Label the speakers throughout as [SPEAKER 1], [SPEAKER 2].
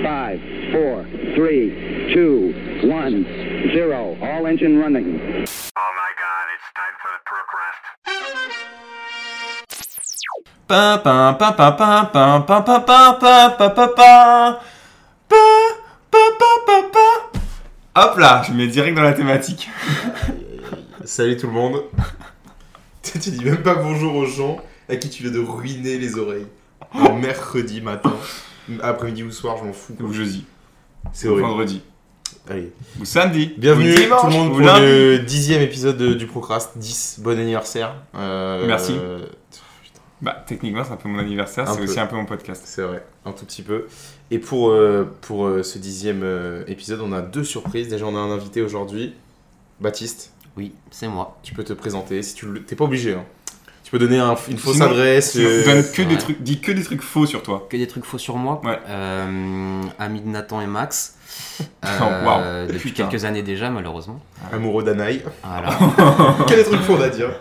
[SPEAKER 1] Five, four, three, two, one, zero. All engine running.
[SPEAKER 2] Oh my god, it's time for the perk rest.
[SPEAKER 3] Pin, pin, pin, pin, pin, pin, pin, pin, pin, pin, pin, pin, pin. Pin, pin, pin, pin, pin. Hop là, je mets direct dans la thématique.
[SPEAKER 4] Salut tout le monde. tu tu dis même pas bonjour aux gens à qui tu viens de ruiner les oreilles. Un mercredi matin, après-midi ou soir, je m'en fous. quoi.
[SPEAKER 3] Ou jeudi,
[SPEAKER 4] C'est
[SPEAKER 3] ou
[SPEAKER 4] horrible.
[SPEAKER 3] vendredi,
[SPEAKER 4] Allez.
[SPEAKER 3] ou samedi,
[SPEAKER 4] Bienvenue
[SPEAKER 3] ou dimanche,
[SPEAKER 4] tout le monde
[SPEAKER 3] ou
[SPEAKER 4] pour
[SPEAKER 3] lundi.
[SPEAKER 4] le dixième épisode de- du Procrast. 10, bon anniversaire. Euh,
[SPEAKER 3] Merci.
[SPEAKER 4] euh,
[SPEAKER 3] Bah, techniquement, c'est un peu mon anniversaire,
[SPEAKER 4] Un
[SPEAKER 3] c'est
[SPEAKER 4] peu.
[SPEAKER 3] aussi un peu mon podcast.
[SPEAKER 4] C'est vrai, un tout petit peu. Et pour, euh, pour euh, ce dixième euh, épisode, on a deux surprises. Déjà, on a un invité aujourd'hui, Baptiste.
[SPEAKER 5] Oui, c'est moi.
[SPEAKER 4] Tu peux te présenter si tu le- t'es pas obligé. hein. Tu peux donner un- une fausse
[SPEAKER 3] Sinon-
[SPEAKER 4] adresse. euh,
[SPEAKER 3] Je donne que des
[SPEAKER 5] ouais.
[SPEAKER 3] trucs, dis que des trucs faux sur toi.
[SPEAKER 5] Que des trucs faux sur moi.
[SPEAKER 3] Ouais.
[SPEAKER 5] Euh, ami de Nathan et Max. Euh,
[SPEAKER 3] Oh, waouh.
[SPEAKER 5] Depuis
[SPEAKER 3] Putain.
[SPEAKER 5] quelques années déjà, malheureusement.
[SPEAKER 4] Amoureux d'Anaï.
[SPEAKER 5] Voilà,
[SPEAKER 4] Quel truc qu'on a à dire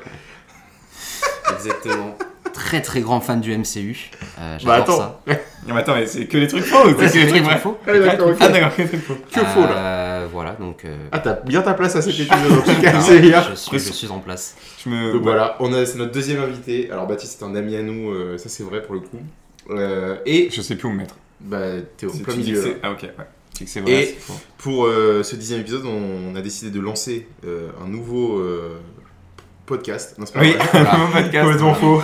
[SPEAKER 5] exactement. Très très grand fan du MCU. Euh, J'adore
[SPEAKER 4] Bah attends.
[SPEAKER 5] ça.
[SPEAKER 3] Non, mais attends, mais c'est que des trucs faux ou
[SPEAKER 5] Ouais,
[SPEAKER 3] c'est que des trucs
[SPEAKER 5] très
[SPEAKER 3] vrais
[SPEAKER 5] faux.
[SPEAKER 4] Allez, d'accord, ok.
[SPEAKER 3] Ah d'accord, que des trucs faux.
[SPEAKER 4] Que faux là.
[SPEAKER 5] Euh, Voilà, donc. euh,
[SPEAKER 4] Ah, t'as bien ta place à cet épisode en tout cas,
[SPEAKER 5] je-
[SPEAKER 4] c'est bien.
[SPEAKER 5] je, suis, je suis en place.
[SPEAKER 3] Je me...
[SPEAKER 4] Donc voilà, Euh, on a, c'est notre deuxième invité. Alors Baptiste, c'est un ami à nous, euh, ça c'est vrai pour le coup. Euh, et
[SPEAKER 3] Je sais plus où me mettre.
[SPEAKER 4] bah, t'es au
[SPEAKER 3] Tu
[SPEAKER 4] plein
[SPEAKER 3] dis que
[SPEAKER 4] milieu.
[SPEAKER 3] c'est-
[SPEAKER 4] là.
[SPEAKER 3] Ah ok, ouais. Tu dis que c'est vrai,
[SPEAKER 4] Et-
[SPEAKER 3] c'est faux.
[SPEAKER 4] Pour euh, ce dixième épisode, on, a décidé de lancer euh, un nouveau euh, podcast. Non, c'est pas
[SPEAKER 3] Oui,
[SPEAKER 4] vrai.
[SPEAKER 3] le
[SPEAKER 4] Voilà.
[SPEAKER 3] nouveau podcast.
[SPEAKER 4] Complètement faux.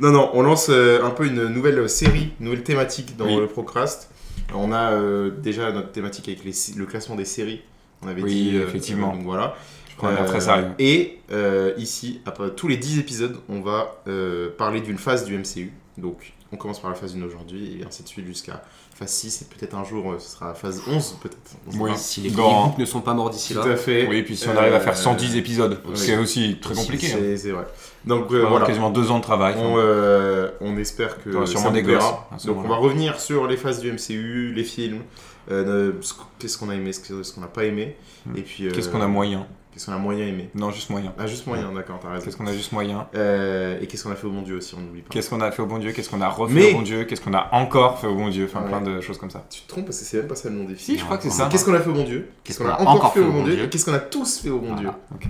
[SPEAKER 4] non, non, on lance euh, un peu une nouvelle série, une nouvelle thématique dans
[SPEAKER 3] Oui.
[SPEAKER 4] le Procrast. On a euh, déjà notre thématique avec les sé- le classement des séries. On avait
[SPEAKER 3] Oui,
[SPEAKER 4] dit. euh,
[SPEAKER 3] effectivement.
[SPEAKER 4] donc voilà.
[SPEAKER 3] Je prends un air
[SPEAKER 4] Euh,
[SPEAKER 3] très sérieux.
[SPEAKER 4] Et euh, ici, après tous les 10 épisodes, on va euh, parler d'une phase du MCU. Donc, on commence par la phase 1 aujourd'hui et ainsi de suite jusqu'à phase 6. Et peut-être un jour, euh, ce sera la phase 11, peut-être. On sait
[SPEAKER 3] Oui.
[SPEAKER 4] pas.
[SPEAKER 5] Si les
[SPEAKER 3] Grand.
[SPEAKER 5] les groupes ne sont pas morts d'ici
[SPEAKER 4] Tout
[SPEAKER 5] là.
[SPEAKER 4] à fait.
[SPEAKER 3] Oui, et puis si on arrive à
[SPEAKER 4] Euh,
[SPEAKER 3] faire 110 épisodes,
[SPEAKER 4] oui.
[SPEAKER 3] c'est aussi très compliqué. hein.
[SPEAKER 4] C'est c'est vrai. Donc, euh,
[SPEAKER 3] On va avoir
[SPEAKER 4] voilà.
[SPEAKER 3] quasiment deux ans de travail.
[SPEAKER 4] On, euh, on espère que
[SPEAKER 3] T'auras
[SPEAKER 4] ça
[SPEAKER 3] sûrement
[SPEAKER 4] vous
[SPEAKER 3] des gosses,
[SPEAKER 4] plaira.
[SPEAKER 3] à ce
[SPEAKER 4] Donc on va
[SPEAKER 3] moment-là.
[SPEAKER 4] revenir sur les phases du MCU, les films, euh, ce qu- qu'est-ce qu'on a aimé, ce que- ce qu'on n'a pas aimé,
[SPEAKER 3] Hmm.
[SPEAKER 4] et puis euh,
[SPEAKER 3] Qu'est-ce qu'on a moyen
[SPEAKER 4] qu'est-ce qu'on a moyen aimé.
[SPEAKER 3] Non, juste moyen.
[SPEAKER 4] Ah juste moyen, d'accord, t'as raison.
[SPEAKER 3] Qu'est-ce qu'on a juste moyen
[SPEAKER 4] Euh, et qu'est-ce qu'on a fait au bon Dieu aussi, on n'oublie pas.
[SPEAKER 3] Qu'est-ce qu'on a fait au bon Dieu Qu'est-ce qu'on a refait
[SPEAKER 4] Mais-
[SPEAKER 3] au bon Dieu Qu'est-ce qu'on a encore fait au bon Dieu Enfin,
[SPEAKER 4] Ouais.
[SPEAKER 3] plein de choses comme ça.
[SPEAKER 4] Tu te trompes parce que c'est même pas ça le nom des
[SPEAKER 3] Si,
[SPEAKER 4] films.
[SPEAKER 3] je crois que c'est
[SPEAKER 5] Non,
[SPEAKER 3] ça.
[SPEAKER 5] non,
[SPEAKER 4] Qu'est-ce qu'on a fait au bon Dieu Qu'est-ce qu'on a encore fait au bon Dieu Et Qu'est-ce qu'on a tous fait au bon
[SPEAKER 5] Voilà.
[SPEAKER 4] Dieu
[SPEAKER 3] Ok.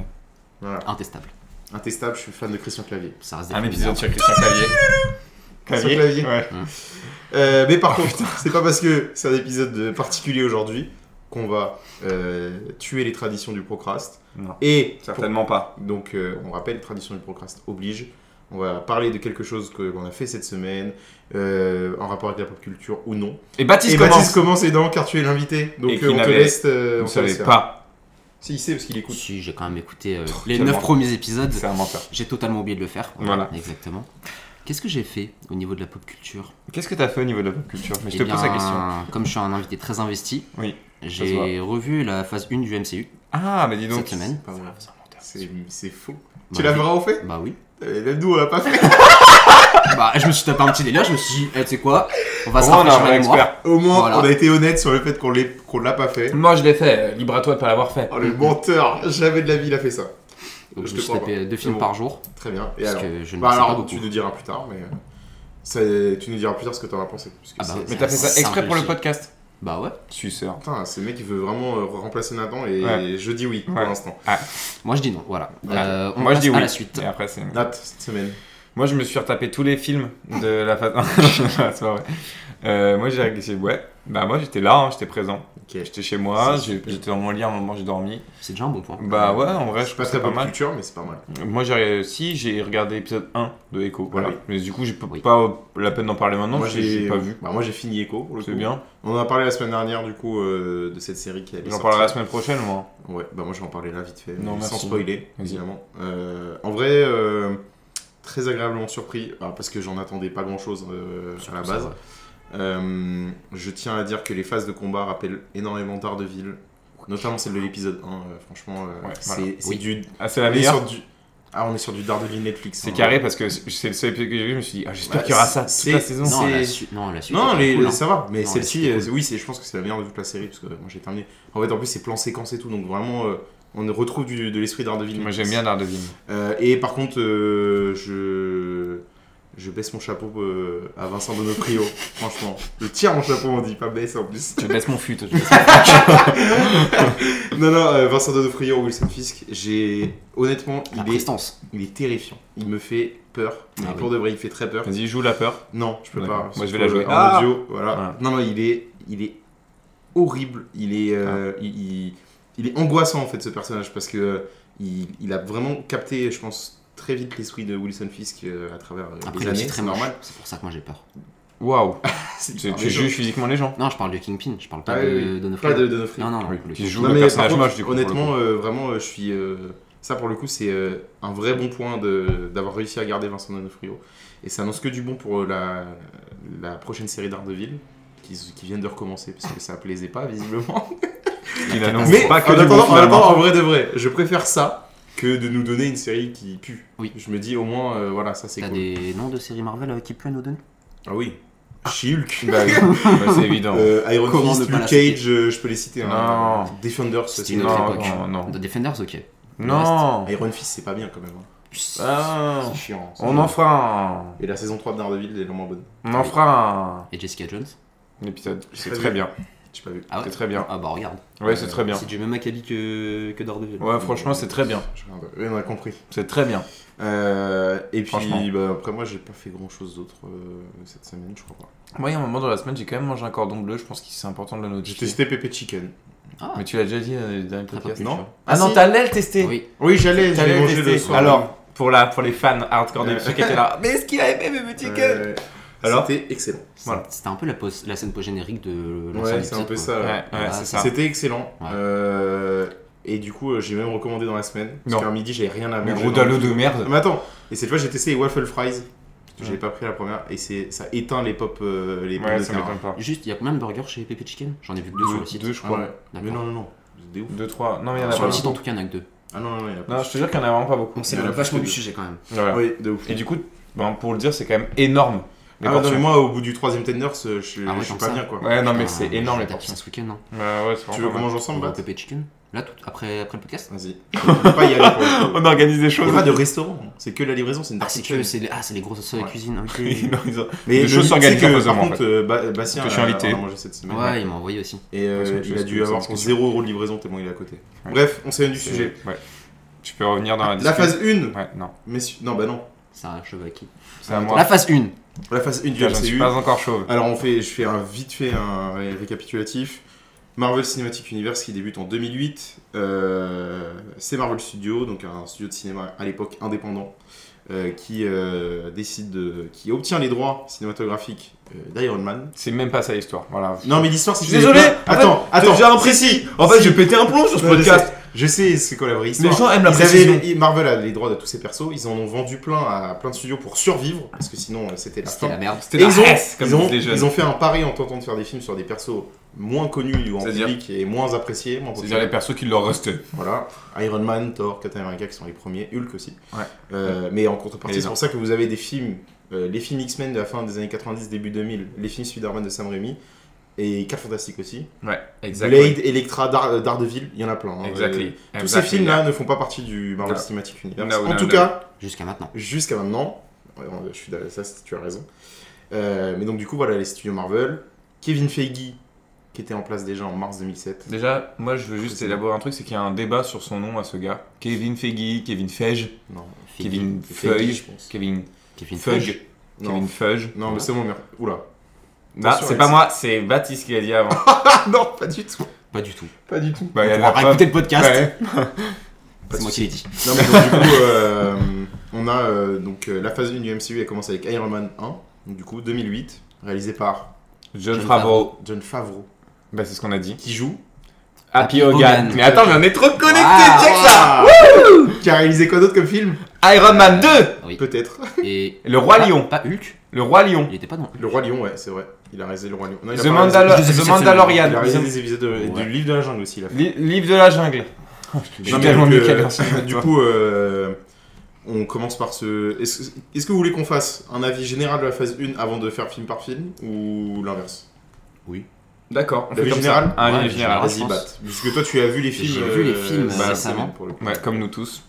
[SPEAKER 4] Voilà.
[SPEAKER 5] Intestable.
[SPEAKER 4] Intestable, je suis fan de Christian Clavier.
[SPEAKER 5] Ça reste des
[SPEAKER 3] Un
[SPEAKER 5] films
[SPEAKER 3] épisode
[SPEAKER 5] bien.
[SPEAKER 3] sur Christian Clavier.
[SPEAKER 4] Sur Clavier.
[SPEAKER 3] Ouais.
[SPEAKER 4] Euh, mais
[SPEAKER 3] Oh,
[SPEAKER 4] par contre, c'est pas parce que c'est un épisode particulier aujourd'hui qu'on va euh, tuer les traditions du Procrast.
[SPEAKER 3] Non.
[SPEAKER 4] Et
[SPEAKER 3] Certainement pas.
[SPEAKER 4] Donc, euh, on rappelle, tradition du Procrast oblige. On va parler de quelque chose que l'on a fait cette semaine, euh, en rapport avec la pop culture ou non.
[SPEAKER 3] Et Baptiste
[SPEAKER 4] et
[SPEAKER 3] commence
[SPEAKER 4] Baptiste commence aidant car tu es l'invité.
[SPEAKER 3] Et
[SPEAKER 4] Donc,
[SPEAKER 3] qu'il
[SPEAKER 4] euh, on te
[SPEAKER 3] n'avait-
[SPEAKER 4] laisse. euh, on
[SPEAKER 3] Vous
[SPEAKER 4] te
[SPEAKER 3] savez
[SPEAKER 4] laisse faire.
[SPEAKER 3] pas.
[SPEAKER 4] Si, il sait parce qu'il écoute.
[SPEAKER 5] Si, j'ai quand même écouté euh,
[SPEAKER 3] Oh,
[SPEAKER 5] les
[SPEAKER 3] quel
[SPEAKER 5] 9
[SPEAKER 3] menteur.
[SPEAKER 5] premiers épisodes.
[SPEAKER 3] C'est un menteur.
[SPEAKER 5] J'ai totalement oublié de le faire.
[SPEAKER 3] Voilà.
[SPEAKER 5] Exactement. Qu'est-ce que j'ai fait au niveau de la pop culture
[SPEAKER 3] Qu'est-ce que t'as fait au niveau de la pop culture Mais je
[SPEAKER 5] Eh
[SPEAKER 3] te pose la
[SPEAKER 5] bien,
[SPEAKER 3] question.
[SPEAKER 5] Comme je suis un invité très investi,
[SPEAKER 3] Oui, se
[SPEAKER 5] j'ai revu la phase 1 du MCU.
[SPEAKER 3] Ah, mais dis donc.
[SPEAKER 5] Cette semaine.
[SPEAKER 4] C'est pas vrai, c'est C'est c'est faux.
[SPEAKER 5] Bah
[SPEAKER 4] tu la
[SPEAKER 5] oui.
[SPEAKER 4] feras en fait
[SPEAKER 5] Bah oui.
[SPEAKER 4] Euh, Même nous, on l'a pas fait.
[SPEAKER 5] bah je me suis tapé un petit délire, je me suis dit, eh, tu sais quoi, on va
[SPEAKER 3] Au
[SPEAKER 5] se
[SPEAKER 3] moins, on a un
[SPEAKER 5] rafraîchir
[SPEAKER 3] vrai
[SPEAKER 5] la mémoire.
[SPEAKER 3] expert.
[SPEAKER 4] Au moins,
[SPEAKER 5] Voilà.
[SPEAKER 4] on a été honnête sur le fait qu'on l'ait- qu'on l'a pas fait.
[SPEAKER 3] Moi, je l'ai fait. Libre à toi de pas l'avoir fait.
[SPEAKER 4] Oh, le menteur Jamais de la vie, il a fait ça.
[SPEAKER 5] Donc,
[SPEAKER 4] Je
[SPEAKER 5] je,
[SPEAKER 4] te
[SPEAKER 5] me suis
[SPEAKER 4] crois
[SPEAKER 5] tapé
[SPEAKER 4] pas.
[SPEAKER 5] deux
[SPEAKER 4] C'est
[SPEAKER 5] films
[SPEAKER 4] bon.
[SPEAKER 5] par jour.
[SPEAKER 4] Très bien. Et
[SPEAKER 5] Parce
[SPEAKER 4] alors
[SPEAKER 5] que je ne
[SPEAKER 4] Bah
[SPEAKER 5] sais pas
[SPEAKER 4] alors,
[SPEAKER 5] beaucoup.
[SPEAKER 4] tu nous diras plus tard, mais euh, ça- tu nous diras plus tard ce que t'en as pensé. parce que
[SPEAKER 5] Ah bah
[SPEAKER 4] c'est-
[SPEAKER 5] oui.
[SPEAKER 3] Mais t'as fait ça
[SPEAKER 5] C'est
[SPEAKER 3] exprès
[SPEAKER 5] un
[SPEAKER 3] pour le
[SPEAKER 5] réussi.
[SPEAKER 3] podcast
[SPEAKER 5] Bah ouais.
[SPEAKER 3] Suceur.
[SPEAKER 4] Putain, ce mec il veut vraiment euh, remplacer Nathan et
[SPEAKER 3] Ouais.
[SPEAKER 4] je dis oui
[SPEAKER 3] Ouais.
[SPEAKER 4] pour l'instant.
[SPEAKER 5] Moi je dis non, voilà. Euh, on
[SPEAKER 3] Moi, je
[SPEAKER 5] passe
[SPEAKER 3] dis oui.
[SPEAKER 5] à la suite.
[SPEAKER 3] Et après, c'est.
[SPEAKER 4] Nat, cette semaine.
[SPEAKER 3] Moi, je me suis retapé tous les films de la phase 1. c'est pas vrai. Euh, moi, j'ai réglé. Ouais, bah, moi, j'étais là, hein, j'étais présent.
[SPEAKER 4] Ok. Je
[SPEAKER 3] J'étais chez moi,
[SPEAKER 4] C'est
[SPEAKER 3] j'ai- j'étais dans mon lit à un moment, j'ai dormi.
[SPEAKER 5] C'est déjà un bon point.
[SPEAKER 3] Bah, ouais, en vrai, je
[SPEAKER 4] suis pas
[SPEAKER 3] trouve ça
[SPEAKER 4] très
[SPEAKER 3] pas
[SPEAKER 4] pop
[SPEAKER 3] mal.
[SPEAKER 4] culture, mais c'est pas mal.
[SPEAKER 3] Moi, j'ai si, j'ai regardé l'épisode 1 de Echo. Voilà.
[SPEAKER 4] oui.
[SPEAKER 3] Mais du coup, j'ai p-
[SPEAKER 5] Oui.
[SPEAKER 3] pas euh, la peine d'en parler maintenant,
[SPEAKER 4] moi
[SPEAKER 3] parce que j'ai pas vu.
[SPEAKER 4] Bah, moi j'ai fini Echo pour le
[SPEAKER 3] C'est
[SPEAKER 4] coup.
[SPEAKER 3] bien.
[SPEAKER 4] On en a parlé la semaine dernière du coup euh, de cette série qui allait
[SPEAKER 3] J'en parlerai la
[SPEAKER 4] sortir.
[SPEAKER 3] semaine prochaine, moi.
[SPEAKER 4] Ouais, bah moi je vais en parler là vite fait,
[SPEAKER 3] Non,
[SPEAKER 4] mais
[SPEAKER 3] merci.
[SPEAKER 4] sans spoiler,
[SPEAKER 3] Vas-y.
[SPEAKER 4] évidemment. Euh, en vrai, euh, très agréablement surpris, ah, parce que j'en attendais pas grand chose à la
[SPEAKER 5] Ça,
[SPEAKER 4] base.
[SPEAKER 5] ouais.
[SPEAKER 4] Euh, je tiens à dire que les phases de combat rappellent énormément Daredevil, notamment celle de l'épisode 1. euh, franchement, euh,
[SPEAKER 3] Ouais,
[SPEAKER 4] c'est
[SPEAKER 3] voilà.
[SPEAKER 4] c'est
[SPEAKER 5] Oui.
[SPEAKER 4] du.
[SPEAKER 3] Ah, c'est la
[SPEAKER 4] On est
[SPEAKER 3] meilleure.
[SPEAKER 4] sur du. Ah, on est sur du Daredevil Netflix.
[SPEAKER 3] C'est
[SPEAKER 4] hein.
[SPEAKER 3] carré parce que c'est c'est le seul épisode que j'ai vu. Je me suis dit, ah, j'espère
[SPEAKER 4] Bah,
[SPEAKER 3] qu'il y aura ça toute
[SPEAKER 4] c'est-
[SPEAKER 3] la saison.
[SPEAKER 5] Non,
[SPEAKER 4] c'est-
[SPEAKER 5] la suite. Non, la suite.
[SPEAKER 4] Non,
[SPEAKER 5] elle
[SPEAKER 4] les,
[SPEAKER 5] est cool, hein.
[SPEAKER 4] ça va, mais
[SPEAKER 5] Non,
[SPEAKER 4] celle-ci,
[SPEAKER 5] la suite est
[SPEAKER 4] euh, oui, c'est- je pense que c'est la meilleure de toute la série, parce que moi j'ai terminé. En fait, en plus, c'est plan séquence et tout, donc vraiment, euh, on retrouve du- de l'esprit Daredevil.
[SPEAKER 3] Moi,
[SPEAKER 4] Netflix.
[SPEAKER 3] j'aime bien Daredevil.
[SPEAKER 4] Euh, et par contre, euh, je. Je baisse mon chapeau euh, à Vincent Donofrio, franchement. Je tire mon chapeau, on dit, pas baisse en plus.
[SPEAKER 5] Je baisse mon fut. je baisse-
[SPEAKER 4] Non, non, euh, Vincent Donofrio, Wilson Fisk, j'ai. Honnêtement,
[SPEAKER 5] La
[SPEAKER 4] il est,
[SPEAKER 5] prestance.
[SPEAKER 4] il est terrifiant. Il me fait peur. Mais
[SPEAKER 5] Ah oui.
[SPEAKER 4] pour de vrai, il fait très peur.
[SPEAKER 3] Vas-y, joue la peur.
[SPEAKER 4] Non, je peux
[SPEAKER 3] D'accord.
[SPEAKER 4] pas.
[SPEAKER 3] Moi, je vais
[SPEAKER 4] Surtout,
[SPEAKER 3] la jouer.
[SPEAKER 4] euh, En
[SPEAKER 3] Ah
[SPEAKER 4] audio, voilà.
[SPEAKER 3] Voilà.
[SPEAKER 4] Non, non, il est, il est horrible. Il est,
[SPEAKER 3] Ah.
[SPEAKER 4] euh, il, il- il est angoissant en fait ce personnage parce que euh, il, il a vraiment capté, je pense, très vite l'esprit de Wilson Fisk euh, à travers euh, les
[SPEAKER 5] Après, il est
[SPEAKER 4] années.
[SPEAKER 5] aussi très Ah,
[SPEAKER 4] c'est
[SPEAKER 5] normal.
[SPEAKER 4] normal.
[SPEAKER 5] C'est pour ça que moi j'ai peur.
[SPEAKER 3] Waouh.
[SPEAKER 4] C'est
[SPEAKER 3] Tu,
[SPEAKER 4] hyper
[SPEAKER 3] tu
[SPEAKER 4] méchant.
[SPEAKER 3] juges physiquement les gens.
[SPEAKER 5] Non, je parle de Kingpin, je parle pas
[SPEAKER 4] Ah
[SPEAKER 5] de,
[SPEAKER 4] oui, oui.
[SPEAKER 5] de Nofrio.
[SPEAKER 4] Pas de, de Nofri.
[SPEAKER 5] Non, non,
[SPEAKER 3] Ah Oui,
[SPEAKER 5] le-
[SPEAKER 3] qui joue
[SPEAKER 4] Non,
[SPEAKER 3] le
[SPEAKER 4] mais par
[SPEAKER 3] personnage
[SPEAKER 4] contre,
[SPEAKER 3] moche du coup. pour le
[SPEAKER 4] honnêtement, euh, vraiment, euh, je suis. euh, ça, pour le coup, c'est euh, un vrai bon point de- d'avoir réussi à garder Vincent D'Onofrio. Et ça annonce que du bon pour euh, la, la prochaine série d'Ardeville, qui, qui viennent de recommencer, parce que ça plaisait pas, visiblement.
[SPEAKER 3] coup. Il annonce
[SPEAKER 4] Mais
[SPEAKER 3] pas que
[SPEAKER 4] en,
[SPEAKER 3] du
[SPEAKER 4] attendant,
[SPEAKER 3] bon
[SPEAKER 4] en
[SPEAKER 3] finalement.
[SPEAKER 4] attendant, en vrai de vrai, je préfère ça que de nous donner une série qui pue.
[SPEAKER 5] Oui.
[SPEAKER 4] Je me dis, au moins, euh, voilà, ça c'est
[SPEAKER 5] T'as
[SPEAKER 4] cool.
[SPEAKER 5] des noms de séries Marvel euh, qui puent à nous donner
[SPEAKER 4] Ah oui. She-Hulk.
[SPEAKER 3] Bah oui, bah, c'est évident.
[SPEAKER 4] Euh, Iron
[SPEAKER 5] Comment
[SPEAKER 4] Fist,
[SPEAKER 5] ne pas
[SPEAKER 4] Luke
[SPEAKER 5] la citer
[SPEAKER 4] Cage, euh, je peux les citer. hein. Defenders, ça,
[SPEAKER 5] C'était
[SPEAKER 4] c'est
[SPEAKER 5] une
[SPEAKER 3] non,
[SPEAKER 5] autre époque.
[SPEAKER 3] non, non.
[SPEAKER 5] The Defenders, ok.
[SPEAKER 3] Non.
[SPEAKER 4] Iron Fist, c'est pas bien quand même. hein.
[SPEAKER 3] Ah.
[SPEAKER 4] C'est chiant. ça.
[SPEAKER 3] On en fera un.
[SPEAKER 4] Et la saison 3 de Daredevil elle est vraiment bonne.
[SPEAKER 3] On en fera
[SPEAKER 5] Et Jessica Jones
[SPEAKER 3] un épisode. C'est
[SPEAKER 4] pas
[SPEAKER 3] très
[SPEAKER 4] vu.
[SPEAKER 3] bien.
[SPEAKER 4] J'ai pas vu.
[SPEAKER 5] Ah
[SPEAKER 3] C'est
[SPEAKER 5] ouais
[SPEAKER 3] très bien.
[SPEAKER 5] Ah bah regarde.
[SPEAKER 3] Ouais, c'est très bien.
[SPEAKER 5] C'est du même acabit que, que Daredevil.
[SPEAKER 3] Ouais, franchement, c'est très bien.
[SPEAKER 4] Je regarde. Oui, on a compris.
[SPEAKER 3] C'est très bien.
[SPEAKER 4] Euh, et
[SPEAKER 3] Franchement.
[SPEAKER 4] puis, bah, après, moi, j'ai pas fait grand chose d'autre euh, cette semaine, je crois pas.
[SPEAKER 3] Moi, il y a un moment dans la semaine, j'ai quand même mangé un cordon bleu. Je pense que c'est important de le noter.
[SPEAKER 4] J'ai testé Pepe Chicken.
[SPEAKER 5] Ah,
[SPEAKER 3] Mais tu l'as déjà dit euh, dans les derniers
[SPEAKER 5] Très
[SPEAKER 3] podcasts.
[SPEAKER 4] peu. Non.
[SPEAKER 3] je crois.
[SPEAKER 4] Ah
[SPEAKER 3] Ah non,
[SPEAKER 4] si.
[SPEAKER 3] t'allais le tester.
[SPEAKER 5] oui.
[SPEAKER 4] Oui, j'allais,
[SPEAKER 3] T'allais
[SPEAKER 4] j'allais
[SPEAKER 3] le
[SPEAKER 4] manger le
[SPEAKER 3] tester.
[SPEAKER 4] soir. Euh,
[SPEAKER 3] Alors, pour, la, pour les fans hardcore de
[SPEAKER 4] Ouais.
[SPEAKER 3] ceux qui étaient là. Mais est-ce qu'il a aimé Pepe Chicken
[SPEAKER 4] Euh,
[SPEAKER 3] Alors
[SPEAKER 4] C'était excellent.
[SPEAKER 3] Voilà.
[SPEAKER 5] C'était un peu la, pause- la scène post-générique de l'ancien
[SPEAKER 4] Ouais, c'est un
[SPEAKER 5] épisode,
[SPEAKER 4] peu
[SPEAKER 5] quoi.
[SPEAKER 4] ça. ouais.
[SPEAKER 3] Ouais, ouais,
[SPEAKER 5] Ah,
[SPEAKER 3] c'est
[SPEAKER 5] c'est
[SPEAKER 3] ça.
[SPEAKER 4] C'était excellent.
[SPEAKER 5] Ouais.
[SPEAKER 4] Euh, et du coup, euh, j'ai même recommandé dans la semaine.
[SPEAKER 3] Non.
[SPEAKER 4] Parce qu'à midi, j'avais rien à
[SPEAKER 3] Mais
[SPEAKER 4] manger.
[SPEAKER 3] gros
[SPEAKER 4] dans le
[SPEAKER 3] dallo de
[SPEAKER 4] frigo.
[SPEAKER 3] merde.
[SPEAKER 4] Mais attends, et cette fois, j'ai testé les waffle fries. parce que
[SPEAKER 3] Ouais.
[SPEAKER 4] J'avais pas pris la première. Et c'est ça éteint les pop. euh, les pommes
[SPEAKER 3] Ouais,
[SPEAKER 4] de
[SPEAKER 3] ça
[SPEAKER 4] terre.
[SPEAKER 3] m'étonne pas.
[SPEAKER 5] Juste, il y a combien de burgers chez Pepe Chicken J'en ai vu que deux sur le
[SPEAKER 3] Deux,
[SPEAKER 5] site.
[SPEAKER 3] deux, je
[SPEAKER 4] Ah
[SPEAKER 3] crois.
[SPEAKER 4] ouais. Mais
[SPEAKER 5] D'accord.
[SPEAKER 4] non, non, non. C'est des ouf.
[SPEAKER 3] Deux, trois. Non, mais il y en a
[SPEAKER 5] Sur
[SPEAKER 3] pas
[SPEAKER 5] le site, en
[SPEAKER 3] beaucoup.
[SPEAKER 5] tout cas, il y en a que deux.
[SPEAKER 4] Ah non, non, il y en a pas.
[SPEAKER 3] Non, je te jure qu'il y en a vraiment pas beaucoup.
[SPEAKER 5] On s'éloigne
[SPEAKER 4] Il y en a
[SPEAKER 5] vachement
[SPEAKER 4] plus
[SPEAKER 5] du
[SPEAKER 4] que
[SPEAKER 5] sujet quand même.
[SPEAKER 3] Voilà.
[SPEAKER 4] Oui, de ouf.
[SPEAKER 3] Ah. Et du coup, ben, pour le dire, c'est quand même énorme. Les
[SPEAKER 4] Ah ouais, non,
[SPEAKER 3] portions.
[SPEAKER 4] mais moi, au bout du troisième tenders, euh, je, je
[SPEAKER 5] Ah ouais,
[SPEAKER 4] suis
[SPEAKER 5] comme
[SPEAKER 4] pas
[SPEAKER 5] ça.
[SPEAKER 4] bien quoi.
[SPEAKER 3] Ouais, non, Ah, mais
[SPEAKER 5] Putain,
[SPEAKER 3] c'est énorme
[SPEAKER 5] je
[SPEAKER 3] les
[SPEAKER 5] tape
[SPEAKER 3] portions.
[SPEAKER 5] ça Ah, ce week-end. hein.
[SPEAKER 3] Ouais, ouais, c'est
[SPEAKER 4] Tu
[SPEAKER 3] vraiment
[SPEAKER 4] veux
[SPEAKER 3] pas
[SPEAKER 4] qu'on
[SPEAKER 3] mal.
[SPEAKER 4] mange
[SPEAKER 5] On
[SPEAKER 4] ensemble
[SPEAKER 5] va au
[SPEAKER 4] Bat
[SPEAKER 5] Pepe Chicken Là, tout... après, après le podcast
[SPEAKER 4] Vas-y. On peut pas y aller pour le coup.
[SPEAKER 3] On organise des
[SPEAKER 4] Il n'y
[SPEAKER 3] choses.
[SPEAKER 4] a pas de restaurant, c'est que la livraison, c'est une
[SPEAKER 5] Ah,
[SPEAKER 4] dark
[SPEAKER 5] c'est
[SPEAKER 4] kitchen.
[SPEAKER 5] que c'est les... Ah, c'est les grosses sauces à
[SPEAKER 4] Ouais.
[SPEAKER 5] la cuisine. ok.
[SPEAKER 3] Non, ils ont-
[SPEAKER 4] Mais
[SPEAKER 3] Les
[SPEAKER 4] le
[SPEAKER 3] choses
[SPEAKER 4] mythe,
[SPEAKER 3] s'organisent
[SPEAKER 4] c'est que,
[SPEAKER 3] affreusement,
[SPEAKER 4] Par
[SPEAKER 3] en
[SPEAKER 4] contre,
[SPEAKER 3] fait.
[SPEAKER 4] euh, Ba- Bastien,
[SPEAKER 3] Que je suis
[SPEAKER 4] euh,
[SPEAKER 3] invité.
[SPEAKER 4] on a mangé cette semaine.
[SPEAKER 5] Ouais, il m'a envoyé aussi.
[SPEAKER 4] Et euh,
[SPEAKER 3] Ouais, c'est une
[SPEAKER 4] il
[SPEAKER 3] chose
[SPEAKER 4] a
[SPEAKER 3] que
[SPEAKER 4] dû
[SPEAKER 3] ça
[SPEAKER 4] avoir
[SPEAKER 3] me
[SPEAKER 4] pour
[SPEAKER 3] cache.
[SPEAKER 4] 0 euros de livraison tellement il est à côté.
[SPEAKER 3] Ouais.
[SPEAKER 4] Bref, on s'éloigne du sujet.
[SPEAKER 3] Ouais. Tu peux revenir dans la
[SPEAKER 4] La
[SPEAKER 3] discussion.
[SPEAKER 4] phase 1,
[SPEAKER 3] Ouais, non.
[SPEAKER 4] messieurs. Non, bah non.
[SPEAKER 5] C'est un cheveu à qui
[SPEAKER 3] C'est à
[SPEAKER 4] Attends.
[SPEAKER 3] moi.
[SPEAKER 5] La phase 1.
[SPEAKER 4] La phase 1 du
[SPEAKER 3] Je ne suis
[SPEAKER 4] MCU.
[SPEAKER 3] pas encore chauve.
[SPEAKER 4] Alors, on fait, je fais un, vite fait un ré- récapitulatif. Marvel Cinematic Universe qui débute en 2008. euh, c'est Marvel Studios, donc un studio de cinéma à l'époque indépendant, euh, qui euh, décide de, qui obtient les droits cinématographiques euh, d'Iron Man.
[SPEAKER 3] C'est même pas ça l'histoire. Voilà.
[SPEAKER 4] Non, mais l'histoire, c'est
[SPEAKER 3] Je suis désolé,
[SPEAKER 4] Non,
[SPEAKER 3] en
[SPEAKER 4] Attends,
[SPEAKER 3] fait,
[SPEAKER 4] attends.
[SPEAKER 3] c'est déjà imprécis. En fait,
[SPEAKER 4] Si.
[SPEAKER 3] j'ai pété un plomb sur ce
[SPEAKER 4] Ouais, je
[SPEAKER 3] podcast.
[SPEAKER 4] Je sais c'est quoi la vraie
[SPEAKER 3] Les
[SPEAKER 4] histoire.
[SPEAKER 3] gens aiment la
[SPEAKER 4] Ils avaient-
[SPEAKER 3] précision.
[SPEAKER 4] Marvel a les droits de tous ses persos, ils en ont vendu plein à plein de studios pour survivre, parce que sinon euh, c'était la
[SPEAKER 5] C'était
[SPEAKER 4] fin.
[SPEAKER 5] la merde.
[SPEAKER 3] C'était
[SPEAKER 4] Et
[SPEAKER 3] la
[SPEAKER 4] ils ont,
[SPEAKER 3] haisse, comme
[SPEAKER 4] ils, ont,
[SPEAKER 3] disent les jeunes.
[SPEAKER 4] ils ont fait un pari en tentant de faire des films sur des persos moins connus ou en
[SPEAKER 3] C'est-à-dire
[SPEAKER 4] public et moins appréciés, moins
[SPEAKER 3] C'est-à-dire les
[SPEAKER 4] populaires.
[SPEAKER 3] persos qui leur restent.
[SPEAKER 4] Voilà, Iron Man, Thor, Captain America qui sont les premiers, Hulk aussi.
[SPEAKER 3] Ouais.
[SPEAKER 4] Euh, mais en
[SPEAKER 3] Et
[SPEAKER 4] contrepartie,
[SPEAKER 3] non.
[SPEAKER 4] c'est pour ça que vous avez des films, euh, les films X-Men de la fin des années 90, début 2000, les films Spider-Man de Sam Raimi et 4 Fantastiques aussi.
[SPEAKER 3] Ouais,
[SPEAKER 4] Blade, Electra, Dar- euh, Daredevil, il y en a plein. hein. Euh,
[SPEAKER 3] Exactly.
[SPEAKER 4] tous ces films-là ne font pas partie du Marvel
[SPEAKER 3] Non.
[SPEAKER 4] Cinematic Universe.
[SPEAKER 3] Non,
[SPEAKER 4] en
[SPEAKER 3] non,
[SPEAKER 4] tout
[SPEAKER 3] non.
[SPEAKER 4] cas,
[SPEAKER 5] Jusqu'à maintenant.
[SPEAKER 4] jusqu'à maintenant. Ouais, on- Je suis d'accord, ça, c'est- tu as raison. Euh, mais donc, du coup, voilà les studios Marvel. Kevin Feige, qui était en place déjà en mars 2007.
[SPEAKER 3] Déjà, moi je veux juste élaborer un truc, c'est qu'il y a un débat sur son nom à ce gars. Kevin Feige, Kevin Feige,
[SPEAKER 4] Non,
[SPEAKER 3] Kevin
[SPEAKER 4] Feige,
[SPEAKER 3] Feuille,
[SPEAKER 4] je pense.
[SPEAKER 3] Kevin
[SPEAKER 5] Kevin Feige.
[SPEAKER 3] Fudge,
[SPEAKER 4] Non,
[SPEAKER 3] Kevin Fudge.
[SPEAKER 4] non mais c'est mon merde. Oula.
[SPEAKER 3] Non,
[SPEAKER 4] Attention
[SPEAKER 3] c'est
[SPEAKER 4] avec
[SPEAKER 3] pas
[SPEAKER 4] ça.
[SPEAKER 3] moi, c'est Baptiste qui l'a dit avant.
[SPEAKER 4] Ah non, pas du tout.
[SPEAKER 5] Pas du tout.
[SPEAKER 4] Pas du tout.
[SPEAKER 3] bah,
[SPEAKER 5] On
[SPEAKER 3] il y a
[SPEAKER 5] pourra
[SPEAKER 3] la preuve.
[SPEAKER 5] réécouter le podcast.
[SPEAKER 3] Ouais.
[SPEAKER 4] Pas
[SPEAKER 5] C'est
[SPEAKER 4] de
[SPEAKER 5] moi qui l'ai dit.
[SPEAKER 4] Non, mais donc, du coup, euh, on a euh, donc euh, la phase 1 du MCU, elle commence avec Iron Man 1, donc, du coup, 2008, réalisé par
[SPEAKER 3] John
[SPEAKER 5] John
[SPEAKER 3] Favreau.
[SPEAKER 4] John Favreau,
[SPEAKER 3] Bah, c'est ce qu'on a dit.
[SPEAKER 4] qui joue.
[SPEAKER 3] Happy
[SPEAKER 5] Happy
[SPEAKER 3] Hogan.
[SPEAKER 5] Hogan.
[SPEAKER 3] Mais attends, mais on est trop connectés,
[SPEAKER 5] Waouh.
[SPEAKER 3] check ça
[SPEAKER 4] Ah Qui a réalisé quoi d'autre comme film
[SPEAKER 3] Iron Man 2
[SPEAKER 5] Oui.
[SPEAKER 4] Peut-être.
[SPEAKER 5] Et.
[SPEAKER 3] Le Roi
[SPEAKER 5] Pas-
[SPEAKER 3] Lion.
[SPEAKER 5] Pas Hulk.
[SPEAKER 3] Le Roi Lion.
[SPEAKER 5] Il était pas dans Hulk.
[SPEAKER 4] Le Roi Lion, ouais, c'est vrai. Il a réalisé Le Roi Lion. Non, il a
[SPEAKER 3] The,
[SPEAKER 4] pas réalisé-
[SPEAKER 3] Mandalo-
[SPEAKER 5] Je sais
[SPEAKER 3] The
[SPEAKER 5] plus
[SPEAKER 3] Mandalorian.
[SPEAKER 4] Il a réalisé des épisodes de-
[SPEAKER 5] Ouais.
[SPEAKER 4] du livre de la jungle aussi, il a fait.
[SPEAKER 3] Li- Livre de la jungle. Je suis
[SPEAKER 4] Non, mais
[SPEAKER 3] tellement
[SPEAKER 4] donc,
[SPEAKER 3] mieux
[SPEAKER 4] euh,
[SPEAKER 3] calé en cinéma,
[SPEAKER 4] du
[SPEAKER 3] toi.
[SPEAKER 4] coup, euh, on commence par ce. Est-ce est-ce que vous voulez qu'on fasse un avis général de la phase 1 avant de faire film par film ou l'inverse
[SPEAKER 3] D'accord. on
[SPEAKER 4] L'avis
[SPEAKER 3] fait comme
[SPEAKER 4] général
[SPEAKER 3] ça. Un
[SPEAKER 5] Ouais,
[SPEAKER 3] avis
[SPEAKER 5] je-
[SPEAKER 3] général.
[SPEAKER 5] je
[SPEAKER 4] Vas-y,
[SPEAKER 5] pense.
[SPEAKER 4] Bat. Puisque toi, tu as vu les films. euh,
[SPEAKER 5] J'ai vu les films,
[SPEAKER 4] cette
[SPEAKER 5] récemment.
[SPEAKER 4] semaine, pour le coup.
[SPEAKER 3] Ouais, comme nous tous.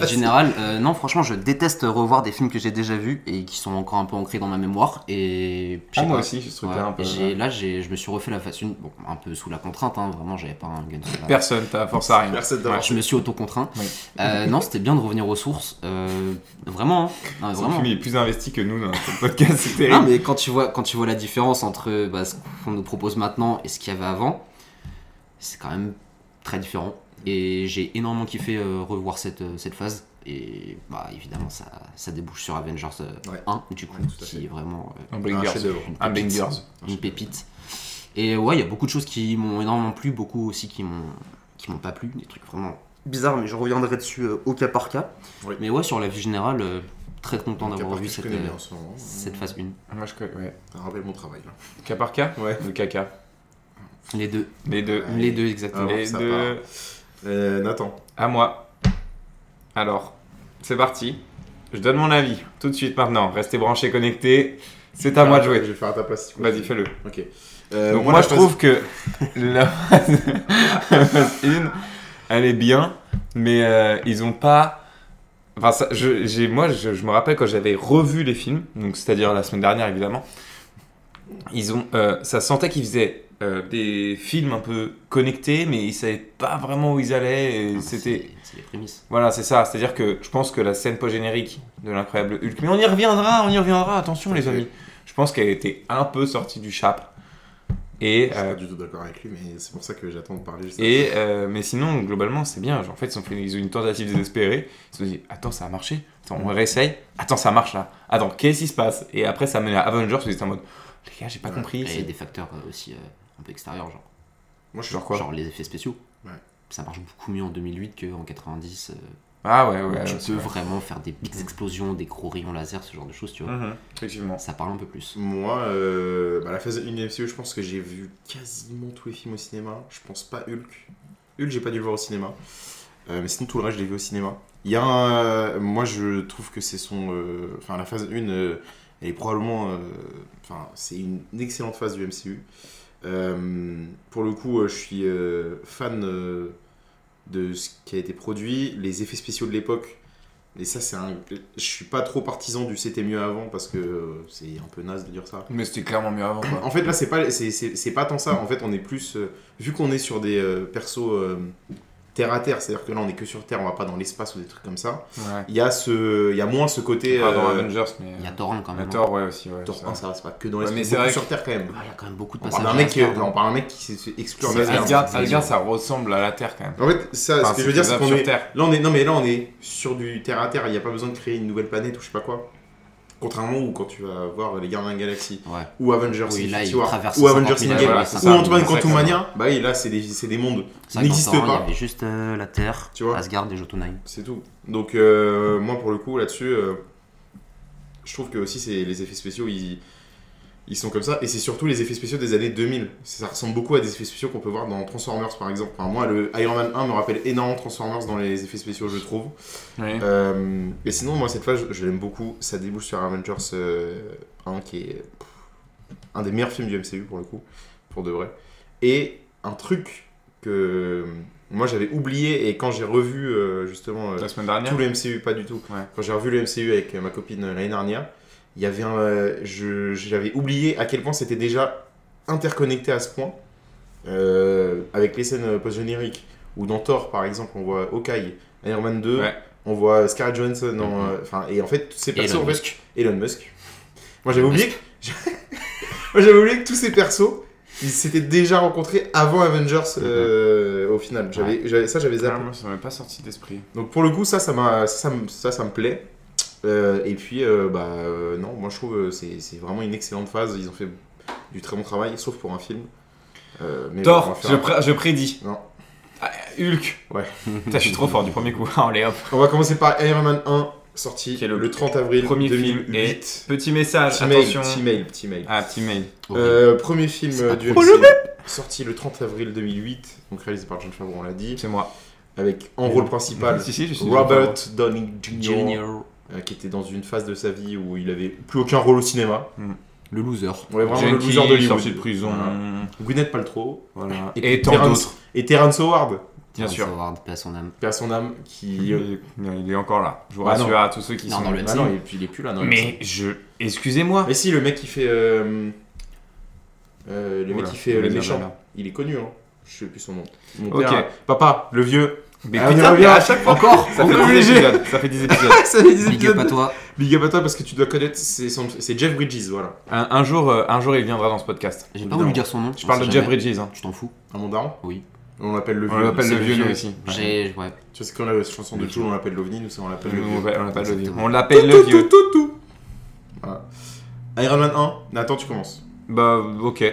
[SPEAKER 5] Ah, En général, euh, non, franchement, je déteste revoir des films que j'ai déjà vus et qui sont encore un peu ancrés dans ma mémoire. Et je sais
[SPEAKER 4] Ah, moi
[SPEAKER 5] pas.
[SPEAKER 4] aussi, j'ai ce
[SPEAKER 5] Ouais,
[SPEAKER 4] truc-là un peu.
[SPEAKER 5] et j'ai- Là, j'ai- je me suis refait la face une, bon, un peu sous la contrainte, hein, vraiment, j'avais pas un gun. sur la-
[SPEAKER 3] Personne, t'as force à rien.
[SPEAKER 4] Personne
[SPEAKER 5] Ouais,
[SPEAKER 4] d'avoir
[SPEAKER 5] je me suis autocontraint.
[SPEAKER 3] Oui.
[SPEAKER 5] Euh, non, c'était bien de revenir aux sources. euh, vraiment, hein. Non, mais
[SPEAKER 6] Son
[SPEAKER 5] vraiment.
[SPEAKER 6] film est plus investi que nous dans notre podcast, c'est
[SPEAKER 5] Ah,
[SPEAKER 6] terrible.
[SPEAKER 5] mais quand tu vois, quand tu vois la différence entre bah, ce qu'on nous propose maintenant et ce qu'il y avait avant, c'est quand même très différent. Et j'ai énormément kiffé euh, revoir cette, euh, cette phase. Et bah, évidemment, ça, ça débouche sur Avengers euh,
[SPEAKER 4] Ouais.
[SPEAKER 5] 1, du coup,
[SPEAKER 4] Ouais, tout à
[SPEAKER 5] qui
[SPEAKER 4] fait.
[SPEAKER 5] est vraiment euh,
[SPEAKER 3] Un
[SPEAKER 4] un
[SPEAKER 3] Blingers.
[SPEAKER 4] chef-d'œuvre.
[SPEAKER 3] Un Blingers.
[SPEAKER 5] une pépite. Et ouais, il y a beaucoup de choses qui m'ont énormément plu, beaucoup aussi qui m'ont qui m'ont pas plu, des trucs vraiment bizarres, mais je reviendrai dessus euh, au cas par cas.
[SPEAKER 4] Oui.
[SPEAKER 5] Mais ouais, sur la vue générale, euh, très content
[SPEAKER 4] Donc, à
[SPEAKER 5] d'avoir
[SPEAKER 4] part
[SPEAKER 5] vu
[SPEAKER 4] que je
[SPEAKER 5] cette,
[SPEAKER 4] connais
[SPEAKER 5] euh,
[SPEAKER 4] bien en ce moment.
[SPEAKER 5] cette phase 1.
[SPEAKER 3] Ah, Moi, je connais. Ouais.
[SPEAKER 4] Ça rappelle mon travail. là.
[SPEAKER 3] Cas par cas
[SPEAKER 4] Ouais.
[SPEAKER 3] Le caca.
[SPEAKER 5] Les deux,
[SPEAKER 3] Les deux.
[SPEAKER 4] Ouais.
[SPEAKER 5] les deux exactement.
[SPEAKER 4] Alors,
[SPEAKER 3] Les
[SPEAKER 4] ça
[SPEAKER 3] deux.
[SPEAKER 4] Euh, Nathan.
[SPEAKER 3] À moi. Alors, c'est parti. Je donne mon avis tout de suite maintenant. Restez branchés, connectés. C'est à moi de
[SPEAKER 4] Je
[SPEAKER 3] jouer.
[SPEAKER 4] vais faire à ta place. si tu
[SPEAKER 3] Vas-y,
[SPEAKER 4] veux.
[SPEAKER 3] fais-le.
[SPEAKER 4] Ok. Euh,
[SPEAKER 3] Donc moi,
[SPEAKER 4] la
[SPEAKER 3] je
[SPEAKER 4] phase-
[SPEAKER 3] trouve que la phase, la phase une, elle est bien, mais euh, ils ont pas. Enfin, ça- je, j'ai- moi, je, je me rappelle quand j'avais revu les films, donc c'est-à-dire la semaine dernière évidemment, ils ont, euh, ça sentait qu'ils faisaient euh, des films un peu connectés, mais ils savaient pas vraiment où ils allaient. et
[SPEAKER 5] Ah, c'est-
[SPEAKER 3] C'était
[SPEAKER 5] C'est les prémices.
[SPEAKER 3] voilà, c'est ça. C'est-à-dire que je pense que la scène post-générique de l'incroyable Hulk, mais on y reviendra, on y reviendra. Attention les amis. Je pense qu'elle était un peu sortie du chap. Et
[SPEAKER 4] Je suis
[SPEAKER 3] euh,
[SPEAKER 4] pas du tout d'accord avec lui, mais c'est pour ça que j'attends de parler juste après.
[SPEAKER 3] et euh, mais sinon, globalement, c'est bien. Genre, en fait, ils ont, fait, ils ont une tentative désespérée. Ils se sont dit, attends, ça a marché. Attends, on réessaye. Attends, ça marche là. Attends, qu'est-ce qui se passe Et après, ça mène à Avengers. Ils étaient en mode, les gars, j'ai pas
[SPEAKER 4] Ouais.
[SPEAKER 3] compris.
[SPEAKER 5] Et
[SPEAKER 3] c'est-
[SPEAKER 5] des facteurs euh, aussi euh, un peu extérieurs, genre,
[SPEAKER 4] Moi, je suis
[SPEAKER 3] Genre quoi
[SPEAKER 5] genre les effets spéciaux.
[SPEAKER 4] Ouais.
[SPEAKER 5] Ça marche beaucoup mieux en 2008 qu'en 90. euh,
[SPEAKER 3] Ah ouais, ouais. ouais,
[SPEAKER 5] tu peux
[SPEAKER 3] c'est vrai.
[SPEAKER 5] vraiment faire des big explosions, des gros rayons laser, ce genre de choses, tu vois.
[SPEAKER 3] Mhm, effectivement.
[SPEAKER 5] Ça parle un peu plus.
[SPEAKER 4] Moi, euh, bah, la phase 1 de MCU, je pense que j'ai vu quasiment tous les films au cinéma. Je pense pas Hulk. Hulk, j'ai pas dû le voir au cinéma. Euh, mais sinon, tout le reste, je l'ai vu au cinéma. Il y a un, euh, Moi, je trouve que c'est son. euh, Enfin, la phase 1, euh, elle est probablement. euh, Enfin, c'est une excellente phase du MCU. Euh, pour le coup, euh, je suis euh, fan euh, de ce qui a été produit, les effets spéciaux de l'époque. Et ça, c'est un. Je suis pas trop partisan du c'était mieux avant parce que euh, c'est un peu naze de dire ça.
[SPEAKER 3] Mais c'était clairement mieux avant, quoi.
[SPEAKER 4] En fait, là, c'est pas, c'est, c'est- c'est pas tant ça. En fait, on est plus. euh, vu qu'on est sur des euh, persos euh, terre à terre, c'est-à-dire que là, on est que sur Terre, on va pas dans l'espace ou des trucs comme ça.
[SPEAKER 3] Ouais.
[SPEAKER 4] Il y a, ce, il y a moins ce côté.
[SPEAKER 3] Pas dans
[SPEAKER 4] euh,
[SPEAKER 3] Avengers, mais.
[SPEAKER 5] Il y a Thor 1 quand
[SPEAKER 3] mais
[SPEAKER 5] même. hein.
[SPEAKER 3] Thor, ouais, aussi. Ouais,
[SPEAKER 4] Thor
[SPEAKER 3] c'est
[SPEAKER 4] 1,
[SPEAKER 3] vrai.
[SPEAKER 4] ça reste pas que dans
[SPEAKER 3] Ouais,
[SPEAKER 4] l'espace.
[SPEAKER 3] mais
[SPEAKER 4] mais
[SPEAKER 3] c'est vrai
[SPEAKER 4] sur
[SPEAKER 3] que-
[SPEAKER 4] Terre quand même.
[SPEAKER 5] Ah, Il y a quand même beaucoup de
[SPEAKER 4] On
[SPEAKER 5] passages.
[SPEAKER 4] parle d'un mec, euh,
[SPEAKER 5] à
[SPEAKER 4] qui,
[SPEAKER 5] Asgard, hein.
[SPEAKER 4] on parle d'un mec qui s'est fait exclure
[SPEAKER 5] C'est
[SPEAKER 4] d'Asgard.
[SPEAKER 3] Asgard,
[SPEAKER 5] c'est-
[SPEAKER 3] Asgard, ça ressemble à la Terre quand même.
[SPEAKER 4] En fait, ça,
[SPEAKER 3] Enfin,
[SPEAKER 4] ce que je veux dire, c'est
[SPEAKER 3] faisable
[SPEAKER 4] qu'on
[SPEAKER 3] sur
[SPEAKER 4] est.
[SPEAKER 3] Terre.
[SPEAKER 4] Là, on est, non, mais là, on est sur du terre à terre. Il n'y a pas besoin de créer une nouvelle planète ou je sais pas quoi. Contrairement ou quand tu vas voir les Gardiens de la Galaxie
[SPEAKER 5] Ouais.
[SPEAKER 4] ou Avengers
[SPEAKER 5] Oui, là,
[SPEAKER 4] Infinity
[SPEAKER 5] ils
[SPEAKER 4] War,
[SPEAKER 5] traversent
[SPEAKER 4] ou
[SPEAKER 5] 50
[SPEAKER 4] Avengers
[SPEAKER 5] 000,
[SPEAKER 4] Endgame
[SPEAKER 3] voilà, c'est
[SPEAKER 4] ou
[SPEAKER 3] ça,
[SPEAKER 4] Ant-Man
[SPEAKER 3] c'est ça que ça
[SPEAKER 4] Quantumania. Bah oui, là, c'est des, c'est des mondes qui
[SPEAKER 5] C'est vrai qu'en
[SPEAKER 4] n'existent
[SPEAKER 5] Thor 1, Il y
[SPEAKER 4] pas.
[SPEAKER 5] avait juste euh, la Terre,
[SPEAKER 4] Tu vois.
[SPEAKER 5] Asgard et Jotunheim.
[SPEAKER 4] C'est tout. Donc, euh, moi, pour le coup, là-dessus, euh, je trouve que aussi c'est- les effets spéciaux, ils, ils sont comme ça. Et c'est surtout les effets spéciaux des années 2000. Ça ressemble beaucoup à des effets spéciaux qu'on peut voir dans Transformers, par exemple. Enfin, moi, le Iron Man 1 me rappelle énormément Transformers dans les effets spéciaux, je trouve.
[SPEAKER 3] Oui.
[SPEAKER 4] Euh, et sinon, moi, cette phase, je, je l'aime beaucoup. Ça débouche sur Avengers euh, 1, qui est pff, un des meilleurs films du MCU, pour le coup, pour de vrai. Et un truc que euh, moi, j'avais oublié, et quand j'ai revu, euh, justement, euh,
[SPEAKER 3] La semaine dernière.
[SPEAKER 4] tout le MCU, pas du tout.
[SPEAKER 3] Ouais.
[SPEAKER 4] Quand j'ai revu le MCU avec euh, ma copine euh, l'année dernière, il y avait un, euh, je- j'avais oublié à quel point c'était déjà interconnecté à ce point. Euh, avec les scènes euh, post-génériques, où dans Thor, par exemple, on voit Hawkeye, Iron Man 2,
[SPEAKER 3] Ouais.
[SPEAKER 4] on voit euh, Scarlett Johansson, en, euh, enfin, et en fait, tous ces persos,
[SPEAKER 5] Elon
[SPEAKER 4] en fait-
[SPEAKER 5] Musk.
[SPEAKER 4] Elon Musk. Moi, j'avais oublié, que... Moi, j'avais oublié que tous ces persos, ils s'étaient déjà rencontrés avant Avengers, euh, au final. J'avais, j'avais- ça, j'avais zappé.
[SPEAKER 3] Ah, moi, ça m'avait pas sorti d'esprit.
[SPEAKER 4] Donc pour le coup, ça, ça, m'a- ça, me- ça, ça me plaît. Euh, et puis, euh, bah, euh, non, moi je trouve euh, c'est c'est vraiment une excellente phase. Ils ont fait du très bon travail, sauf pour un film. Euh, mais bon, on
[SPEAKER 3] Thor,
[SPEAKER 4] va faire-
[SPEAKER 3] je, pré- je prédis.
[SPEAKER 4] Non.
[SPEAKER 3] Ah, Hulk.
[SPEAKER 4] Ouais.
[SPEAKER 3] Putain, je suis trop fort du premier coup. Allez hop.
[SPEAKER 4] On va commencer par Iron Man 1, sorti
[SPEAKER 3] Qui est
[SPEAKER 4] le,
[SPEAKER 3] le
[SPEAKER 4] 30 avril
[SPEAKER 3] premier film
[SPEAKER 4] 2008.
[SPEAKER 3] et- Petit message,
[SPEAKER 4] Petit mail,
[SPEAKER 3] attention.
[SPEAKER 4] petit mail, petit mail.
[SPEAKER 3] Ah, petit mail.
[SPEAKER 5] Horrible.
[SPEAKER 4] Euh, premier film
[SPEAKER 5] C'est pas
[SPEAKER 4] euh, du
[SPEAKER 5] cool.
[SPEAKER 4] MCU, sorti le 30 avril 2008, donc réalisé par John Favreau, on l'a dit,
[SPEAKER 3] C'est moi.
[SPEAKER 4] avec en rôle principal
[SPEAKER 3] Si, si, je suis
[SPEAKER 4] Robert Downey Jr.
[SPEAKER 5] Junior.
[SPEAKER 4] euh, qui était dans une phase de sa vie où il avait plus aucun rôle au cinéma.
[SPEAKER 5] Le loser.
[SPEAKER 4] Ouais, vraiment
[SPEAKER 3] Jackie,
[SPEAKER 4] le loser de
[SPEAKER 3] sorti de
[SPEAKER 4] Hollywood.
[SPEAKER 3] prison.
[SPEAKER 4] Voilà. Gwyneth Paltrow
[SPEAKER 3] Voilà.
[SPEAKER 4] Et
[SPEAKER 3] Et tant
[SPEAKER 4] Terrence-
[SPEAKER 3] d'autres.
[SPEAKER 4] et Terrence Howard.
[SPEAKER 5] Bien
[SPEAKER 3] sûr.
[SPEAKER 5] Howard, paix à son âme.
[SPEAKER 4] Père son âme qui.
[SPEAKER 3] Il, il est encore là. Je vous
[SPEAKER 4] Bah non.
[SPEAKER 3] rassure à tous ceux qui
[SPEAKER 5] Non,
[SPEAKER 3] sont
[SPEAKER 5] dans le
[SPEAKER 4] Bah
[SPEAKER 5] MCU.
[SPEAKER 4] non, et puis il est plus là. dans le
[SPEAKER 3] Mais je. Excusez-moi.
[SPEAKER 4] Mais si, le mec qui fait. euh, euh, le mec
[SPEAKER 3] Oula,
[SPEAKER 4] qui fait euh, le
[SPEAKER 3] merde,
[SPEAKER 4] méchant.
[SPEAKER 3] merde.
[SPEAKER 4] Il est connu, hein. Je sais plus son nom. Mon
[SPEAKER 3] Ok.
[SPEAKER 4] père, euh, papa, le vieux.
[SPEAKER 3] Mais
[SPEAKER 4] Ah, on y
[SPEAKER 3] putain,
[SPEAKER 4] revient.
[SPEAKER 3] mais à chaque fois.
[SPEAKER 5] Encore
[SPEAKER 3] Ça fait
[SPEAKER 4] Encore
[SPEAKER 3] 10
[SPEAKER 4] obligé.
[SPEAKER 3] épisodes. Ça fait 10 épisodes.
[SPEAKER 4] Ça fait 10
[SPEAKER 5] Big
[SPEAKER 4] épisodes.
[SPEAKER 5] up à toi.
[SPEAKER 4] Big up à toi parce que tu dois connaître. C'est son- c'est Jeff Bridges, voilà.
[SPEAKER 3] Un, un jour, euh, un jour, il viendra dans ce podcast.
[SPEAKER 5] J'ai pas
[SPEAKER 4] Évidemment.
[SPEAKER 5] voulu dire son nom.
[SPEAKER 3] Je
[SPEAKER 5] on
[SPEAKER 3] parle
[SPEAKER 5] sait
[SPEAKER 3] de Jeff
[SPEAKER 5] jamais.
[SPEAKER 3] Bridges. hein.
[SPEAKER 5] Tu t'en fous
[SPEAKER 4] À mon daron
[SPEAKER 5] Oui.
[SPEAKER 4] On l'appelle le vieux.
[SPEAKER 3] On l'appelle
[SPEAKER 4] C'est
[SPEAKER 3] le vieux,
[SPEAKER 5] vieux.
[SPEAKER 3] nous aussi.
[SPEAKER 5] J'ai. Ouais.
[SPEAKER 4] Tu sais, quand on a cette chanson de Joule, on l'appelle l'OVNI, nous, c'est- on l'appelle le
[SPEAKER 3] On
[SPEAKER 4] vieux.
[SPEAKER 3] l'appelle- on l'appelle le vieux.
[SPEAKER 5] Exactement.
[SPEAKER 3] On l'appelle le vieux.
[SPEAKER 4] tout, tout. Voilà. Iron Man 1, Nathan, tu commences.
[SPEAKER 3] Bah ok.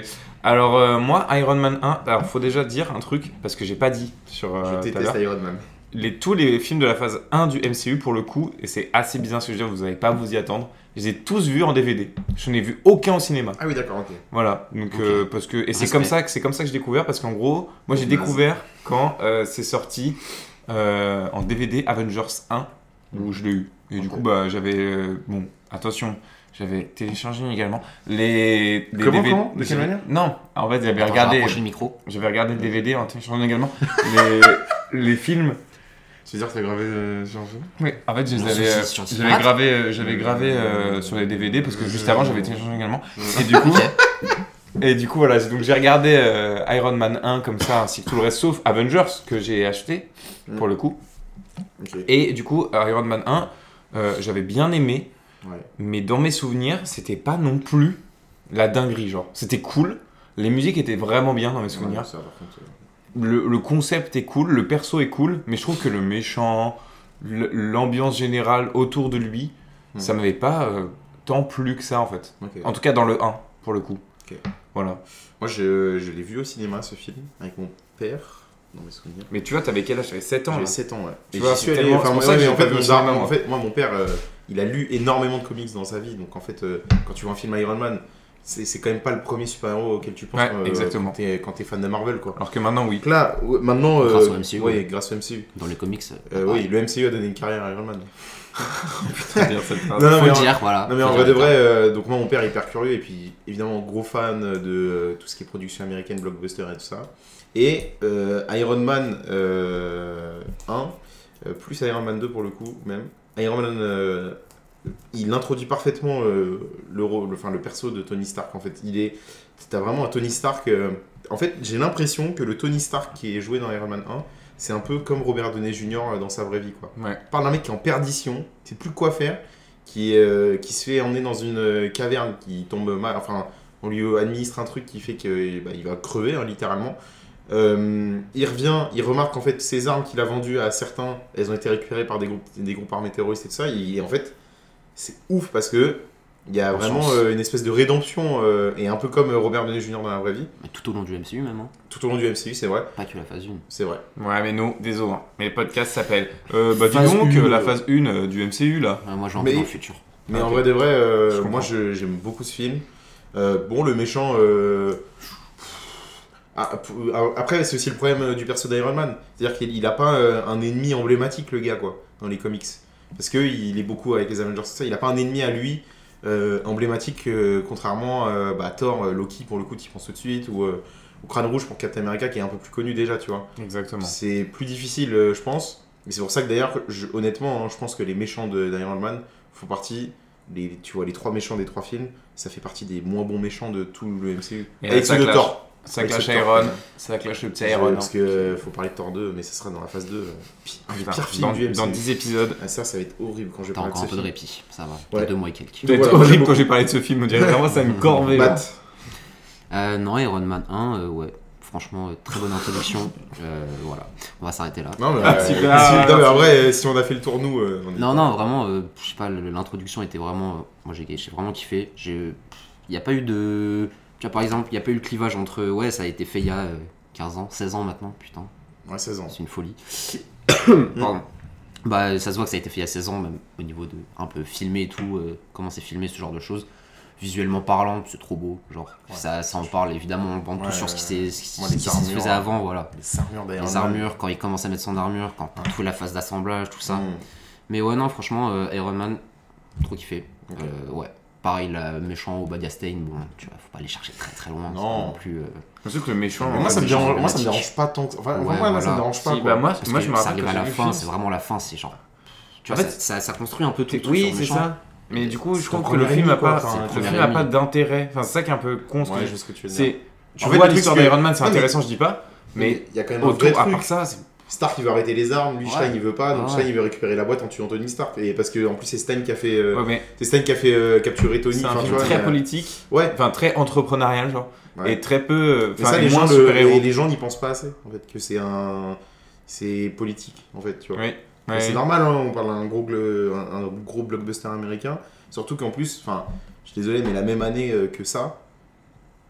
[SPEAKER 3] Alors euh, moi Iron Man 1, alors faut déjà dire un truc parce que j'ai pas dit sur euh,
[SPEAKER 4] Je
[SPEAKER 3] tout à l'heure.
[SPEAKER 4] déteste Iron Man.
[SPEAKER 3] les tous les films de la phase 1 du MCU pour le coup et c'est assez bizarre ce que je veux dire, vous n'allez pas à vous y attendre. Je les ai tous vus en DVD. Je n'ai vu aucun au cinéma.
[SPEAKER 4] Ah oui, d'accord, ok.
[SPEAKER 3] Voilà. Donc
[SPEAKER 5] Ok.
[SPEAKER 3] euh, parce que et c'est
[SPEAKER 5] Respect.
[SPEAKER 3] comme ça que c'est comme ça que j'ai découvert parce qu'en gros, moi j'ai
[SPEAKER 4] Naze.
[SPEAKER 3] découvert quand euh, c'est sorti euh, en DVD Avengers 1 où je l'ai eu. Et du
[SPEAKER 4] Ok.
[SPEAKER 3] coup bah j'avais euh, bon, attention, j'avais téléchargé également les, les
[SPEAKER 4] Comment, comment De quelle
[SPEAKER 3] j'avais-
[SPEAKER 4] manière
[SPEAKER 3] Non, en fait, j'avais
[SPEAKER 5] Attends,
[SPEAKER 3] regardé
[SPEAKER 5] rapproche le micro.
[SPEAKER 3] j'avais regardé le DVD en téléchargeant également les les films
[SPEAKER 4] Tu veux dire que t'as gravé euh, sur un film
[SPEAKER 3] oui, en fait, je les
[SPEAKER 5] Non,
[SPEAKER 3] avais,
[SPEAKER 5] si,
[SPEAKER 3] euh,
[SPEAKER 5] si, si, si.
[SPEAKER 3] j'avais
[SPEAKER 5] Pirate.
[SPEAKER 3] gravé, euh, j'avais gravé euh, sur les DVD parce que juste avant, j'avais téléchargé également.
[SPEAKER 4] Ouais.
[SPEAKER 3] Et du coup, et du coup, voilà, j'ai- donc j'ai regardé euh, Iron Man 1 comme ça, ainsi que tout le reste, sauf Avengers que j'ai acheté pour le coup.
[SPEAKER 4] Ok.
[SPEAKER 3] Et du coup, Iron Man 1, euh, j'avais bien aimé,
[SPEAKER 4] Ouais.
[SPEAKER 3] mais dans mes souvenirs, c'était pas non plus la dinguerie, genre. C'était cool. Les musiques étaient vraiment bien dans mes souvenirs.
[SPEAKER 4] Ouais, ça, par contre, euh,
[SPEAKER 3] le, le concept est cool, le perso est cool, mais je trouve que le méchant, le- l'ambiance générale autour de lui,
[SPEAKER 4] Hmm.
[SPEAKER 3] ça m'avait pas euh, tant plu que ça en fait.
[SPEAKER 4] ok.
[SPEAKER 3] En tout cas dans le 1, pour le coup.
[SPEAKER 4] Ok.
[SPEAKER 3] Voilà.
[SPEAKER 4] Moi, je, je l'ai vu au cinéma, ce film, avec mon père, dans mes souvenirs.
[SPEAKER 3] Mais tu vois, t'avais quel âge T'avais 7 ans
[SPEAKER 4] J'avais
[SPEAKER 3] là.
[SPEAKER 4] 7 ans, ouais.
[SPEAKER 3] Tu
[SPEAKER 4] Et
[SPEAKER 3] vois,
[SPEAKER 4] j'y suis
[SPEAKER 3] c'est
[SPEAKER 4] allé,
[SPEAKER 3] tellement-
[SPEAKER 4] enfin,
[SPEAKER 3] c'est pour
[SPEAKER 4] ouais,
[SPEAKER 3] ça que
[SPEAKER 4] ouais,
[SPEAKER 3] j'ai
[SPEAKER 4] en
[SPEAKER 3] pas
[SPEAKER 4] fait,
[SPEAKER 3] vu au
[SPEAKER 4] mon
[SPEAKER 3] cinéma,
[SPEAKER 4] daron-
[SPEAKER 3] moi.
[SPEAKER 4] en fait, moi, mon père, euh, il a lu énormément de comics dans sa vie. Donc, en fait, euh, quand tu vois un film Iron Man, c'est c'est quand même pas le premier super-héros auquel tu penses
[SPEAKER 3] Ouais,
[SPEAKER 4] euh,
[SPEAKER 3] exactement.
[SPEAKER 4] quand t'es quand t'es fan de Marvel, quoi.
[SPEAKER 3] Alors que maintenant, oui.
[SPEAKER 4] Donc là, ouais, maintenant... euh,
[SPEAKER 5] Grâce au MCU,
[SPEAKER 4] ouais,
[SPEAKER 5] ouais.
[SPEAKER 4] grâce au MCU.
[SPEAKER 5] Dans les comics.
[SPEAKER 4] Euh, oui, le MCU a donné une carrière à Iron Man.
[SPEAKER 3] C'est-à-dire cette phrase.
[SPEAKER 4] Non, non,
[SPEAKER 5] Faut
[SPEAKER 4] mais
[SPEAKER 5] le
[SPEAKER 4] en-
[SPEAKER 5] dire, voilà.
[SPEAKER 4] Non mais
[SPEAKER 5] Faut
[SPEAKER 4] en
[SPEAKER 5] le
[SPEAKER 4] vrai de
[SPEAKER 5] dire,
[SPEAKER 4] vrai, euh, donc moi mon père est hyper curieux et puis évidemment gros fan de euh, tout ce qui est production américaine, blockbuster et tout ça. Et euh, Iron Man euh, 1, euh, plus Iron Man 2 pour le coup même. Iron Man, euh, il introduit parfaitement euh, le, rôle, enfin, le perso de Tony Stark en fait. Il est, t'as vraiment un Tony Stark. euh, en fait j'ai l'impression que le Tony Stark qui est joué dans Iron Man 1, c'est un peu comme Robert Downey Jr. euh, dans sa vraie vie quoi.
[SPEAKER 3] Ouais.
[SPEAKER 4] On parle d'un mec qui est en perdition, qui sait plus quoi faire, qui, euh, qui se fait emmener dans une euh, caverne, qui tombe mal, enfin, on lui administre un truc qui fait qu'il va crever, hein, littéralement. Euh, il revient, il remarque qu'en fait, ces armes qu'il a vendues à certains, elles ont été récupérées par des groupes, des groupes armés terroristes et tout ça, et en fait, c'est ouf parce que il y a vraiment euh, une espèce de rédemption, euh, et un peu comme euh, Robert Downey Jr. dans la vraie vie,
[SPEAKER 5] Mais tout au long du MCU même. hein.
[SPEAKER 4] tout au long du MCU, c'est vrai,
[SPEAKER 5] Pas que la phase 1.
[SPEAKER 4] c'est vrai.
[SPEAKER 3] Ouais, mais non, désolé. hein. Mais le podcast s'appelle. Euh, bah dis
[SPEAKER 4] Phase
[SPEAKER 3] donc,
[SPEAKER 4] une,
[SPEAKER 3] euh, la
[SPEAKER 4] euh.
[SPEAKER 3] phase 1 euh, du MCU là.
[SPEAKER 5] Ah, Moi j'ai
[SPEAKER 4] Mais-
[SPEAKER 5] envie dans le futur.
[SPEAKER 4] Mais
[SPEAKER 3] Ah, Ok.
[SPEAKER 4] en vrai de vrai, euh,
[SPEAKER 3] Je comprends.
[SPEAKER 4] moi je- j'aime beaucoup ce film. Euh, bon, le méchant. euh, ah, p- ah, Après, c'est aussi le problème euh, du perso d'Iron Man. C'est-à-dire qu'il n'a pas euh, un ennemi emblématique, le gars, quoi, dans les comics. Parce qu'il est beaucoup avec les Avengers, tout ça. Il n'a pas un ennemi à lui euh, emblématique, euh, contrairement euh, bah, à Thor, euh, Loki, pour le coup, tu y penses tout de suite, ou euh, au Crâne Rouge pour Captain America, qui est un peu plus connu déjà, tu vois.
[SPEAKER 3] Exactement.
[SPEAKER 4] C'est plus difficile, euh, je pense. Mais c'est pour ça que d'ailleurs, je- honnêtement, hein, je pense que les méchants de d'Iron Man font partie. Les, tu vois, les trois méchants des trois films, ça fait partie des moins bons méchants de tout le MCU.
[SPEAKER 3] Et
[SPEAKER 4] avec
[SPEAKER 3] ça
[SPEAKER 4] ceux de
[SPEAKER 3] clash.
[SPEAKER 4] Thor.
[SPEAKER 3] Ça
[SPEAKER 4] Avec
[SPEAKER 3] clash
[SPEAKER 4] ce Thor,
[SPEAKER 3] Iron,
[SPEAKER 4] ouais.
[SPEAKER 3] ça clash le petit
[SPEAKER 4] Je-
[SPEAKER 3] Iron.
[SPEAKER 4] Parce
[SPEAKER 3] hein.
[SPEAKER 4] que euh, faut parler de Thor 2, mais ça sera dans la phase 2. euh, pi- un des
[SPEAKER 3] Putain,
[SPEAKER 4] pires films
[SPEAKER 3] dans,
[SPEAKER 4] du MCU.
[SPEAKER 3] dans 10 épisodes.
[SPEAKER 4] Ah, ça, ça va être horrible quand je vais
[SPEAKER 5] T'as
[SPEAKER 4] parler de
[SPEAKER 5] encore
[SPEAKER 4] ce
[SPEAKER 5] un peu de
[SPEAKER 4] film.
[SPEAKER 5] répit. Ça va.
[SPEAKER 4] Ouais.
[SPEAKER 5] T'as deux mois et quelques.
[SPEAKER 4] Donc
[SPEAKER 3] C'est
[SPEAKER 4] voilà, j'aime
[SPEAKER 3] horrible
[SPEAKER 4] beaucoup.
[SPEAKER 3] quand j'ai parlé de ce film, on dirait vraiment ça me corvée. genre.
[SPEAKER 4] Bat.
[SPEAKER 5] Euh, non, Iron Man 1, euh, ouais. Franchement, euh, très bonne introduction. Euh, voilà. On va s'arrêter là.
[SPEAKER 4] Non, mais,
[SPEAKER 3] Ah,
[SPEAKER 4] euh,
[SPEAKER 3] super.
[SPEAKER 4] si-
[SPEAKER 3] Ah,
[SPEAKER 4] non, mais en vrai, euh, si on a fait le tour, nous. euh, on est-
[SPEAKER 5] Non, non, vraiment, euh, je sais pas, le- l'introduction était vraiment. euh, moi, j'ai j'ai vraiment kiffé. Il n'y a pas eu de. Tu vois, par exemple, il n'y a pas eu de clivage entre. Ouais, ça a été fait il y a euh, 15 ans, 16 ans maintenant, putain,
[SPEAKER 4] Ouais, 16 ans.
[SPEAKER 5] c'est une folie. Pardon. Bah, ça se voit que ça a été fait il y a 16 ans, même au niveau de. Un peu filmé et tout, euh, comment c'est filmé, ce genre de choses. Visuellement parlant, c'est trop beau. Genre, ça, ça en parle, évidemment, on bande
[SPEAKER 4] Ouais,
[SPEAKER 5] tous sur ce qui s'est- ce qui-
[SPEAKER 4] Moi, les
[SPEAKER 5] ce qui se
[SPEAKER 4] armures,
[SPEAKER 5] faisait
[SPEAKER 4] hein.
[SPEAKER 5] avant, voilà.
[SPEAKER 4] Les armures d'Iron
[SPEAKER 5] Les
[SPEAKER 4] Man.
[SPEAKER 5] armures, quand il commence à mettre son armure, quand t'as toute la phase d'assemblage, tout ça.
[SPEAKER 4] Mm.
[SPEAKER 5] Mais ouais, non, franchement, euh, Iron Man, trop kiffé.
[SPEAKER 4] Ok.
[SPEAKER 5] Euh, ouais. Pareil, le méchant Obadiah Stane, bon, tu vois, faut pas aller chercher très très loin. c'est
[SPEAKER 4] Non.
[SPEAKER 5] pas plus. euh,
[SPEAKER 3] Surtout que le méchant. euh,
[SPEAKER 4] moi, ça me
[SPEAKER 5] Ouais,
[SPEAKER 4] dérange,
[SPEAKER 5] c'est
[SPEAKER 4] moi, ça me
[SPEAKER 5] problématique.
[SPEAKER 4] dérange pas tant que. Enfin,
[SPEAKER 5] Ouais,
[SPEAKER 4] moi, moi, ça
[SPEAKER 5] voilà.
[SPEAKER 4] me dérange pas.
[SPEAKER 3] Si,
[SPEAKER 4] quoi.
[SPEAKER 3] bah, moi,
[SPEAKER 5] parce
[SPEAKER 3] moi
[SPEAKER 5] que
[SPEAKER 3] je me
[SPEAKER 5] ça
[SPEAKER 3] rappelle
[SPEAKER 5] arrive
[SPEAKER 3] que
[SPEAKER 5] à
[SPEAKER 3] j'ai
[SPEAKER 5] la
[SPEAKER 3] vu le
[SPEAKER 5] fin,
[SPEAKER 3] film.
[SPEAKER 5] c'est vraiment la fin, c'est genre. Tu
[SPEAKER 3] En
[SPEAKER 5] vois,
[SPEAKER 3] fait,
[SPEAKER 5] ça, ça, ça construit un peu tout. le truc sur
[SPEAKER 3] Oui,
[SPEAKER 5] le
[SPEAKER 3] c'est
[SPEAKER 5] méchant.
[SPEAKER 3] ça. Mais du coup, je
[SPEAKER 4] ton
[SPEAKER 3] trouve que
[SPEAKER 4] premier
[SPEAKER 3] le film a
[SPEAKER 4] ennemi, quoi.
[SPEAKER 3] pas,
[SPEAKER 4] Enfin,
[SPEAKER 3] le
[SPEAKER 5] c'est le
[SPEAKER 3] film a
[SPEAKER 5] premier
[SPEAKER 3] pas
[SPEAKER 5] ennemi.
[SPEAKER 3] d'intérêt. Enfin, c'est ça qui est un peu con. je trouve.
[SPEAKER 4] Ouais, je vois ce que tu veux dire.
[SPEAKER 3] c'est,
[SPEAKER 4] En
[SPEAKER 3] tu
[SPEAKER 4] fait,
[SPEAKER 3] vois
[SPEAKER 4] le
[SPEAKER 3] l'histoire
[SPEAKER 4] truc, c'est-
[SPEAKER 3] d'Iron Man, c'est
[SPEAKER 4] Non, mais-
[SPEAKER 3] intéressant, je dis pas. Mais
[SPEAKER 4] il y a quand même un vrai
[SPEAKER 3] autour, à
[SPEAKER 4] truc.
[SPEAKER 3] part ça, c'est-
[SPEAKER 4] Stark, il veut arrêter les armes. Lui,
[SPEAKER 5] Ouais.
[SPEAKER 4] Stein, il veut pas. Donc,
[SPEAKER 5] Ouais.
[SPEAKER 4] Stein, il veut récupérer la boîte en tuant Tony Stark. Et parce que, en plus, c'est Stein qui a fait, euh,
[SPEAKER 3] ouais, mais
[SPEAKER 4] c'est Stein qui a fait euh, capturer Tony.
[SPEAKER 3] c'est
[SPEAKER 4] Enfin,
[SPEAKER 3] un
[SPEAKER 4] tu
[SPEAKER 3] film
[SPEAKER 4] vois, il y
[SPEAKER 3] très
[SPEAKER 4] a-
[SPEAKER 3] politique,
[SPEAKER 4] Ouais.
[SPEAKER 3] enfin très entrepreneurial, genre,
[SPEAKER 4] Ouais.
[SPEAKER 3] et très peu, euh,
[SPEAKER 4] Mais
[SPEAKER 3] enfin
[SPEAKER 4] ça,
[SPEAKER 3] et
[SPEAKER 4] les
[SPEAKER 3] moins
[SPEAKER 4] gens, le- les,
[SPEAKER 3] super-héros.
[SPEAKER 4] les gens n'y pensent pas assez, en fait, que c'est un, c'est politique, en fait, tu vois.
[SPEAKER 3] Ouais,
[SPEAKER 4] Et
[SPEAKER 3] ouais.
[SPEAKER 4] C'est normal, hein, on parle d'un gros, glo- un, un gros blockbuster américain. Surtout qu'en plus, enfin, je suis désolé, mais la même année euh, que ça,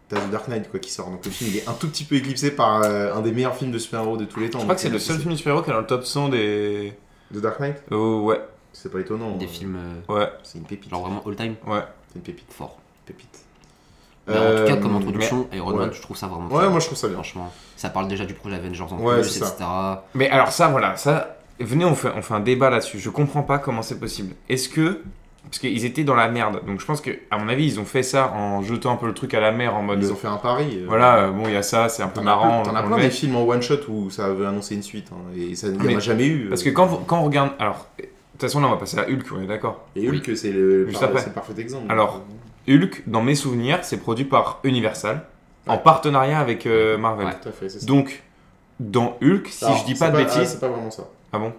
[SPEAKER 4] t'as The Dark Knight quoi qui sort. Donc le film il est un tout petit peu éclipsé par euh, un des meilleurs films de super-héros de tous les temps.
[SPEAKER 3] Je crois que c'est le seul film de super-héros qui est dans le top 100 des.
[SPEAKER 4] The Dark Knight,
[SPEAKER 3] Oh, ouais,
[SPEAKER 4] c'est pas étonnant.
[SPEAKER 5] Des
[SPEAKER 4] euh,
[SPEAKER 5] films, euh,
[SPEAKER 3] ouais,
[SPEAKER 4] C'est une pépite.
[SPEAKER 5] genre vraiment all time,
[SPEAKER 3] ouais.
[SPEAKER 4] C'est une pépite,
[SPEAKER 5] fort.
[SPEAKER 4] pépite.
[SPEAKER 5] Mais en tout cas,
[SPEAKER 4] Euh,
[SPEAKER 5] comme introduction, Iron Man,
[SPEAKER 4] ouais.
[SPEAKER 5] je trouve ça vraiment.
[SPEAKER 4] Euh, Ouais,
[SPEAKER 5] très
[SPEAKER 4] moi
[SPEAKER 5] bien.
[SPEAKER 4] je trouve ça bien.
[SPEAKER 5] Franchement, ça parle déjà du projet Avengers en
[SPEAKER 4] Ouais,
[SPEAKER 5] plus,
[SPEAKER 4] c'est ça.
[SPEAKER 5] etc.
[SPEAKER 3] Mais alors ça, voilà, ça, venez, on fait, on fait un débat là-dessus. Je comprends pas comment c'est possible. Est-ce que, parce qu'ils étaient dans la merde, donc je pense que, à mon avis, ils ont fait ça en jetant un peu le truc à la mer en mode,
[SPEAKER 4] Ils ont fait un pari. euh,
[SPEAKER 3] voilà, euh, bon, il y a ça, c'est un peu
[SPEAKER 4] T'en as
[SPEAKER 3] marrant.
[SPEAKER 4] plein- T'en
[SPEAKER 3] on
[SPEAKER 4] as
[SPEAKER 3] le
[SPEAKER 4] plein
[SPEAKER 3] met.
[SPEAKER 4] des films en one shot où ça veut annoncer une suite. hein, et ça n'y en
[SPEAKER 3] Mais-
[SPEAKER 4] a jamais eu. euh.
[SPEAKER 3] Parce que quand, vous- quand on regarde, alors, de toute façon, là, on va passer à Hulk, on est d'accord.
[SPEAKER 4] Et Hulk, c'est le,
[SPEAKER 3] Juste
[SPEAKER 4] par-
[SPEAKER 3] après.
[SPEAKER 4] c'est le parfait exemple.
[SPEAKER 3] Alors, Hulk, dans mes souvenirs, c'est produit par Universal en
[SPEAKER 4] Ouais.
[SPEAKER 3] partenariat avec euh, Marvel.
[SPEAKER 4] Tout à fait, c'est ça.
[SPEAKER 3] Donc, dans Hulk, si
[SPEAKER 4] Alors,
[SPEAKER 3] je dis
[SPEAKER 4] c'est
[SPEAKER 3] pas de
[SPEAKER 4] ah,
[SPEAKER 3] bêtises,
[SPEAKER 4] c'est pas vraiment ça.
[SPEAKER 3] ah, bon,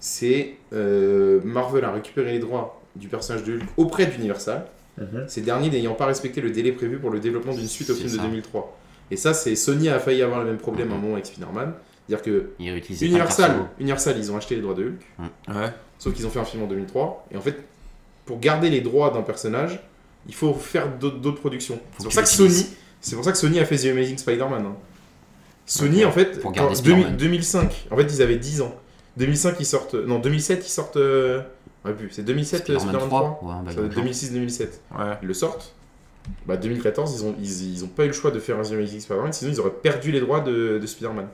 [SPEAKER 4] C'est euh, Marvel a récupéré les droits du personnage de Hulk auprès d'Universal,
[SPEAKER 3] Mhm.
[SPEAKER 4] ces derniers n'ayant pas respecté le délai prévu pour le développement d'une suite au
[SPEAKER 5] C'est
[SPEAKER 4] film de
[SPEAKER 5] ça.
[SPEAKER 4] 2003. Et ça, c'est Sony a failli avoir le même problème à un
[SPEAKER 5] Mhm.
[SPEAKER 4] moment avec Spider-Man. C'est-à-dire que
[SPEAKER 5] Il réutilise
[SPEAKER 4] Universal, Universal, ils ont acheté les droits de Hulk,
[SPEAKER 3] ouais,
[SPEAKER 4] sauf qu'ils ont fait un film en 2003. Et en fait, pour garder les droits d'un personnage, il faut faire d'autres d'autres productions. C'est pour
[SPEAKER 5] qu'il
[SPEAKER 4] ça que
[SPEAKER 5] l'utilise.
[SPEAKER 4] Sony, c'est pour ça que Sony a fait The Amazing Spider-Man. hein. Sony, en fait,
[SPEAKER 5] Pour
[SPEAKER 4] quand-
[SPEAKER 5] garder
[SPEAKER 4] 2000
[SPEAKER 5] Spider-Man.
[SPEAKER 4] 2005, en fait, ils avaient 10 ans. 2005, ils sortent. Non, 2007, ils sortent. euh, on aurait pu, C'est 2007, euh,
[SPEAKER 5] Spider-Man
[SPEAKER 4] Spider-Man
[SPEAKER 5] 3,
[SPEAKER 4] 3.
[SPEAKER 5] ouais, bah, un
[SPEAKER 4] Ça
[SPEAKER 5] bail
[SPEAKER 4] doit
[SPEAKER 5] dans
[SPEAKER 4] être
[SPEAKER 5] le genre.
[SPEAKER 4] 2006-2007.
[SPEAKER 3] ouais.
[SPEAKER 4] Ils le sortent. Bah, 2014, ils ont, ils, ils ont pas eu le choix de faire un The Amazing Spider-Man, sinon ils auraient perdu les droits de, de Spider-Man.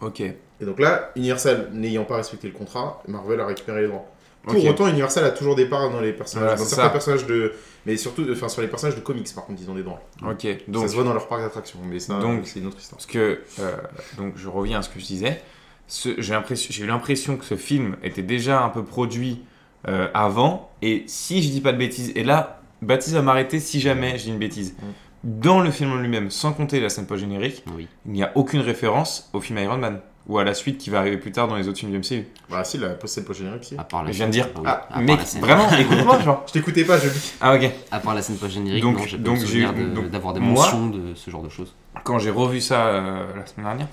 [SPEAKER 3] Ok.
[SPEAKER 4] Et donc là, Universal n'ayant pas respecté le contrat, Marvel a récupéré les droits. Pour
[SPEAKER 3] Ok.
[SPEAKER 4] autant, Universal a toujours des parts dans les personnages,
[SPEAKER 3] Voilà,
[SPEAKER 4] dans
[SPEAKER 3] c'est
[SPEAKER 4] certains
[SPEAKER 3] ça.
[SPEAKER 4] personnages de, mais surtout, enfin sur les personnages de comics par contre, ils ont des droits.
[SPEAKER 3] Ok,
[SPEAKER 4] ça
[SPEAKER 3] donc,
[SPEAKER 4] se voit dans leur parc d'attractions, mais ça,
[SPEAKER 3] Donc-
[SPEAKER 4] c'est une autre histoire.
[SPEAKER 3] parce que, euh, donc je reviens à ce que je disais, Ce- j'ai l'impression- j'ai eu l'impression que ce film était déjà un peu produit euh, avant, et si je dis pas de bêtises, et là, Baptiste va m'arrêter si jamais je dis une bêtise,
[SPEAKER 4] Mm.
[SPEAKER 3] dans le film en lui-même, sans compter la scène post-générique,
[SPEAKER 5] Oui.
[SPEAKER 3] il n'y a aucune référence au film Iron Man, ou à la suite qui va arriver plus tard dans les autres films du MCU.
[SPEAKER 4] Bah si, la post scène post-générique, si.
[SPEAKER 5] À part la
[SPEAKER 3] Je viens de dire,
[SPEAKER 5] oui,
[SPEAKER 4] ah,
[SPEAKER 5] à part
[SPEAKER 3] Mec,
[SPEAKER 5] la scène-
[SPEAKER 3] vraiment, écoute-moi, genre.
[SPEAKER 4] Je t'écoutais pas, je lis.
[SPEAKER 3] Ah, ok.
[SPEAKER 5] À part la scène post-générique,
[SPEAKER 3] Donc-
[SPEAKER 5] non, j'ai pas
[SPEAKER 3] donc
[SPEAKER 5] le
[SPEAKER 3] j'ai-
[SPEAKER 5] souvenir de-
[SPEAKER 3] donc
[SPEAKER 5] d'avoir des
[SPEAKER 3] moi-
[SPEAKER 5] mentions de ce genre de choses.
[SPEAKER 3] Quand j'ai revu ça euh, la semaine dernière,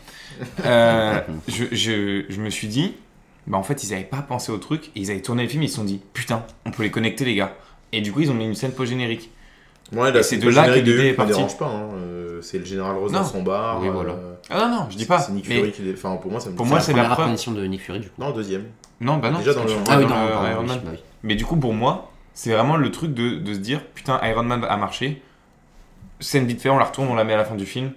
[SPEAKER 3] euh, je, je- je me suis dit, bah en fait, ils n'avaient pas pensé au truc, et ils avaient tourné le film, ils se sont dit, putain, on peut les connecter, les gars. Et du coup, ils ont mis une scène post-générique.
[SPEAKER 4] Ouais,
[SPEAKER 3] Et
[SPEAKER 4] la
[SPEAKER 3] c'est
[SPEAKER 4] scène
[SPEAKER 3] de là que
[SPEAKER 4] post-générique
[SPEAKER 3] l'idée est
[SPEAKER 4] Hulk me
[SPEAKER 3] partie.
[SPEAKER 4] dérange pas, hein. euh, c'est le général Rose
[SPEAKER 3] Non.
[SPEAKER 4] dans son bar.
[SPEAKER 5] Oui,
[SPEAKER 4] euh,
[SPEAKER 5] voilà.
[SPEAKER 3] Ah non, non, je dis pas.
[SPEAKER 4] C'est Nick
[SPEAKER 3] mais-
[SPEAKER 4] Fury qui les- Enfin, pour moi, ça me
[SPEAKER 3] Pour moi,
[SPEAKER 4] ça-
[SPEAKER 3] c'est la
[SPEAKER 5] première
[SPEAKER 3] preuve.
[SPEAKER 5] apparition de Nick Fury, du coup.
[SPEAKER 4] Non, deuxième.
[SPEAKER 3] Non, bah non.
[SPEAKER 4] Déjà
[SPEAKER 3] parce
[SPEAKER 4] dans
[SPEAKER 3] que
[SPEAKER 4] le-
[SPEAKER 3] je
[SPEAKER 4] Ah
[SPEAKER 3] vois
[SPEAKER 4] oui,
[SPEAKER 3] dans
[SPEAKER 5] non,
[SPEAKER 3] le
[SPEAKER 5] pardon,
[SPEAKER 3] Iron
[SPEAKER 5] oui,
[SPEAKER 3] Man.
[SPEAKER 5] bah oui.
[SPEAKER 3] Mais du coup, pour moi, c'est vraiment le truc de, de se dire, putain, Iron Man a marché, scène vite fait, on la retourne, on la met à la fin du film,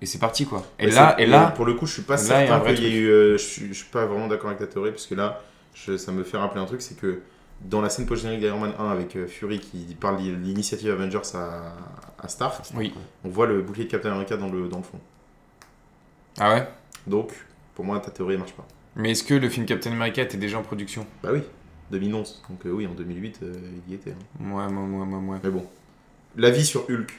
[SPEAKER 3] et c'est parti, quoi. Et
[SPEAKER 4] Ouais,
[SPEAKER 3] là,
[SPEAKER 4] c'est-
[SPEAKER 3] et là,
[SPEAKER 4] pour le coup, je suis pas
[SPEAKER 3] là, il y a un
[SPEAKER 4] certain
[SPEAKER 3] vrai
[SPEAKER 4] qu'il y ait eu. euh, je, suis, je suis pas vraiment d'accord avec ta théorie, parce que là, je- ça me fait rappeler un truc, c'est que dans la scène post-générique d'Iron Man 1 avec euh, Fury qui parle de l'initiative Avengers à, à Stark,
[SPEAKER 3] Oui.
[SPEAKER 4] on voit le bouclier de Captain America dans le, dans le fond.
[SPEAKER 3] Ah ouais
[SPEAKER 4] Donc, pour moi, ta théorie marche pas.
[SPEAKER 3] Mais est-ce que le film Captain America était déjà en production
[SPEAKER 4] Bah oui, 2011. Donc euh, oui, en 2008, euh, il y était. hein.
[SPEAKER 3] Moi, moi, moi, moi, moi.
[SPEAKER 4] Mais bon, l'avis sur Hulk,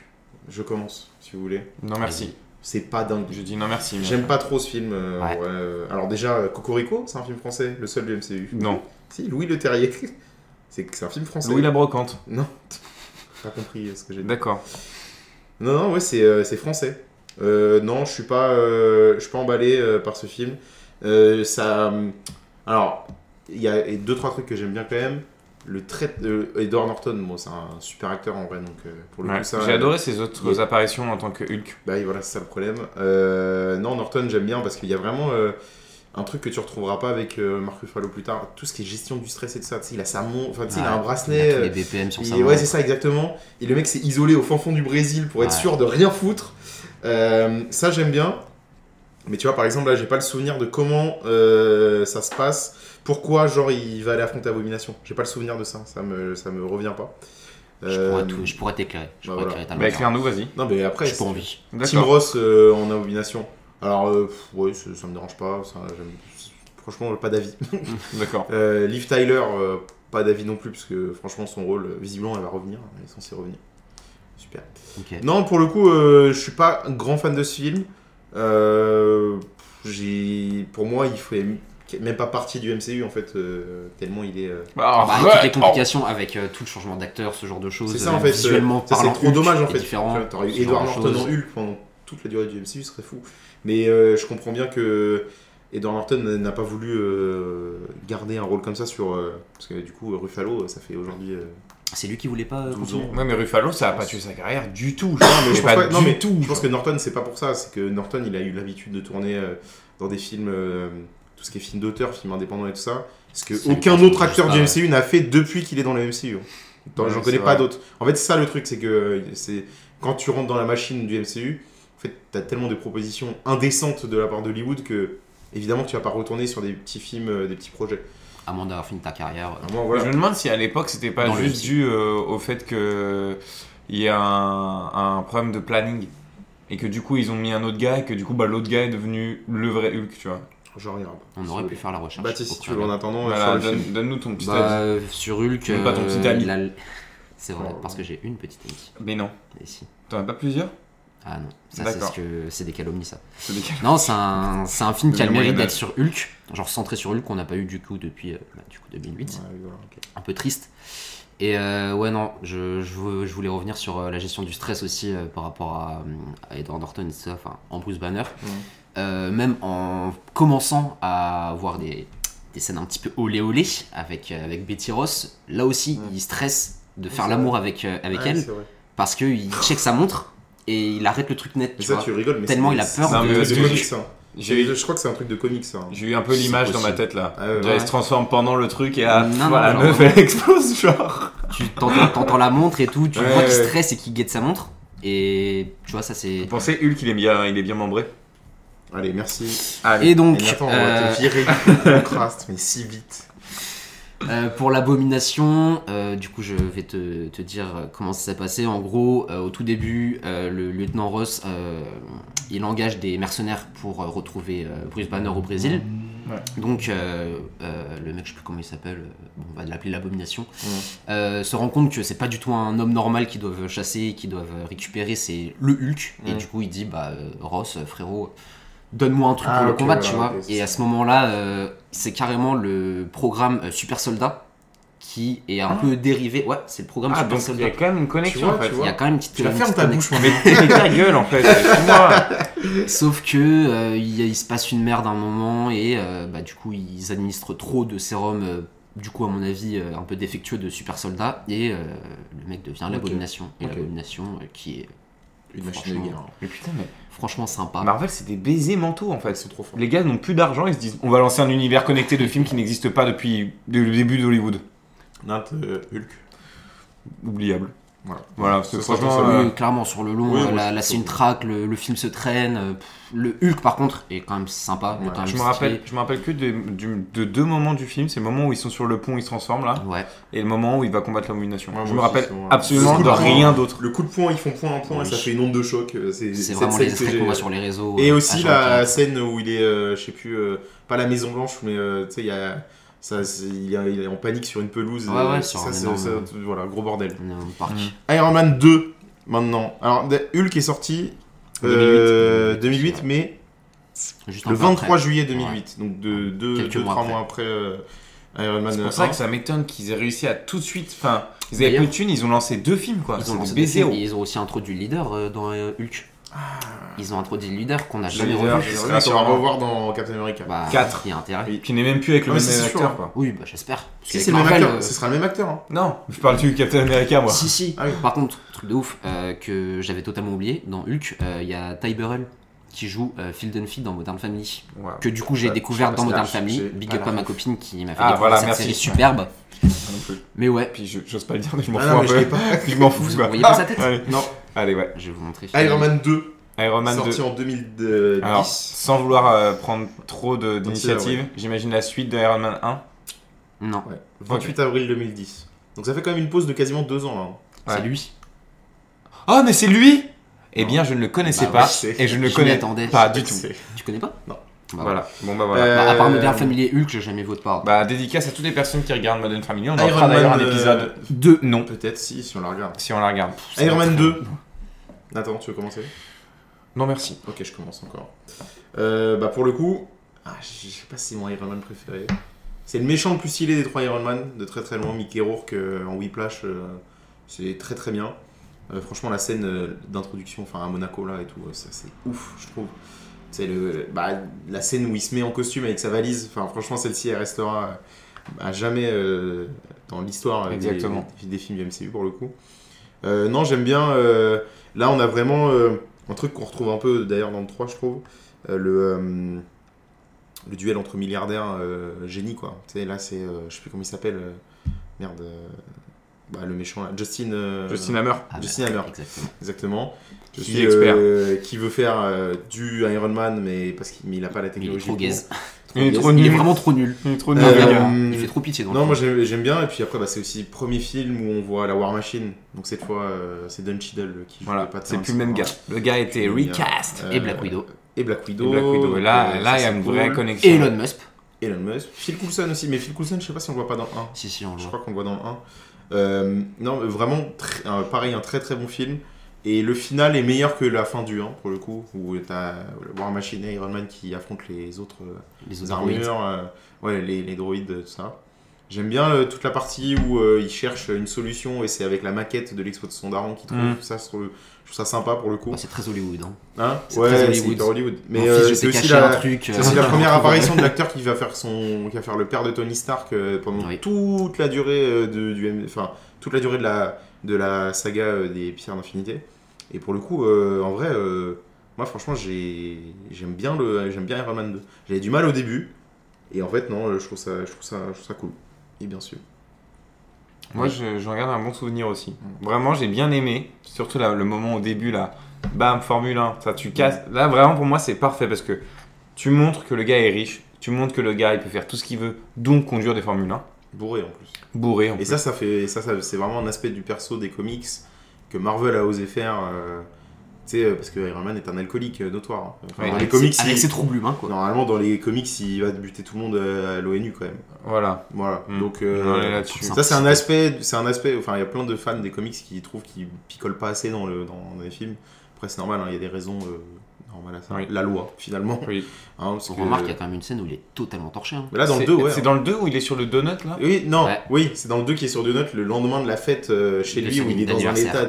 [SPEAKER 4] je commence, si vous voulez.
[SPEAKER 3] Non, merci.
[SPEAKER 4] C'est pas dingue.
[SPEAKER 3] Je dis non, merci. mais-
[SPEAKER 4] J'aime pas trop ce film. euh,
[SPEAKER 5] Ouais.
[SPEAKER 4] ouais, euh, alors déjà, euh, Cocorico, c'est un film français, le seul du MCU.
[SPEAKER 3] Non.
[SPEAKER 4] Si, Louis Le Terrier. C'est c'est un film français.
[SPEAKER 3] Louis la brocante.
[SPEAKER 4] Non, t'as compris euh, ce que j'ai dit.
[SPEAKER 3] D'accord.
[SPEAKER 4] Non, non, ouais, c'est euh, c'est français. Euh, non, je suis pas, euh, je suis pas emballé euh, par ce film. Euh, ça, hum, alors, il y a et deux trois trucs que j'aime bien quand même. Le trait, euh, Edward Norton, bon, c'est un super acteur en vrai, donc euh, pour le
[SPEAKER 3] Ouais.
[SPEAKER 4] coup ça. euh,
[SPEAKER 3] J'ai adoré ses autres
[SPEAKER 4] il-
[SPEAKER 3] apparitions en tant que Hulk.
[SPEAKER 4] Bah oui, voilà, c'est ça le problème. Euh, non, Norton, j'aime bien parce qu'il y a vraiment euh, un truc que tu retrouveras pas avec euh, Marc Ruffalo plus tard. Tout ce qui est gestion du stress et tout ça. Tu sais, il a sa montre, enfin, tu sais, il a un
[SPEAKER 5] Ouais,
[SPEAKER 4] bracelet.
[SPEAKER 5] Il a
[SPEAKER 4] euh,
[SPEAKER 5] tous les BPM sur
[SPEAKER 4] il-
[SPEAKER 5] sa
[SPEAKER 4] ouais,
[SPEAKER 5] montre.
[SPEAKER 4] c'est ça, exactement. Et le mec s'est isolé au fin fond du Brésil pour être
[SPEAKER 5] Ouais.
[SPEAKER 4] sûr de rien foutre. Euh, ça, j'aime bien. Mais tu vois, par exemple, là, j'ai pas le souvenir de comment euh, ça se passe. Pourquoi, genre, il va aller affronter Abomination J'ai pas le souvenir de ça. Ça me, ça me revient pas.
[SPEAKER 5] Je
[SPEAKER 4] Euh,
[SPEAKER 5] pourrais, tout- je pourrais t'éclairer. Je
[SPEAKER 4] bah
[SPEAKER 5] pourrais
[SPEAKER 4] voilà.
[SPEAKER 5] éclairer ta
[SPEAKER 3] Bah,
[SPEAKER 5] lumière.
[SPEAKER 3] éclaire-nous, vas-y.
[SPEAKER 4] Non, mais après,
[SPEAKER 5] J'ai pas
[SPEAKER 4] c'est-
[SPEAKER 5] envie.
[SPEAKER 4] Tim
[SPEAKER 3] D'accord.
[SPEAKER 4] Ross euh, en abomination. Alors, euh, pff, ouais, ça, ça me dérange pas. Ça, j'aime- franchement, pas d'avis.
[SPEAKER 3] D'accord.
[SPEAKER 4] Euh, Liv Tyler, euh, pas d'avis non plus, parce que franchement, son rôle, euh, visiblement, elle va revenir. Elle est censée revenir. Super.
[SPEAKER 5] Ok.
[SPEAKER 4] Non, pour le coup, euh, je suis pas un grand fan de ce film. Euh, j'ai, pour moi, il fait même pas partie du MCU en fait, euh, tellement il est. euh,
[SPEAKER 3] Bah,
[SPEAKER 5] Bah,
[SPEAKER 3] ouais.
[SPEAKER 5] avec toutes les complications avec euh, tout le changement d'acteur, ce genre de choses.
[SPEAKER 4] C'est ça
[SPEAKER 5] euh,
[SPEAKER 4] en fait.
[SPEAKER 5] Visuellement
[SPEAKER 4] euh, ça, c'est
[SPEAKER 5] parlant,
[SPEAKER 4] trop dommage en
[SPEAKER 5] est
[SPEAKER 4] fait.
[SPEAKER 5] différent,
[SPEAKER 4] Tu vois, T'aurais
[SPEAKER 5] ce
[SPEAKER 4] eu
[SPEAKER 5] genre
[SPEAKER 4] Edward
[SPEAKER 5] de
[SPEAKER 4] Norton en
[SPEAKER 5] choses.
[SPEAKER 4] Hulk pendant toute la durée du MCU, ce serait fou. Mais euh, je comprends bien que Edward Norton n'a pas voulu euh, garder un rôle comme ça sur. euh, parce que du coup, Ruffalo, ça fait aujourd'hui. euh,
[SPEAKER 5] C'est lui qui voulait pas euh,
[SPEAKER 4] 12
[SPEAKER 5] continuer.
[SPEAKER 4] ans.
[SPEAKER 3] Ouais, mais Ruffalo, ça a pas tué sa carrière du tout.
[SPEAKER 4] mais je
[SPEAKER 3] pas
[SPEAKER 4] pense pas- Oh, non,
[SPEAKER 3] du
[SPEAKER 4] mais
[SPEAKER 3] tout.
[SPEAKER 4] Je pense que Norton, c'est pas pour ça. C'est que Norton, il a eu l'habitude de tourner euh, dans des films, euh, tout ce qui est film d'auteur, film indépendant et tout ça. Ce que
[SPEAKER 5] Ça lui
[SPEAKER 4] aucun
[SPEAKER 5] correspond
[SPEAKER 4] autre acteur
[SPEAKER 5] juste
[SPEAKER 4] du
[SPEAKER 5] pas,
[SPEAKER 4] MCU n'a fait depuis qu'il est dans le MCU. Dans-
[SPEAKER 3] Ouais,
[SPEAKER 4] J'en
[SPEAKER 3] c'est
[SPEAKER 4] connais pas
[SPEAKER 3] vrai.
[SPEAKER 4] d'autres. En fait, c'est ça le truc, c'est que euh, c'est quand tu rentres dans la machine du MCU, en fait, t'as tellement de propositions indécentes de la part d'Hollywood que évidemment tu vas pas retourner sur des petits films, euh, des petits projets.
[SPEAKER 5] À moins d'avoir fini ta carrière. euh,
[SPEAKER 4] Alors, moi, voilà.
[SPEAKER 3] Je me demande si à l'époque c'était pas
[SPEAKER 5] Dans le
[SPEAKER 3] juste
[SPEAKER 5] MCU.
[SPEAKER 3] dû euh, au fait que il y a un, un problème de planning et que du coup ils ont mis un autre gars et que du coup bah, l'autre gars est devenu le vrai Hulk, tu vois.
[SPEAKER 4] J'en regarde.
[SPEAKER 5] On aurait pu faire la recherche.
[SPEAKER 4] Baptiste,
[SPEAKER 5] au
[SPEAKER 4] Bah, si tu veux, en
[SPEAKER 5] préalable.
[SPEAKER 4] attendant, euh, sur
[SPEAKER 3] Voilà,
[SPEAKER 4] le film.
[SPEAKER 3] donne- donne-nous ton petit avis.
[SPEAKER 5] Bah, sur Hulk.
[SPEAKER 3] Même pas ton petit ami.
[SPEAKER 5] la- C'est vrai,
[SPEAKER 4] Oh.
[SPEAKER 5] parce que j'ai une petite amie.
[SPEAKER 3] Mais non,
[SPEAKER 5] Et si.
[SPEAKER 3] t'en as pas plusieurs
[SPEAKER 5] Ah non, ça c'est
[SPEAKER 3] D'accord.
[SPEAKER 5] ce que c'est des calomnies ça.
[SPEAKER 3] C'est des cas.
[SPEAKER 5] Non, c'est un, c'est un film qui a le
[SPEAKER 3] Le
[SPEAKER 5] mérite
[SPEAKER 3] Moyen
[SPEAKER 5] d'être sur Hulk, genre centré sur Hulk qu'on n'a pas eu du coup depuis euh, bah, du coup 2008,
[SPEAKER 4] Ouais, voilà, ok.
[SPEAKER 5] un peu triste. Et euh, ouais non, je, je, veux- je voulais revenir sur euh, la gestion du stress aussi euh, par rapport à, euh, à Edward Norton et tout ça, enfin en Bruce Banner. Euh, même en commençant à voir des, des scènes un petit peu olé olé avec, euh, avec Betty Ross, là aussi
[SPEAKER 4] Ouais.
[SPEAKER 5] il stresse de faire
[SPEAKER 4] c'est
[SPEAKER 5] l'amour avec, euh, avec
[SPEAKER 4] Ouais,
[SPEAKER 5] elle
[SPEAKER 4] c'est vrai.
[SPEAKER 5] parce qu'il check sa montre et il arrête le truc net.
[SPEAKER 4] Mais
[SPEAKER 5] Tu
[SPEAKER 4] ça,
[SPEAKER 5] vois.
[SPEAKER 4] tu rigoles, mais
[SPEAKER 5] Tellement
[SPEAKER 4] c'est-
[SPEAKER 5] il a
[SPEAKER 4] c'est
[SPEAKER 5] peur
[SPEAKER 4] un
[SPEAKER 3] de-
[SPEAKER 4] truc
[SPEAKER 3] de-
[SPEAKER 4] comics, hein. ça.
[SPEAKER 3] J'ai eu,
[SPEAKER 4] Je crois que c'est un truc de comics, ça. hein.
[SPEAKER 3] j'ai eu un peu
[SPEAKER 5] C'est
[SPEAKER 3] l'image dans
[SPEAKER 5] possible.
[SPEAKER 3] ma tête là.
[SPEAKER 4] Ah ouais, ouais.
[SPEAKER 3] Genre, Il se transforme pendant le truc et ah,
[SPEAKER 5] Non, non,
[SPEAKER 3] voilà,
[SPEAKER 5] genre,
[SPEAKER 3] la meuf elle explose genre.
[SPEAKER 5] Tu t'entends, t'entends la montre et tout, tu
[SPEAKER 3] Ouais,
[SPEAKER 5] vois qu'il
[SPEAKER 3] ouais.
[SPEAKER 5] stresse et qu'il guette sa montre. Et tu vois, ça c'est.
[SPEAKER 3] Vous pensez Hulk il est bien, il est bien membré Ah,
[SPEAKER 4] Allez, merci.
[SPEAKER 5] Et donc,
[SPEAKER 4] mais attends, on
[SPEAKER 5] euh,
[SPEAKER 4] va te virer du contraste, mais si vite.
[SPEAKER 5] Euh, pour l'abomination, euh, du coup, je vais te, te dire euh, comment ça s'est passé. En gros, euh, au tout début, euh, le lieutenant Ross, euh, il engage des mercenaires pour euh, retrouver euh, Bruce Banner au Brésil.
[SPEAKER 4] Mmh.
[SPEAKER 5] Donc, euh, euh, le mec, je sais plus comment il s'appelle, euh, bon, on va l'appeler l'abomination,
[SPEAKER 4] Mmh.
[SPEAKER 5] euh, se rend compte que c'est pas du tout un homme normal qu'ils doivent chasser, qu'ils doivent euh, récupérer, c'est le Hulk. Et
[SPEAKER 4] Mm.
[SPEAKER 5] du coup, il dit, bah, euh, Ross, frérot, donne-moi un truc
[SPEAKER 4] Ah,
[SPEAKER 5] pour le
[SPEAKER 4] ok,
[SPEAKER 5] combattre,
[SPEAKER 4] voilà,
[SPEAKER 5] tu vois.
[SPEAKER 4] ok, c'est
[SPEAKER 5] et à
[SPEAKER 4] ça.
[SPEAKER 5] ce moment-là, euh, c'est carrément le programme euh, Super Soldat qui est
[SPEAKER 4] Ah.
[SPEAKER 5] un peu dérivé. Ouais, c'est le programme
[SPEAKER 3] Ah
[SPEAKER 5] Super
[SPEAKER 3] donc il y
[SPEAKER 5] Soldat.
[SPEAKER 3] a quand même une connexion
[SPEAKER 4] vois,
[SPEAKER 3] en fait.
[SPEAKER 4] tu
[SPEAKER 5] Il y a quand même une petite.
[SPEAKER 4] Tu la
[SPEAKER 5] une
[SPEAKER 4] fermes
[SPEAKER 5] petite
[SPEAKER 4] ta bouche, mon mec.
[SPEAKER 3] Mais ta gueule en fait, excuse-moi.
[SPEAKER 5] Sauf que euh, il, y a- il se passe une merde à un moment et euh, bah, du coup ils administrent trop de sérum, euh, du coup à mon avis euh, un peu défectueux de super soldats et euh, le mec devient l'abomination. Et
[SPEAKER 4] Ok.
[SPEAKER 5] l'abomination euh, qui est
[SPEAKER 4] Une
[SPEAKER 5] machine de guerre.
[SPEAKER 3] Mais putain mais
[SPEAKER 5] franchement sympa.
[SPEAKER 4] Bah,
[SPEAKER 3] Marvel c'est des baisers mentaux en fait.
[SPEAKER 4] Ah. C'est trop fort.
[SPEAKER 3] Les gars n'ont plus d'argent, ils se disent on va lancer un univers connecté de films qui n'existe pas depuis le début d'Hollywood.
[SPEAKER 4] Nat, euh, Hulk.
[SPEAKER 3] Oubliable.
[SPEAKER 4] Voilà.
[SPEAKER 3] Voilà,
[SPEAKER 4] Ce
[SPEAKER 3] c'est
[SPEAKER 4] sera
[SPEAKER 3] franchement.
[SPEAKER 4] ton
[SPEAKER 5] Oui,
[SPEAKER 4] salut.
[SPEAKER 3] euh,
[SPEAKER 5] clairement sur le long,
[SPEAKER 4] Oui,
[SPEAKER 5] euh,
[SPEAKER 4] moi,
[SPEAKER 5] là,
[SPEAKER 4] je
[SPEAKER 5] là, c'est
[SPEAKER 4] trouve
[SPEAKER 5] une traque, le, le film se traîne. euh, pff, le Hulk par contre est quand même sympa. il est
[SPEAKER 4] Ouais,
[SPEAKER 5] quand même
[SPEAKER 3] Je me
[SPEAKER 5] stylé.
[SPEAKER 3] rappelle, je me rappelle que de, du- de deux moments du film, c'est le moment où ils sont sur le pont, ils se transforment là,
[SPEAKER 5] Ouais,
[SPEAKER 3] et le moment où il va combattre l'abomination.
[SPEAKER 4] Ouais, moi
[SPEAKER 3] je me
[SPEAKER 4] aussi,
[SPEAKER 3] rappelle
[SPEAKER 4] c'est vrai.
[SPEAKER 3] absolument de
[SPEAKER 4] Le coup de
[SPEAKER 3] rien
[SPEAKER 4] poing.
[SPEAKER 3] d'autre.
[SPEAKER 4] Le coup de poing, ils font point un point
[SPEAKER 5] Oui.
[SPEAKER 4] et ça fait une onde de choc. euh, C'est
[SPEAKER 5] c'est
[SPEAKER 4] cette
[SPEAKER 5] vraiment
[SPEAKER 4] scène
[SPEAKER 5] les
[SPEAKER 4] que
[SPEAKER 5] extraits
[SPEAKER 4] j'ai-
[SPEAKER 5] qu'on voit sur les réseaux.
[SPEAKER 4] Et
[SPEAKER 5] euh,
[SPEAKER 4] aussi
[SPEAKER 5] agents
[SPEAKER 4] la
[SPEAKER 5] qui-
[SPEAKER 4] scène où il est, euh, je sais plus, euh, pas la Maison Blanche, mais euh, tu sais, il y a. Ça, c'est- il, est- il est en panique sur une pelouse.
[SPEAKER 5] Ouais,
[SPEAKER 4] euh,
[SPEAKER 5] ouais, sur
[SPEAKER 4] ça,
[SPEAKER 5] un
[SPEAKER 4] c'est-
[SPEAKER 5] énorme-
[SPEAKER 4] ça, Voilà, gros bordel.
[SPEAKER 5] On est au parc.
[SPEAKER 3] Mm.
[SPEAKER 4] Iron Man 2 maintenant. Alors d- Hulk est sorti euh, 2008,
[SPEAKER 5] Ouais.
[SPEAKER 4] mais
[SPEAKER 5] Juste un
[SPEAKER 4] le
[SPEAKER 5] peu après.
[SPEAKER 4] 23 juillet 2008, donc de
[SPEAKER 5] Quelques
[SPEAKER 4] 2-3
[SPEAKER 5] mois
[SPEAKER 4] mois, après
[SPEAKER 5] après.
[SPEAKER 4] euh, Iron Man. euh,
[SPEAKER 3] C'est
[SPEAKER 4] 1.
[SPEAKER 3] pour ça que ça m'étonne qu'ils aient réussi à tout de suite. Enfin, ils avaient
[SPEAKER 5] D'ailleurs-
[SPEAKER 3] peu de thunes, ils ont lancé deux films quoi.
[SPEAKER 5] Ils
[SPEAKER 3] C'est
[SPEAKER 5] ont,
[SPEAKER 3] des
[SPEAKER 5] lancé des
[SPEAKER 3] baisers.
[SPEAKER 5] films et ils ont aussi introduit le leader euh, dans euh, Hulk.
[SPEAKER 4] Ah.
[SPEAKER 5] Ils ont introduit le leader qu'on n'a
[SPEAKER 3] Le
[SPEAKER 5] jamais
[SPEAKER 3] leader,
[SPEAKER 5] revu.
[SPEAKER 3] je-
[SPEAKER 4] C'est
[SPEAKER 3] serait
[SPEAKER 4] vrai qu'on va
[SPEAKER 3] sûrement-
[SPEAKER 4] revoir dans Captain America.
[SPEAKER 5] Bah,
[SPEAKER 3] Quatre.
[SPEAKER 5] Il y a intérêt.
[SPEAKER 4] Oui.
[SPEAKER 3] Qui n'est même plus avec le
[SPEAKER 4] Ah, mais
[SPEAKER 3] même
[SPEAKER 4] c'est sûr,
[SPEAKER 3] acteur
[SPEAKER 4] hein.
[SPEAKER 3] quoi.
[SPEAKER 5] Oui, bah j'espère. Parce
[SPEAKER 4] Si
[SPEAKER 5] qu'avec
[SPEAKER 4] c'est le même
[SPEAKER 5] Marvel,
[SPEAKER 4] acteur,
[SPEAKER 5] euh,
[SPEAKER 4] ce sera le même acteur. hein.
[SPEAKER 3] Non, je parle du Captain America moi.
[SPEAKER 5] Si, si.
[SPEAKER 4] Ah oui.
[SPEAKER 5] Par contre, truc de ouf euh, que j'avais totalement oublié, dans Hulk, euh, il y a Ty Burrell qui joue euh, Phil Dunphy dans Modern Family.
[SPEAKER 3] Ouais. bah,
[SPEAKER 5] Que du coup j'ai
[SPEAKER 4] Ouais,
[SPEAKER 5] découvert
[SPEAKER 4] je sais pas
[SPEAKER 5] dans
[SPEAKER 4] si
[SPEAKER 5] Modern
[SPEAKER 4] là,
[SPEAKER 5] Family.
[SPEAKER 4] j'ai-
[SPEAKER 5] Big
[SPEAKER 4] pas
[SPEAKER 5] up
[SPEAKER 4] la
[SPEAKER 5] à ma copine qui m'a fait
[SPEAKER 3] Ah,
[SPEAKER 5] découvrir
[SPEAKER 3] voilà,
[SPEAKER 5] cette
[SPEAKER 3] merci.
[SPEAKER 5] série superbe.
[SPEAKER 3] Moi non plus.
[SPEAKER 5] Mais ouais,
[SPEAKER 3] Puis je- j'ose pas le dire, mais je m'en
[SPEAKER 4] Ah
[SPEAKER 3] fous
[SPEAKER 4] non,
[SPEAKER 3] un
[SPEAKER 4] mais je l'ai
[SPEAKER 3] peu.
[SPEAKER 4] pas.
[SPEAKER 3] Puis je m'en fous
[SPEAKER 5] Vous-
[SPEAKER 3] quoi. Ah,
[SPEAKER 5] vous voyez pas sa tête
[SPEAKER 3] Allez.
[SPEAKER 4] Non.
[SPEAKER 3] Allez, ouais.
[SPEAKER 5] je vais vous montrer.
[SPEAKER 4] Iron Man 2,
[SPEAKER 3] Iron Man 2.
[SPEAKER 4] sorti en 2010.
[SPEAKER 3] Alors, sans vouloir euh, prendre trop de-
[SPEAKER 4] ouais.
[SPEAKER 3] d'initiatives, j'imagine la suite d'Iron Man 1.
[SPEAKER 5] Non.
[SPEAKER 4] Ouais, 28 avril 2010. Donc ça fait quand même une pause de quasiment deux ans là. hein.
[SPEAKER 5] C'est
[SPEAKER 3] Ouais.
[SPEAKER 5] lui.
[SPEAKER 3] Oh, mais c'est lui Eh bien, je ne le connaissais
[SPEAKER 4] Bah
[SPEAKER 3] pas
[SPEAKER 4] oui, c'est-
[SPEAKER 3] et je ne le
[SPEAKER 5] je
[SPEAKER 3] connais
[SPEAKER 5] m'y attendais.
[SPEAKER 3] pas du tout.
[SPEAKER 4] C'est-
[SPEAKER 5] Tu connais pas
[SPEAKER 4] Non.
[SPEAKER 5] Bah,
[SPEAKER 3] Voilà. Bon bah voilà.
[SPEAKER 4] Euh,
[SPEAKER 5] Bah, à part Modern Family et Hulk, j'ai jamais vu autre part.
[SPEAKER 3] Bah dédicace à toutes les personnes qui regardent Modern Family. On en
[SPEAKER 4] Iron
[SPEAKER 3] fera d'ailleurs un
[SPEAKER 4] Man, euh,
[SPEAKER 3] épisode 2. Non.
[SPEAKER 4] Peut-être si, si on la regarde.
[SPEAKER 3] Si on la regarde. Pff, ça
[SPEAKER 4] Iron
[SPEAKER 3] va
[SPEAKER 4] Man
[SPEAKER 3] être-
[SPEAKER 4] 2. Nathan, tu veux commencer
[SPEAKER 3] Non merci.
[SPEAKER 4] Ok, je commence encore. Euh, bah pour le coup, ah, je je sais pas si c'est mon Iron Man préféré. C'est le méchant le plus stylé des trois Iron Man, de très très loin. Mickey Rourke euh, en Whiplash, euh, c'est très très bien. Euh, franchement, la scène euh, d'introduction, enfin à Monaco là et tout, euh, ça c'est ouf, je trouve. C'est le, bah, la scène où il se met en costume avec sa valise. Enfin, franchement, celle-ci elle restera euh, à jamais euh, dans l'histoire euh, des-
[SPEAKER 3] Exactement.
[SPEAKER 4] Des, des films du MCU pour le coup. Euh, non, j'aime bien. euh, là, on a vraiment euh, un truc qu'on retrouve un peu d'ailleurs dans le 3, je trouve. Euh, le, euh, le duel entre milliardaires euh, génie, quoi. Tu sais, là, c'est. euh, je sais plus comment il s'appelle. euh, merde. euh, bah, le méchant, là, Justin. euh,
[SPEAKER 3] Justin Hammer.
[SPEAKER 5] Ah,
[SPEAKER 4] Justin
[SPEAKER 3] bah,
[SPEAKER 4] Hammer.
[SPEAKER 5] Exactement.
[SPEAKER 4] Exactement.
[SPEAKER 3] Je
[SPEAKER 4] Qui,
[SPEAKER 3] suis expert.
[SPEAKER 4] euh, qui veut faire euh, du Iron Man, mais parce qu'il n'a pas la
[SPEAKER 5] Mais Il est
[SPEAKER 4] technologie.
[SPEAKER 5] trop
[SPEAKER 4] pour.
[SPEAKER 5] gaze.
[SPEAKER 3] Il est trop
[SPEAKER 5] Il est
[SPEAKER 3] nul.
[SPEAKER 5] vraiment trop nul.
[SPEAKER 3] Il est trop
[SPEAKER 4] Euh,
[SPEAKER 3] nul.
[SPEAKER 5] Ah,
[SPEAKER 3] le gars.
[SPEAKER 5] vraiment. Il fait trop pitié dans
[SPEAKER 4] Non,
[SPEAKER 5] le
[SPEAKER 4] moi
[SPEAKER 5] film.
[SPEAKER 4] j'aime j'aime bien. Et puis après, bah, c'est aussi le premier film où on voit la War Machine. Donc cette fois, euh, c'est Don Cheadle qui joue
[SPEAKER 3] Voilà.
[SPEAKER 4] le patin.
[SPEAKER 3] C'est plus le même gars. Le gars était
[SPEAKER 4] Le même
[SPEAKER 3] recast.
[SPEAKER 4] Euh,
[SPEAKER 5] Et Black Widow.
[SPEAKER 4] Et Black
[SPEAKER 3] Et
[SPEAKER 4] Widow.
[SPEAKER 3] Black Widow. Et Là,
[SPEAKER 4] euh,
[SPEAKER 3] là,
[SPEAKER 4] ça,
[SPEAKER 3] il y a
[SPEAKER 4] c'est
[SPEAKER 3] une
[SPEAKER 4] cool.
[SPEAKER 3] vraie connexion.
[SPEAKER 5] Et Elon Musk.
[SPEAKER 4] Elon Musk. Phil Coulson aussi. Mais Phil Coulson, je sais pas si on le voit pas dans le 1.
[SPEAKER 5] Si, si, on le
[SPEAKER 4] Je
[SPEAKER 5] voit.
[SPEAKER 4] crois qu'on le voit dans le 1. Euh, non, mais vraiment, tr- un- pareil, un très très bon film. Et le final est meilleur que la fin du 1, pour le coup, où t'as War Machine et Iron Man qui affrontent les autres euh,
[SPEAKER 5] Les
[SPEAKER 4] les
[SPEAKER 5] autres droïdes.
[SPEAKER 4] armures, euh, ouais, les, les droïdes, euh, tout ça. J'aime bien euh, toute la partie où euh, ils cherchent une solution et c'est avec la maquette de l'expo de son daron qu'ils trouvent.
[SPEAKER 3] Mm.
[SPEAKER 4] tout Ça, je trouve je trouve ça sympa pour le coup.
[SPEAKER 5] Bah, C'est très Hollywood. Hein.
[SPEAKER 4] Hein
[SPEAKER 5] c'est
[SPEAKER 4] ouais,
[SPEAKER 5] très
[SPEAKER 4] c'est
[SPEAKER 5] Hollywood.
[SPEAKER 4] hyper Hollywood. Mais
[SPEAKER 5] Mon fils,
[SPEAKER 4] euh,
[SPEAKER 5] je
[SPEAKER 4] c'est
[SPEAKER 5] sais
[SPEAKER 4] aussi
[SPEAKER 5] cacher un
[SPEAKER 4] la,
[SPEAKER 5] truc. euh,
[SPEAKER 4] c'est aussi la première apparition de l'acteur qui va faire son, qui va faire le père de Tony Stark euh, pendant
[SPEAKER 5] Oui.
[SPEAKER 4] toute la durée euh, de, du, M- enfin toute la durée de la de la saga euh, des pierres d'infinité. Et pour le coup, euh, en vrai, euh, moi franchement, j'ai j'aime bien le, j'aime bien Iron Man 2. J'avais du mal au début, et en fait non, euh, je trouve ça, je trouve ça, je trouve ça cool. Et bien sûr.
[SPEAKER 3] Moi, je, je regarde un bon souvenir aussi. Vraiment, j'ai bien aimé. Surtout là, le moment au début, là. Bam, Formule 1, ça tu casses. Là, vraiment, pour moi, c'est parfait parce que tu montres que le gars est riche. Tu montres que le gars, il peut faire tout ce qu'il veut, donc conduire des Formule 1.
[SPEAKER 4] Bourré en plus.
[SPEAKER 3] Bourré, en
[SPEAKER 4] Et
[SPEAKER 3] plus.
[SPEAKER 4] ça, ça fait, ça, ça- c'est vraiment un aspect du perso des comics que Marvel a osé faire. euh, tu sais, parce que Iron Man est un alcoolique euh, notoire. hein. Enfin,
[SPEAKER 3] Ouais,
[SPEAKER 4] dans les
[SPEAKER 5] Avec
[SPEAKER 4] comics,
[SPEAKER 5] ses- Avec
[SPEAKER 4] il-
[SPEAKER 5] ses troubles humains, quoi.
[SPEAKER 4] normalement dans les comics, il va buter tout le monde euh, à l'ONU quand même.
[SPEAKER 3] Voilà.
[SPEAKER 4] Voilà.
[SPEAKER 3] Mm.
[SPEAKER 4] Donc euh,
[SPEAKER 3] On en est là-dessus.
[SPEAKER 5] ça-
[SPEAKER 4] ça, c'est un aspect, c'est un aspect. Enfin, il y a plein de fans des comics qui trouvent qu'ils picolent pas assez dans le dans, dans les films. Après, c'est normal. hein, Il y a des raisons euh, normales à ça.
[SPEAKER 3] Oui.
[SPEAKER 4] La loi, finalement.
[SPEAKER 3] Oui.
[SPEAKER 4] Hein, parce
[SPEAKER 5] On
[SPEAKER 4] que-
[SPEAKER 5] remarque qu'il y a quand même une scène où il est totalement torché. hein.
[SPEAKER 4] Mais là, dans
[SPEAKER 3] C'est-
[SPEAKER 4] le 2, ouais.
[SPEAKER 3] C'est dans le 2 où il est sur le donut, là
[SPEAKER 4] Oui, non,
[SPEAKER 5] Ouais.
[SPEAKER 4] oui, c'est dans le 2 qui est sur deux notes le lendemain de la fête euh, chez
[SPEAKER 5] De
[SPEAKER 4] lui
[SPEAKER 5] son
[SPEAKER 4] où il est dans un
[SPEAKER 5] anniversaire.
[SPEAKER 4] état.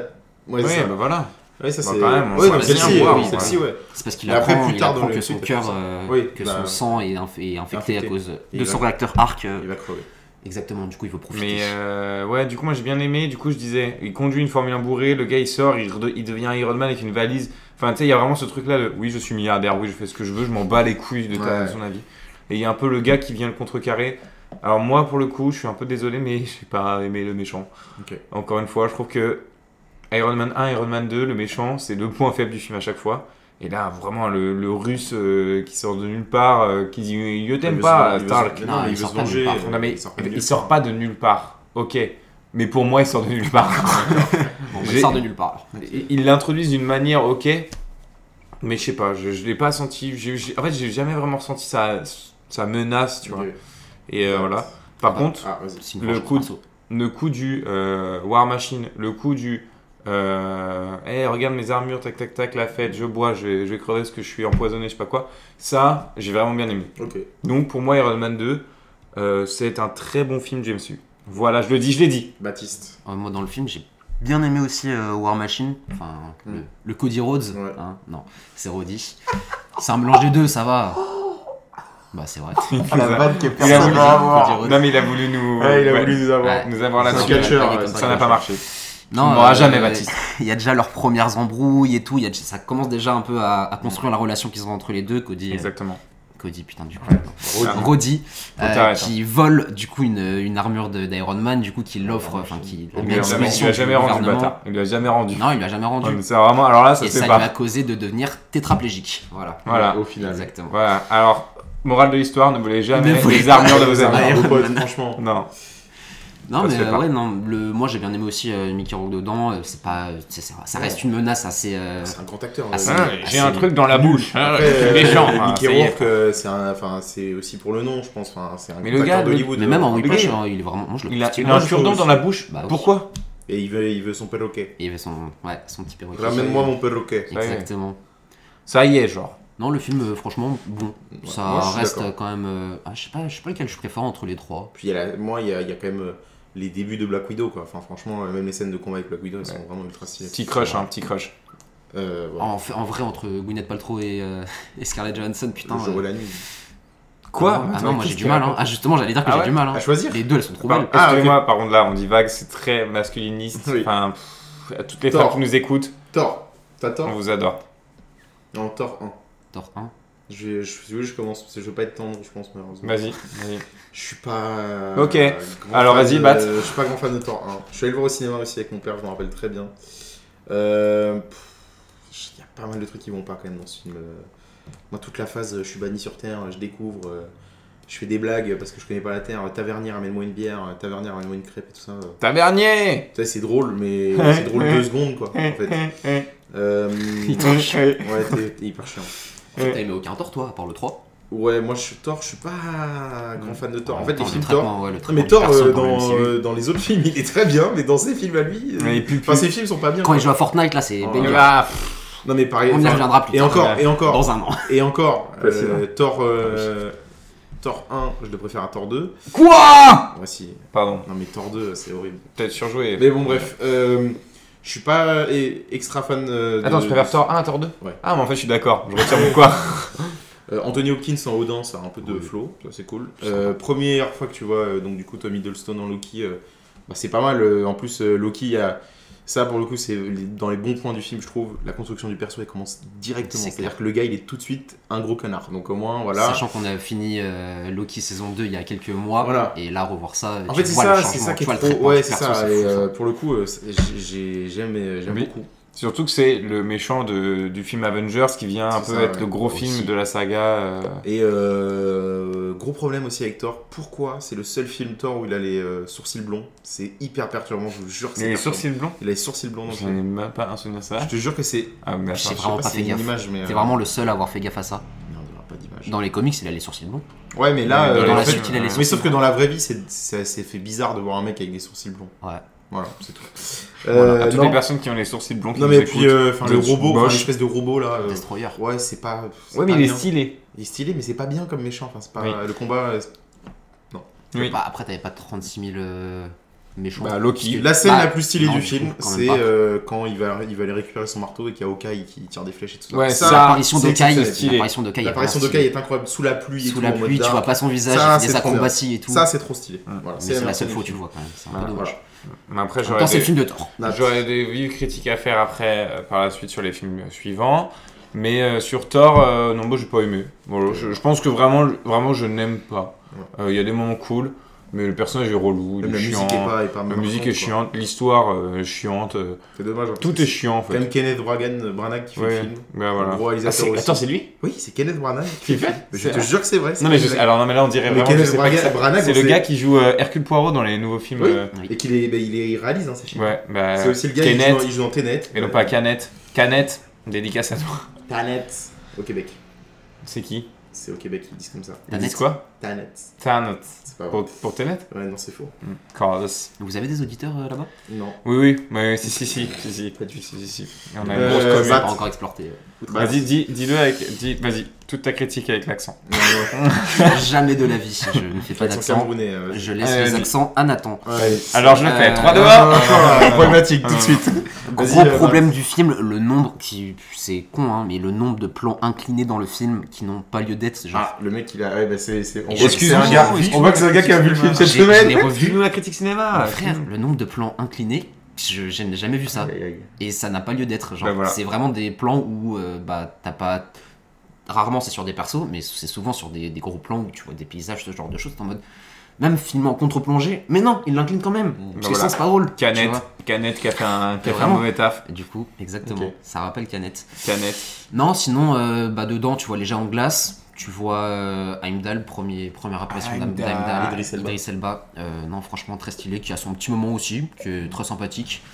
[SPEAKER 4] Ouais,
[SPEAKER 3] Oui,
[SPEAKER 4] c'est ça.
[SPEAKER 3] bah voilà.
[SPEAKER 4] Ouais, ça
[SPEAKER 3] Bah,
[SPEAKER 4] c'est.
[SPEAKER 3] quand même, on
[SPEAKER 4] ouais,
[SPEAKER 3] voit
[SPEAKER 4] donc
[SPEAKER 3] bien
[SPEAKER 4] celle-ci,
[SPEAKER 3] voir,
[SPEAKER 4] oui,
[SPEAKER 3] ouais.
[SPEAKER 4] celle-ci, ouais.
[SPEAKER 5] C'est parce qu'il
[SPEAKER 4] Mais après,
[SPEAKER 5] apprend,
[SPEAKER 4] plus
[SPEAKER 5] il
[SPEAKER 4] tard dans
[SPEAKER 5] apprend
[SPEAKER 4] le
[SPEAKER 5] que
[SPEAKER 4] suite,
[SPEAKER 5] son
[SPEAKER 4] après
[SPEAKER 5] cœur,
[SPEAKER 4] ça.
[SPEAKER 5] euh,
[SPEAKER 4] Oui,
[SPEAKER 5] que
[SPEAKER 4] bah,
[SPEAKER 5] son sang est, inf- est infecté à
[SPEAKER 4] infecté.
[SPEAKER 5] cause
[SPEAKER 4] Il
[SPEAKER 5] de
[SPEAKER 4] va-
[SPEAKER 5] son réacteur arc. euh,
[SPEAKER 4] Il va crever.
[SPEAKER 5] Exactement, du coup, il veut profiter.
[SPEAKER 3] Mais euh, ouais, du coup, moi j'ai bien aimé. Du coup, je disais, il conduit une Formule 1 bourrée, le gars il sort, il, rede- il devient Iron Man avec une valise. Enfin, tu sais, il y a vraiment ce truc là de oui, je suis milliardaire, oui, je fais ce que je veux, je m'en bats les couilles de ta-
[SPEAKER 4] Ouais.
[SPEAKER 3] de son avis. Et il y a un peu le gars qui vient le contrecarrer. Alors, moi pour le coup, je suis un peu désolé, mais j'ai pas aimé le méchant.
[SPEAKER 4] Ok.
[SPEAKER 3] Encore une fois, je trouve que Iron Man 1, Iron Man 2, le méchant, c'est le point faible du film à chaque fois. Et là, vraiment, le, le russe euh, qui sort de nulle part, euh, qui dit Je
[SPEAKER 4] Il
[SPEAKER 3] t'aime
[SPEAKER 4] veut
[SPEAKER 3] pas,
[SPEAKER 4] se- il veut se-
[SPEAKER 3] Stark.
[SPEAKER 4] Non,
[SPEAKER 5] Non,
[SPEAKER 4] mais
[SPEAKER 5] il
[SPEAKER 4] il veut
[SPEAKER 5] sort
[SPEAKER 4] se
[SPEAKER 5] pas de
[SPEAKER 4] venger.
[SPEAKER 5] nulle part.
[SPEAKER 4] euh,
[SPEAKER 3] Non, mais
[SPEAKER 4] sort pas de
[SPEAKER 3] il,
[SPEAKER 4] nulle
[SPEAKER 3] sort pas de nulle part. Ok. Mais pour moi, il sort de nulle part.
[SPEAKER 5] Bon,
[SPEAKER 3] j'ai-
[SPEAKER 5] il sort de nulle part.
[SPEAKER 3] Ils- Ils l'introduisent d'une manière ok. Mais je sais pas, je, je l'ai pas senti. j'ai- j'ai- en fait, j'ai jamais vraiment ressenti sa, sa menace, tu
[SPEAKER 4] part.
[SPEAKER 3] vois.
[SPEAKER 4] Ok.
[SPEAKER 3] Et euh, voilà. Par contre,
[SPEAKER 4] Ah, vas-y.
[SPEAKER 5] C'est une
[SPEAKER 3] le
[SPEAKER 5] vengeance
[SPEAKER 3] coup de-
[SPEAKER 5] perso.
[SPEAKER 3] le coup du euh, War Machine, le coup du. Euh, hey, regarde mes armures, tac tac tac, la fête, je bois, je vais, je vais crever parce que je suis empoisonné, je sais pas quoi. Ça, j'ai vraiment bien aimé.
[SPEAKER 4] Ok.
[SPEAKER 3] Donc pour moi, Iron Man 2, euh, c'est un très bon film du MCU. Voilà, je le dis, je l'ai dit.
[SPEAKER 4] Baptiste.
[SPEAKER 5] Euh, moi, dans le film, j'ai bien aimé aussi euh, War Machine. Enfin, le,
[SPEAKER 4] Mm.
[SPEAKER 5] le Cody Rhodes.
[SPEAKER 4] Ouais.
[SPEAKER 5] hein. non, c'est Roddy. c'est un mélange des deux, ça va. Bah, c'est vrai.
[SPEAKER 3] Ah, Il a voulu-
[SPEAKER 5] avoir.
[SPEAKER 3] Non mais il a voulu nous, ouais,
[SPEAKER 4] nous
[SPEAKER 5] avoir.
[SPEAKER 3] nous avoir
[SPEAKER 4] C'est un
[SPEAKER 3] là-dessus.
[SPEAKER 5] catch.
[SPEAKER 4] catcheur.
[SPEAKER 5] Ouais,
[SPEAKER 4] ouais.
[SPEAKER 5] comme
[SPEAKER 3] euh, Ça n'a pas marché.
[SPEAKER 5] Non,
[SPEAKER 3] Tu m'auras
[SPEAKER 5] euh,
[SPEAKER 3] jamais, Baptiste.
[SPEAKER 5] Il y a déjà leurs premières embrouilles et tout. il y a- ça commence déjà un peu à, à construire la relation qu'ils ont entre les deux. Cody, euh,
[SPEAKER 3] Exactement.
[SPEAKER 5] Cody putain, du coup.
[SPEAKER 3] Ah.
[SPEAKER 5] Roddy,
[SPEAKER 3] Faut
[SPEAKER 5] euh,
[SPEAKER 3] t'arrêter,
[SPEAKER 5] qui vole du coup une, une armure de- d'Iron Man, du coup, qui l'offre, enfin, qui la
[SPEAKER 3] Il
[SPEAKER 5] met à
[SPEAKER 3] lui a jamais, il
[SPEAKER 5] disposition
[SPEAKER 3] lui a
[SPEAKER 5] du
[SPEAKER 3] jamais rendu le
[SPEAKER 5] gouvernement.
[SPEAKER 3] bâtard. Oh, Il lui a jamais rendu.
[SPEAKER 5] Non, il lui a jamais rendu.
[SPEAKER 3] C'est vraiment. Alors là, ça
[SPEAKER 5] et
[SPEAKER 3] se
[SPEAKER 5] ça
[SPEAKER 3] fait
[SPEAKER 5] lui a
[SPEAKER 3] pas.
[SPEAKER 5] causé de devenir tétraplégique. Voilà.
[SPEAKER 3] Voilà.
[SPEAKER 4] Au final.
[SPEAKER 5] Exactement.
[SPEAKER 3] Voilà. Alors, morale de l'histoire, ne voulez jamais
[SPEAKER 5] Ne voulez
[SPEAKER 3] les armures
[SPEAKER 5] pas.
[SPEAKER 3] de vos
[SPEAKER 5] Ouais.
[SPEAKER 3] amis.
[SPEAKER 4] Vos potes, franchement.
[SPEAKER 3] Non.
[SPEAKER 5] Non,
[SPEAKER 3] Ça se
[SPEAKER 5] mais
[SPEAKER 3] fait
[SPEAKER 5] euh,
[SPEAKER 3] pas.
[SPEAKER 5] ouais, non, le, moi j'ai bien aimé aussi euh, Mickey Rourke dedans. euh, c'est pas, euh, c'est- c'est- ça reste une menace assez. euh,
[SPEAKER 4] C'est un grand acteur.
[SPEAKER 5] Ah,
[SPEAKER 4] euh,
[SPEAKER 5] c'est-
[SPEAKER 3] Hein,
[SPEAKER 5] ah,
[SPEAKER 3] J'ai un
[SPEAKER 5] c'est-
[SPEAKER 3] truc dans la bouche. hein,
[SPEAKER 4] Après,
[SPEAKER 3] je suis
[SPEAKER 4] euh,
[SPEAKER 3] méchant. hein,
[SPEAKER 4] Mickey
[SPEAKER 3] ça y est.
[SPEAKER 4] Rourke, euh, c'est un- enfin, c'est aussi pour le nom, je pense. Enfin, c'est un
[SPEAKER 3] Mais
[SPEAKER 4] grand
[SPEAKER 3] le gars,
[SPEAKER 4] acteur
[SPEAKER 3] le-
[SPEAKER 4] d'Hollywood.
[SPEAKER 5] mais même en
[SPEAKER 4] euh,
[SPEAKER 5] Whiplash,
[SPEAKER 4] Whiplash.
[SPEAKER 5] hein, il est vraiment. Moi je le
[SPEAKER 3] Il a, il
[SPEAKER 5] kiffe.
[SPEAKER 3] a
[SPEAKER 4] Moi,
[SPEAKER 3] un
[SPEAKER 4] je
[SPEAKER 3] cure-dent
[SPEAKER 4] trouve
[SPEAKER 3] dans
[SPEAKER 4] aussi.
[SPEAKER 3] la bouche.
[SPEAKER 5] Bah oui.
[SPEAKER 3] Pourquoi
[SPEAKER 4] Et il veut, il veut son perroquet.
[SPEAKER 5] Il avait son, ouais, son petit perroquet.
[SPEAKER 4] Ramène-moi mon perroquet.
[SPEAKER 3] ouais.
[SPEAKER 5] Exactement.
[SPEAKER 3] Ça y est, genre.
[SPEAKER 5] Non, le film, euh, franchement, bon, ça
[SPEAKER 4] moi, je suis
[SPEAKER 5] reste
[SPEAKER 4] d'accord.
[SPEAKER 5] euh, quand même. euh, ah, je sais pas, je sais pas lequel je préfère entre les trois.
[SPEAKER 4] Puis il y a la- moi, il y a, il y a quand même euh, les débuts de Black Widow. Quoi. Enfin, franchement, euh, même les scènes de combat avec Black Widow, elles sont vraiment ultra stylées.
[SPEAKER 3] Petit crush, un petit crush.
[SPEAKER 4] Euh, voilà.
[SPEAKER 5] En, fait- en vrai, entre Gwyneth Paltrow et, euh, et Scarlett Johansson, putain.
[SPEAKER 4] Le jour
[SPEAKER 5] euh,
[SPEAKER 4] et la nuit.
[SPEAKER 5] ah non, Ah non, moi j'ai du mal. Hein. Ah, justement, j'allais dire que
[SPEAKER 3] Ah
[SPEAKER 5] j'ai
[SPEAKER 3] ouais
[SPEAKER 5] du mal. hein.
[SPEAKER 4] À choisir
[SPEAKER 5] Les deux, elles sont trop
[SPEAKER 3] Pardon,
[SPEAKER 5] belles.
[SPEAKER 4] Ah,
[SPEAKER 3] Excusez-moi, par contre, là, on divague, c'est très masculiniste.
[SPEAKER 4] Oui.
[SPEAKER 3] Enfin, pff, à toutes les
[SPEAKER 4] Tort.
[SPEAKER 3] femmes qui nous écoutent,
[SPEAKER 4] Thor. T'as
[SPEAKER 3] on
[SPEAKER 4] Thor
[SPEAKER 3] vous adore.
[SPEAKER 4] Non, Thor 1.
[SPEAKER 5] Thor 1.
[SPEAKER 4] Je, je, si vous voulez, je commence, parce que je veux pas être tendre, je pense, malheureusement.
[SPEAKER 3] Vas-y, vas-y.
[SPEAKER 4] Je suis pas. euh,
[SPEAKER 3] Ok.
[SPEAKER 4] grand
[SPEAKER 3] Alors,
[SPEAKER 4] fan
[SPEAKER 3] vas-y,
[SPEAKER 4] de-
[SPEAKER 3] Bat.
[SPEAKER 4] Je suis pas grand fan de Thor 1. Je suis allé le voir au cinéma aussi avec mon père, je m'en rappelle très bien. Euh, pff, Il y a pas mal de trucs qui vont pas quand même dans ce film. Euh, Moi, toute la phase, euh, je suis banni sur Terre, je découvre, euh, je fais des blagues parce que je connais pas la Terre. Tavernier, amène-moi une bière, Tavernier, amène-moi une crêpe et tout ça. euh.
[SPEAKER 3] Tavernier
[SPEAKER 4] Tu sais, c'est drôle, mais
[SPEAKER 3] Ouais,
[SPEAKER 4] c'est drôle
[SPEAKER 3] ouais.
[SPEAKER 4] deux secondes quoi, en fait. Euh,
[SPEAKER 3] Ouais.
[SPEAKER 4] Ouais, t'es t'es hyper chiant.
[SPEAKER 5] T'as aimé aucun Thor, toi, à part le 3
[SPEAKER 4] Ouais, moi je suis Thor, je suis pas grand fan de Thor. En fait, les
[SPEAKER 5] Attends,
[SPEAKER 4] films
[SPEAKER 5] le
[SPEAKER 4] Thor,
[SPEAKER 5] Euh, traitement, ouais, le
[SPEAKER 4] Non,
[SPEAKER 5] traitement
[SPEAKER 4] mais
[SPEAKER 5] du
[SPEAKER 4] Thor,
[SPEAKER 5] perso
[SPEAKER 4] euh,
[SPEAKER 5] dans le
[SPEAKER 4] dans,
[SPEAKER 5] MCU.
[SPEAKER 4] euh, dans les autres films, il est très bien, mais dans ses films à lui. euh,
[SPEAKER 3] Mais puis-
[SPEAKER 4] Enfin,
[SPEAKER 3] puis-
[SPEAKER 4] ses films sont pas bien.
[SPEAKER 5] Quand
[SPEAKER 4] quoi.
[SPEAKER 5] il joue à Fortnite, là, c'est
[SPEAKER 4] Oh,
[SPEAKER 5] bénial.
[SPEAKER 3] Ah,
[SPEAKER 4] Non, mais pareil.
[SPEAKER 5] On y
[SPEAKER 4] enfin,
[SPEAKER 5] reviendra plus
[SPEAKER 4] Et
[SPEAKER 5] tard.
[SPEAKER 4] encore, et encore,
[SPEAKER 5] Dans hein. un an.
[SPEAKER 4] et encore. euh,
[SPEAKER 3] Facile.
[SPEAKER 4] Thor, euh, Thor 1, je le préfère à Thor 2.
[SPEAKER 3] Quoi
[SPEAKER 4] Ouais, si.
[SPEAKER 3] Pardon,
[SPEAKER 4] Non, mais Thor 2, c'est horrible.
[SPEAKER 3] peut-être surjoué.
[SPEAKER 4] Mais bon, bref. euh, je suis pas euh, extra fan. euh, de-
[SPEAKER 3] Attends, je préfère Thor 1 à Thor 2
[SPEAKER 4] Ouais.
[SPEAKER 3] Ah, mais en fait, je suis d'accord, je retire mon quoi.
[SPEAKER 4] Euh, Anthony Hopkins en Odin, ça a un peu de flow, ça c'est cool. Euh, première fois que tu vois euh, donc du coup Tom Hiddleston en Loki, euh, bah, c'est pas mal. euh, en plus euh, Loki, il y a... ça pour le coup c'est les- dans les bons points du film je trouve. La construction du perso elle commence directement,
[SPEAKER 5] C'est
[SPEAKER 4] c'est-à-dire
[SPEAKER 5] clair.
[SPEAKER 4] que le gars il est tout de suite un gros connard. Donc au moins voilà.
[SPEAKER 5] Sachant qu'on a fini euh, Loki saison 2 il y a quelques mois,
[SPEAKER 4] Voilà.
[SPEAKER 5] et là revoir ça,
[SPEAKER 4] En
[SPEAKER 5] tu
[SPEAKER 4] fait c'est
[SPEAKER 5] vois le
[SPEAKER 4] ça,
[SPEAKER 5] changement,
[SPEAKER 4] c'est ça qui est
[SPEAKER 5] tu vois le
[SPEAKER 4] trop.
[SPEAKER 5] traitement
[SPEAKER 4] Ouais
[SPEAKER 5] du
[SPEAKER 4] c'est
[SPEAKER 5] perso,
[SPEAKER 4] ça.
[SPEAKER 5] c'est
[SPEAKER 4] Et,
[SPEAKER 5] fou,
[SPEAKER 4] euh, pour le coup euh, c'est- j'ai- j'ai- j'aime euh, j'aime
[SPEAKER 3] Oui.
[SPEAKER 4] beaucoup.
[SPEAKER 3] Surtout que c'est le méchant de- du film Avengers qui vient un
[SPEAKER 4] C'est
[SPEAKER 3] peu
[SPEAKER 4] ça,
[SPEAKER 3] être
[SPEAKER 4] ouais.
[SPEAKER 3] le gros
[SPEAKER 4] Aussi.
[SPEAKER 3] film de la saga. euh,
[SPEAKER 4] Et euh, gros problème aussi avec Thor. Pourquoi c'est le seul film Thor où il a les euh, sourcils blonds C'est hyper perturbant, je vous jure. que c'est
[SPEAKER 3] Les
[SPEAKER 4] perturbant.
[SPEAKER 3] sourcils blancs
[SPEAKER 4] Il a les sourcils blonds dans le
[SPEAKER 3] J'en
[SPEAKER 4] film.
[SPEAKER 3] ai même pas un souvenir ça.
[SPEAKER 4] Je te jure que c'est.
[SPEAKER 3] Ah, mais
[SPEAKER 5] Je sais
[SPEAKER 3] attends,
[SPEAKER 5] vraiment
[SPEAKER 4] je sais
[SPEAKER 5] pas
[SPEAKER 4] si
[SPEAKER 5] fait
[SPEAKER 4] il y a
[SPEAKER 5] gaffe.
[SPEAKER 4] une image, mais.
[SPEAKER 5] ça. T'es
[SPEAKER 4] euh,
[SPEAKER 5] vraiment le seul à avoir fait gaffe à ça.
[SPEAKER 4] Merde, il y aura pas d'image.
[SPEAKER 5] Dans les comics, il a les sourcils blonds.
[SPEAKER 4] Ouais, mais là.
[SPEAKER 3] Dans
[SPEAKER 4] euh,
[SPEAKER 5] dans
[SPEAKER 4] en
[SPEAKER 5] la
[SPEAKER 4] fait,
[SPEAKER 5] suite, il a les
[SPEAKER 3] ouais.
[SPEAKER 4] Mais
[SPEAKER 5] sourcils
[SPEAKER 4] sauf que dans la vraie vie, c'est ça s'est fait bizarre de voir un mec avec des sourcils blonds.
[SPEAKER 5] Ouais.
[SPEAKER 4] Voilà, c'est tout.
[SPEAKER 3] Voilà,
[SPEAKER 4] Euh,
[SPEAKER 3] à toutes
[SPEAKER 4] non.
[SPEAKER 3] les personnes qui ont les sourcils blonds. qui
[SPEAKER 4] Non,
[SPEAKER 3] nous
[SPEAKER 4] mais puis,
[SPEAKER 3] écoutent.
[SPEAKER 4] euh, enfin,
[SPEAKER 3] Vous
[SPEAKER 4] le
[SPEAKER 3] êtes
[SPEAKER 4] robot,
[SPEAKER 3] moche.
[SPEAKER 4] enfin, l'espèce de robot là. euh,
[SPEAKER 5] Destroyer.
[SPEAKER 4] Ouais, c'est pas. c'est
[SPEAKER 3] Ouais,
[SPEAKER 4] pas
[SPEAKER 3] mais il est
[SPEAKER 4] bien.
[SPEAKER 3] stylé.
[SPEAKER 4] Il est stylé, mais c'est pas bien comme méchant. Enfin, c'est pas.
[SPEAKER 3] Oui.
[SPEAKER 4] Le combat. euh,
[SPEAKER 3] Oui.
[SPEAKER 5] Bah, après, t'avais pas 36 000 euh, méchants.
[SPEAKER 3] Bah, Loki.
[SPEAKER 4] La scène
[SPEAKER 5] Bah,
[SPEAKER 4] la plus stylée
[SPEAKER 5] non,
[SPEAKER 4] du
[SPEAKER 5] du
[SPEAKER 4] film,
[SPEAKER 5] coup, quand même
[SPEAKER 4] c'est
[SPEAKER 5] pas.
[SPEAKER 4] euh, quand il va, il va aller récupérer son marteau et qu'il y a Hawkeye qui tire des flèches et tout ça.
[SPEAKER 3] Ouais,
[SPEAKER 4] ça.
[SPEAKER 3] ça,
[SPEAKER 5] l'apparition
[SPEAKER 4] c'est
[SPEAKER 5] d'Okai,
[SPEAKER 3] exceptionnel.
[SPEAKER 5] l'apparition d'Okai, est
[SPEAKER 4] L'apparition
[SPEAKER 5] vraiment
[SPEAKER 4] de Hawkeye est incroyable sous la pluie. et
[SPEAKER 5] stylée. sous
[SPEAKER 4] tout,
[SPEAKER 5] la
[SPEAKER 4] en mode
[SPEAKER 5] pluie, tu
[SPEAKER 4] dark.
[SPEAKER 5] vois pas son visage,
[SPEAKER 4] Ça,
[SPEAKER 5] il fait
[SPEAKER 4] c'est
[SPEAKER 5] des
[SPEAKER 4] trop bien.
[SPEAKER 5] acrobaties et tout.
[SPEAKER 4] Ça, c'est trop stylé.
[SPEAKER 3] Mm.
[SPEAKER 4] Voilà,
[SPEAKER 5] Mais c'est la seule
[SPEAKER 4] scène
[SPEAKER 5] fois où
[SPEAKER 4] du
[SPEAKER 5] tu le vois quand même. C'est un
[SPEAKER 3] Ouais,
[SPEAKER 5] peu dommage.
[SPEAKER 3] Mais après,
[SPEAKER 5] Quand c'est
[SPEAKER 3] j'aurais
[SPEAKER 5] le
[SPEAKER 3] des...
[SPEAKER 5] film de Thor.
[SPEAKER 4] film.
[SPEAKER 3] j'aurais des vives critiques à faire après, euh, par la suite, sur les films suivants. Mais euh, sur Thor, euh, non, moi, j'ai pas aimé. Voilà, je, je pense que vraiment, vraiment je n'aime pas. Euh, Il y a des moments cool, mais le personnage est relou,
[SPEAKER 4] Même
[SPEAKER 3] il
[SPEAKER 4] la
[SPEAKER 3] est chiant.
[SPEAKER 4] musique est pas, est pas
[SPEAKER 3] La
[SPEAKER 4] marquante,
[SPEAKER 3] musique
[SPEAKER 4] quoi.
[SPEAKER 3] est chiante, l'histoire euh, est chiante, euh,
[SPEAKER 4] C'est dommage. en
[SPEAKER 3] tout
[SPEAKER 4] fait.
[SPEAKER 3] est chiant en
[SPEAKER 4] C'est quand
[SPEAKER 3] fait.
[SPEAKER 4] même Kenneth Branagh, euh, Branagh qui fait
[SPEAKER 3] Ouais,
[SPEAKER 4] le film.
[SPEAKER 3] bah, voilà.
[SPEAKER 4] Gros réalisateur
[SPEAKER 3] Ah, c'est-
[SPEAKER 4] aussi.
[SPEAKER 3] Attends, c'est lui
[SPEAKER 4] Oui, c'est Kenneth Branagh qui
[SPEAKER 3] Qui
[SPEAKER 4] fait.
[SPEAKER 3] fait
[SPEAKER 4] Mais Je
[SPEAKER 3] C'est-
[SPEAKER 4] te jure que c'est vrai. c'est
[SPEAKER 3] Non mais je
[SPEAKER 4] Kenneth
[SPEAKER 3] sais- alors non mais là on dirait
[SPEAKER 4] Mais
[SPEAKER 3] vraiment
[SPEAKER 4] Kenneth
[SPEAKER 3] je sais pas
[SPEAKER 4] Branagh-
[SPEAKER 3] que c'est-
[SPEAKER 4] Branagh,
[SPEAKER 3] c'est
[SPEAKER 4] on
[SPEAKER 3] le
[SPEAKER 4] sait-
[SPEAKER 3] gars qui joue euh, Hercule Poirot dans les nouveaux films.
[SPEAKER 4] Oui.
[SPEAKER 3] euh,
[SPEAKER 4] Et qu'il est, bah, il est- il réalise hein, ses films.
[SPEAKER 3] Ouais, bah,
[SPEAKER 4] C'est aussi le gars qui joue,
[SPEAKER 3] Kenneth,
[SPEAKER 4] dans- il joue dans Tenet. Euh,
[SPEAKER 3] et non pas Canette. Canette, dédicace à toi.
[SPEAKER 4] Tenet. Au Québec.
[SPEAKER 3] C'est qui
[SPEAKER 4] C'est au Québec qu'ils disent comme ça.
[SPEAKER 3] Ils
[SPEAKER 5] Tenet.
[SPEAKER 3] disent quoi
[SPEAKER 4] Tenet.
[SPEAKER 3] Tanot.
[SPEAKER 4] C'est pas vrai.
[SPEAKER 3] Pour, pour Tenet
[SPEAKER 4] Ouais, non, c'est faux.
[SPEAKER 3] Cordes.
[SPEAKER 5] Vous avez des auditeurs euh, là-bas
[SPEAKER 4] Non.
[SPEAKER 3] Oui, oui, mais si, si, si, si, si. Si, si, si. Et On a une
[SPEAKER 4] Euh,
[SPEAKER 3] grosse
[SPEAKER 5] Je
[SPEAKER 3] commune.
[SPEAKER 5] l'ai pas
[SPEAKER 4] Matt.
[SPEAKER 5] encore exploré.
[SPEAKER 3] Vas-y, dis- dis-le avec, dis, vas-y, toute ta critique avec l'accent.
[SPEAKER 4] Non, non.
[SPEAKER 5] Jamais de la vie. Je ne fais pas
[SPEAKER 4] Accent
[SPEAKER 5] d'accent.
[SPEAKER 4] camerounais. euh,
[SPEAKER 5] Je laisse
[SPEAKER 3] Allez,
[SPEAKER 5] les
[SPEAKER 3] vas-y.
[SPEAKER 5] accents à Nathan.
[SPEAKER 4] ouais.
[SPEAKER 3] Alors je le fais.
[SPEAKER 5] Euh,
[SPEAKER 3] 3, 2,
[SPEAKER 4] non,
[SPEAKER 3] 1.
[SPEAKER 4] non, non, non.
[SPEAKER 3] ah, Problématique tout de suite.
[SPEAKER 4] Vas-y,
[SPEAKER 5] Gros
[SPEAKER 4] euh,
[SPEAKER 5] problème du film, le nombre qui c'est con hein, mais le nombre de plans inclinés dans le film qui n'ont pas lieu d'être, genre
[SPEAKER 4] Ah, le mec, il a. Ouais, bah, c'est. c'est- On voit que c'est
[SPEAKER 3] Excuse-moi,
[SPEAKER 4] un gars.
[SPEAKER 3] excuse-moi.
[SPEAKER 4] On voit que c'est un gars qui a vu le film Ah, cette
[SPEAKER 5] J'ai- je
[SPEAKER 4] semaine. Ah,
[SPEAKER 5] l'ai revu.
[SPEAKER 3] la critique cinéma.
[SPEAKER 5] Mon frère, le nombre de plans inclinés, je je n'ai jamais vu ça
[SPEAKER 4] Aïe, aïe.
[SPEAKER 5] et ça n'a pas lieu d'être. Genre
[SPEAKER 3] Bah voilà.
[SPEAKER 5] c'est vraiment des plans où euh, bah t'as pas rarement c'est sur des persos mais c'est souvent sur des, des gros plans où tu vois des paysages ce genre de choses t'es en mode même filmé en contre-plongée mais non il l'incline quand même parce que
[SPEAKER 3] Ben voilà.
[SPEAKER 5] ça c'est pas drôle tu
[SPEAKER 3] Canette,
[SPEAKER 5] vois.
[SPEAKER 3] Canette qui a fait un, qui a fait un
[SPEAKER 5] Vraiment.
[SPEAKER 3] mauvais taf.
[SPEAKER 5] du coup exactement
[SPEAKER 4] Ok.
[SPEAKER 5] ça rappelle Canette
[SPEAKER 3] Canette.
[SPEAKER 5] Non, sinon, euh, bah, dedans, tu vois les gens en glace. Tu vois euh, Heimdall, premier, première impression d'Heim-
[SPEAKER 3] Heimdall,
[SPEAKER 5] d'Heimdall.
[SPEAKER 4] Idriss Elba.
[SPEAKER 5] Elba. Euh, non, franchement, très stylé, qui a son petit moment aussi, qui est très sympathique.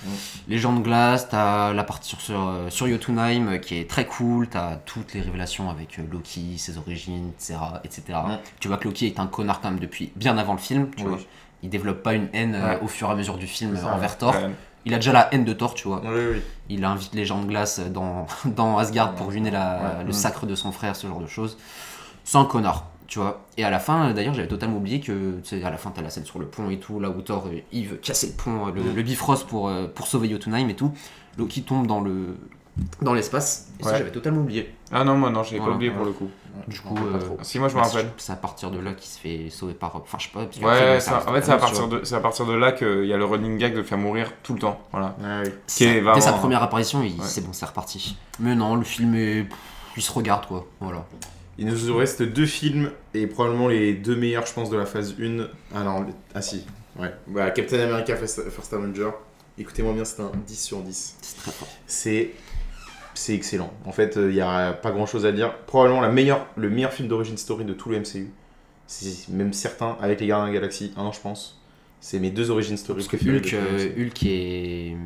[SPEAKER 5] Les gens de glace, t'as la partie sur, sur, euh, sur Jotunheim euh, qui est très cool, t'as toutes les révélations avec euh, Loki, ses origines, etc. etc.
[SPEAKER 4] Mm.
[SPEAKER 5] Tu vois que Loki est un connard quand même depuis bien avant le film, tu
[SPEAKER 4] Oui.
[SPEAKER 5] vois. Il développe pas une haine euh,
[SPEAKER 3] Ouais.
[SPEAKER 5] au fur et à mesure du film
[SPEAKER 4] C'est
[SPEAKER 5] euh,
[SPEAKER 4] ça,
[SPEAKER 5] envers Thor.
[SPEAKER 3] quand même.
[SPEAKER 5] Il a déjà la haine de Thor, tu vois.
[SPEAKER 4] Oui, oui.
[SPEAKER 5] Il invite les gens de glace dans, dans Asgard pour ruiner la-
[SPEAKER 4] Ouais.
[SPEAKER 5] le sacre de son frère, ce genre de choses. C'est un connard, tu vois. Et à la fin, euh, d'ailleurs, j'avais totalement oublié que, tu sais, à la fin, t'as la scène sur le pont et tout, là où Thor, euh, il veut casser le pont, euh,
[SPEAKER 3] Mm.
[SPEAKER 5] le, le Bifrost pour, euh, pour sauver Jotunheim et tout. Loki tombe dans le dans l'espace. Et ça,
[SPEAKER 3] Ouais. Mm.
[SPEAKER 5] j'avais totalement oublié.
[SPEAKER 3] Ah non, moi non, je l'ai
[SPEAKER 5] Voilà.
[SPEAKER 3] pas oublié pour le coup.
[SPEAKER 5] Du coup,
[SPEAKER 4] comprend pas
[SPEAKER 5] euh,
[SPEAKER 4] trop.
[SPEAKER 3] Si, moi je me rappelle.
[SPEAKER 5] c'est à partir de là qu'il se fait sauver par. Enfin, je sais pas. parce que le film,
[SPEAKER 3] Ouais,
[SPEAKER 5] ça
[SPEAKER 3] ça-
[SPEAKER 5] reste
[SPEAKER 3] en fait, c'est à,
[SPEAKER 5] vraiment, tu
[SPEAKER 3] partir de, c'est à partir de là qu'il y a le running gag de faire mourir tout le temps. Voilà.
[SPEAKER 4] Ah, oui.
[SPEAKER 5] C'est-
[SPEAKER 3] Qui est
[SPEAKER 5] Dès sa
[SPEAKER 3] vraiment-
[SPEAKER 5] première apparition, il-
[SPEAKER 3] Ouais.
[SPEAKER 5] c'est bon, c'est reparti. Mais non, le film est- pff, Il se regarde quoi, voilà.
[SPEAKER 4] Il nous reste deux films et probablement les deux meilleurs, je pense, de la phase 1. Ah non, le- ah si. Ouais. Bah, Captain America First First Avenger. Écoutez-moi bien, c'est un 10 sur 10.
[SPEAKER 5] C'est très fort.
[SPEAKER 4] C'est. C'est excellent. En fait, il n'y a pas grand chose à dire. Probablement la meilleure, le meilleur film d'origine story de tout le MCU. C'est même certain, avec les Gardiens de la Galaxie 1, je pense. C'est mes deux origines story
[SPEAKER 5] Parce que
[SPEAKER 4] préférées. de
[SPEAKER 5] Hulk,
[SPEAKER 4] tout le
[SPEAKER 5] euh,
[SPEAKER 4] MCU.
[SPEAKER 5] Hulk et,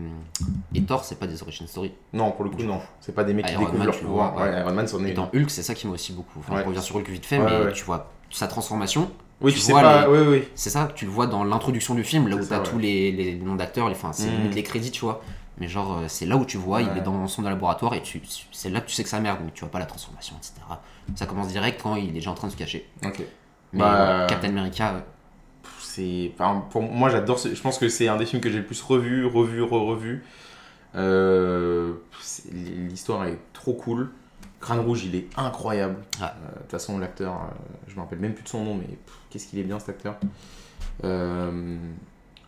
[SPEAKER 5] et Thor, c'est pas des origin story.
[SPEAKER 4] Non, pour le coup, non. C'est pas des mecs qui
[SPEAKER 5] Iron
[SPEAKER 4] découvrent
[SPEAKER 5] Man,
[SPEAKER 4] leur
[SPEAKER 5] tu le
[SPEAKER 4] pouvoir.
[SPEAKER 5] vois, ouais.
[SPEAKER 4] Ouais, Iron Man, c'en est.
[SPEAKER 5] Et dans Hulk, c'est ça qui m'a aussi beaucoup. Enfin,
[SPEAKER 4] Ouais.
[SPEAKER 5] je reviens sur Hulk vite fait,
[SPEAKER 4] Ouais,
[SPEAKER 5] mais
[SPEAKER 4] ouais.
[SPEAKER 5] tu vois sa transformation.
[SPEAKER 4] Oui,
[SPEAKER 5] tu
[SPEAKER 4] tu sais
[SPEAKER 5] vois
[SPEAKER 4] pas.
[SPEAKER 5] les-
[SPEAKER 4] Oui, oui.
[SPEAKER 5] C'est ça, tu le vois dans l'introduction du film, là où
[SPEAKER 4] C'est ça,
[SPEAKER 5] t'as
[SPEAKER 4] ouais.
[SPEAKER 5] tous les, les noms d'acteurs, les, enfin, c'est
[SPEAKER 4] Mm.
[SPEAKER 5] limite les crédits, tu vois. Mais genre, euh, c'est là où tu vois, il
[SPEAKER 4] Ouais.
[SPEAKER 5] est dans son laboratoire et tu, c'est là que tu sais que ça merde, mais tu vois pas la transformation, etc. Ça commence direct quand il est déjà en train de se cacher.
[SPEAKER 4] Ok.
[SPEAKER 5] Mais
[SPEAKER 4] Bah,
[SPEAKER 5] euh, Captain America, euh,
[SPEAKER 4] c'est enfin, pour moi j'adore ce- je pense que c'est un des films que j'ai le plus revu revu re- revu Euh, c'est- l'histoire est trop cool Crâne Rouge il est incroyable
[SPEAKER 5] Ouais.
[SPEAKER 4] Euh, de toute façon l'acteur euh, je me rappelle même plus de son nom mais pff, qu'est-ce qu'il est bien cet acteur Euh,